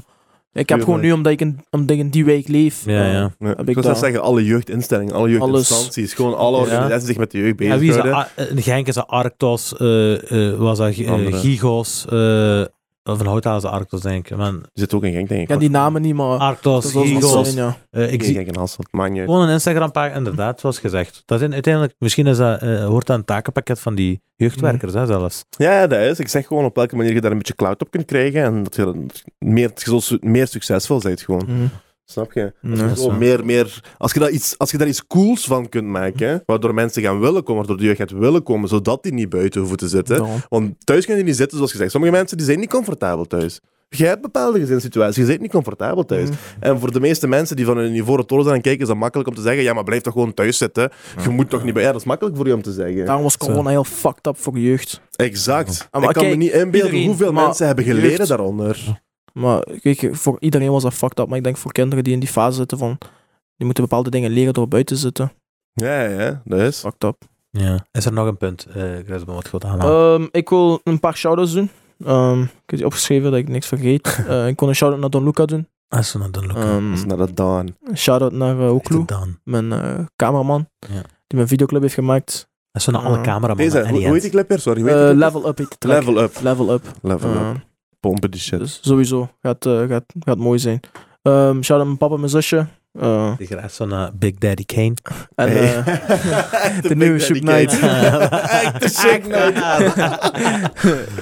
B: ik heb gewoon
A: Tuurlijk.
B: nu, omdat ik in, omdat ik in die week leef,
C: Ja,
B: eh,
C: ja.
A: Ja,
B: Heb
A: Ik
B: ik
A: zou
B: daar.
A: zeggen, alle jeugdinstellingen, alle jeugdinstanties, gewoon alle
C: Ja.
A: organisaties die zich met de jeugd
C: Ja, wie is dat?
A: bezighouden.
C: Ah, eh, Genk is dat Arctos, eh, eh, was dat eh,
A: Andere.
C: Gigos, eh van Houthaal is dat Arctos denk ik. Man,
A: Die zit ook in Genk, denk ik.
B: ik ken die namen niet, maar... Ah, dat
C: Arctos,
B: zal wel
A: Gigos.
B: zijn, ja.
C: eh, ik
A: Ik zie
C: zie
A: Genk en Hasselt, maakt niet uit.
C: gewoon een Instagram pagina, inderdaad, zoals gezegd. Dat zijn uiteindelijk, misschien is dat, eh, hoort dat een takenpakket van die
A: Mm.
C: jeugdwerkers hè, zelfs.
A: Ja, dat is. Ik zeg gewoon op welke manier je daar een beetje clout op kunt krijgen en dat je dan meer, zo- meer succesvol bent gewoon.
B: Mhm.
A: Snap je?
B: Nee.
C: Mm. Dat is
A: Gewoon
C: waar.
A: meer, meer, als, je daar iets, als je daar iets cools van kunt maken,
C: Mm.
A: hè, waardoor mensen gaan willen komen, waardoor de jeugd gaat willen komen, zodat die niet buiten hoeven te zitten.
B: Daarom.
A: Want thuis kunnen die niet zitten, zoals gezegd. Sommige mensen die zijn niet comfortabel thuis. Jij hebt bepaalde gezinssituaties, je zit niet comfortabel thuis.
C: Mm.
B: Mhm.
A: En voor de meeste mensen die van hun ivoren toren zijn aan het kijken, is dat makkelijk om te zeggen, ja, maar blijf toch gewoon thuis zitten.
C: Mm.
A: Je moet toch niet bij... Ja, dat is makkelijk voor je om te zeggen.
B: Daarom was
C: Zo.
B: corona heel fucked up voor jeugd.
A: exact. Ah,
B: maar
A: ik kan
B: kijk,
A: me niet inbeelden
B: iedereen,
A: hoeveel
B: maar
A: mensen hebben geleden
B: jeugd-
A: daaronder.
B: Maar kijk, voor iedereen was dat fucked up. Maar ik denk voor kinderen die in die fase zitten van... Die moeten bepaalde dingen leren door buiten te zitten.
A: Ja, ja, dat is.
B: Fucked up.
C: Ja. Is er nog een punt, eh Grisbo, wat goed aanhaalt?
B: Ehm, ik wil een paar shout-outs doen. Ehm, ik heb die opgeschreven dat ik niks <laughs> vergeet. Eh, ik kon een shout-out naar Don Luca doen.
C: Als we naar de look.
B: Ehm,
A: Dat is naar de Daan.
B: een shout-out naar eh, Oklu,
C: dan.
B: mijn eh, cameraman.
C: Ja.
B: Die mijn videoclip heeft gemaakt.
C: Als we naar alle
B: Ah.
C: cameramannen
A: Eh, Deze,
C: en
A: hoe,
C: die
A: hoe heet die
C: ends.
A: clip weer? Sorry, hoe heet
B: Eh,
A: die clip?
B: level Up heet de track.
A: Level Up.
B: Level Up.
A: Level
B: Eh,
A: up. Pompen die shit.
B: dus sowieso, gaat, eh, gaat, gaat mooi zijn. Ehm, shout-out mijn papa en mijn zusje. Eh,
C: Die graag zo naar Big Daddy Kane.
B: en
A: Hey. <laughs>
B: eh, <laughs>
A: Echt
B: de
A: een
B: nieuwe
A: Big
B: Shook
A: Daddy
C: <laughs>
B: Knight.
A: Kane. <laughs> Echt de Shook Knight.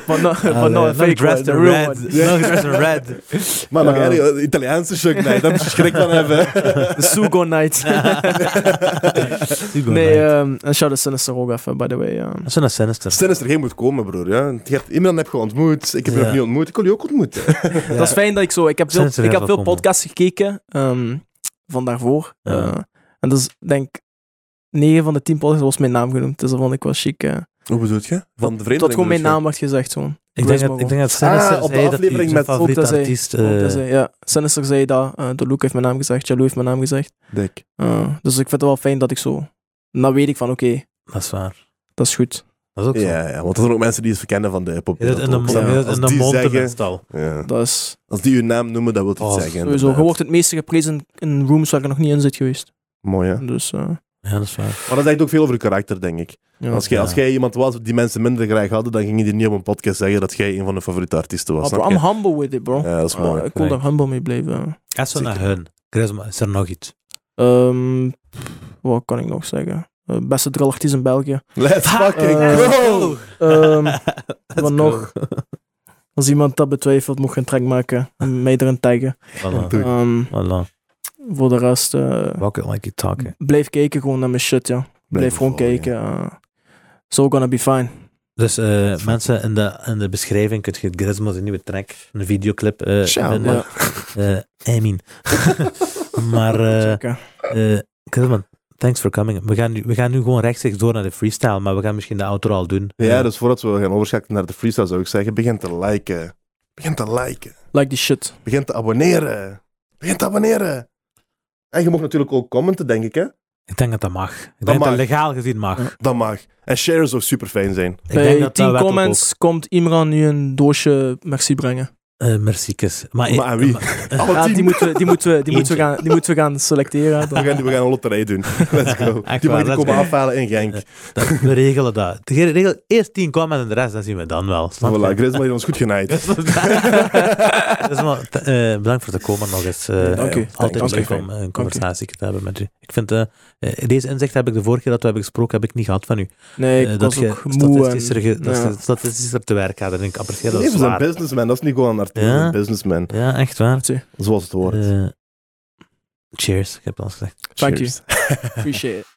B: van
C: <laughs>
B: no-
A: nou,
C: Ah,
B: van
C: nee,
B: no
C: nog
B: fake one,
C: dressed
B: the
C: in
B: real
C: red.
B: one.
A: Ja.
C: Nog dressed
B: <laughs>
C: in red.
A: Maar nog
B: Eh.
A: erger, de Italiaanse Shook Knight. Daar moet je schrik van hebben.
B: The
A: <laughs>
B: Sugo Night.
C: <laughs> Hugo
B: nee,
C: Knight.
B: ehm, en shout-out Sinister ook even, by the way. ehm.
C: Dat is een sinister.
A: Sinister, jij moet komen, broer. Ja. Je hebt, iemand heb je ontmoet. Ik heb je
C: Ja.
A: nog niet ontmoet. Ik wil je ook
B: <laughs>
A: ontmoeten.
C: Ja.
B: Dat is fijn dat ik zo. Ik heb veel,
C: Sinister
B: ik heb
C: Level
B: veel
C: Combo.
B: podcasts gekeken ehm, van daarvoor.
C: Ja.
B: Eh, en dat is denk ik. 9 van de 10 podcasts was mijn naam genoemd. Dus dat vond ik wel chic. eh.
A: Hoe bedoel je? Van de
B: Tot
A: vreemdeling
B: gewoon mijn
A: bedoel je?
B: naam werd gezegd. Gewoon.
C: Ik denk dat, ik denk dat Sinister
A: Ah, op de
C: zei dat
A: aflevering
C: hij zijn
A: met-
C: favoriete
B: ook dat zij-
C: artiest... eh,
B: Want dat zei- ja, Sinister zei dat. eh de Luke heeft mijn naam gezegd. Jaloe heeft mijn naam gezegd.
A: Dik.
B: Eh, dus ik vind het wel fijn dat ik zo. Dan weet ik van oké,
C: Dat is waar.
B: dat is goed.
C: Dat is ook zo.
A: Ja, ja, want er zijn ook mensen die het verkennen van de hip-hop.
C: Je zit in de,
A: ook,
C: mo-
A: ja.
C: je zit
A: Als
C: in de
A: die
C: mond
A: zeggen-
C: al.
A: Ja.
B: Dat is
A: Als die uw naam noemen, dat wil het
C: Oh,
A: zeggen.
B: sowieso. Je
A: inderdaad.
B: wordt het meeste geprezen in, in rooms waar ik nog niet in zit geweest.
A: Mooi, hè?
B: Dus eh,
C: Ja, dat is waar.
A: Maar dat zegt ook veel over je karakter, denk ik.
B: ja.
A: Als jij,
C: Ja.
A: als jij iemand was die mensen minder graag hadden, dan ging je die niet op een podcast zeggen dat jij een van hun favoriete artiesten was.
B: Ah, bro,
A: snap
B: I'm
A: je?
B: humble with it, bro.
A: Ja, dat is mooi.
B: Eh, ik wil
C: Kijk.
B: daar humble mee blijven.
C: Als we naar
A: Zeker.
C: hun. Chris, is er nog iets?
B: Ehm, wat kan ik nog zeggen? Eh, beste drillartiest in België.
A: Let's fucking
B: Eh,
A: go!
B: <laughs> Ehm,
C: Let's
B: wat
C: go.
B: nog? <laughs> als iemand dat betwijfelt, moet je een track maken. <laughs> en Mij erin taggen.
C: Voilà.
A: Doe.
B: Ehm,
C: Voilà.
B: voor de rest, eh,
C: Walk it like you talk it.
B: blijf kijken gewoon naar mijn shit, ja. Blijf, gewoon
A: volgen.
B: kijken.
A: <laughs>
B: eh. so gonna be fine.
C: Dus eh, mensen, in de, in de beschrijving kun je Grismo zijn nieuwe track, een videoclip eh
A: Ciao,
C: vinden.
B: ja.
C: Eh, I mean.
A: <laughs>
B: <laughs>
C: maar eh
B: Checken.
C: eh, Grismo, thanks for coming. We gaan, nu, we gaan nu gewoon rechtstreeks door naar de freestyle, maar we gaan misschien de outro al doen.
A: Ja,
C: Eh,
A: dus voordat we gaan overschakelen naar de freestyle, zou ik zeggen, begin te liken. Begin te liken.
B: Like die shit.
A: Begin te abonneren. Begin te abonneren. En je mag natuurlijk ook commenten, denk ik, hè?
C: Ik denk dat dat mag. Ik denk dat
A: mag.
C: legaal gezien mag.
B: Ja.
C: Ik
A: Dat mag. En share zou super fijn zijn.
C: denk
B: Bij
C: dat
B: 10
C: dat wettelijk
B: comments komt Imran nu een doosje merci brengen.
C: ook- Eh, merci, Chris. Maar,
A: Maar aan wie?
C: maar-
A: <laughs> Alle
B: Ah,
A: tien.
B: die moeten we, <laughs> die moeten we, die moeten we,
C: Eentje.
B: gaan, die moeten we gaan selecteren.
A: We
B: Dan.
A: gaan, die- we gaan een loterij doen. <laughs> Let's go.
C: Echt
A: Die
C: waar,
A: mag je
C: let's
A: komen
C: go.
A: afhalen in
C: <laughs>
A: Genk.
C: Eh, dat- we regelen dat. Ge- Regel eerst 10 comments en de rest, dat zien we dan wel. Snap je?
A: voilà, Griezmann heeft ons goed genaaid. <laughs>
C: Dus maar, t- eh, bedankt voor het komen nog eens. eh,
B: Dank u.
C: Altijd
A: Dank
C: leuk
A: u.
C: om eh, een conversatie te hebben met u. Ik vind, eh, eh, deze inzicht heb ik de vorige keer dat we hebben gesproken, heb ik niet gehad van u.
B: Nee, ik
C: Eh, dat
B: was
C: je
B: ook moe. En,
C: statistischer, ge- dat
B: ja.
C: je statistischer te werk gaat. En ik apprecieer dat
A: Even is een
C: zwaar.
A: businessman, dat is niet gewoon een artiest,
C: Ja?
A: dat is een businessman.
C: Ja, echt waar.
A: Zoals het hoort.
C: Eh, cheers, ik heb het al gezegd.
B: Thank
A: Cheers. <laughs>
B: you. Appreciate it.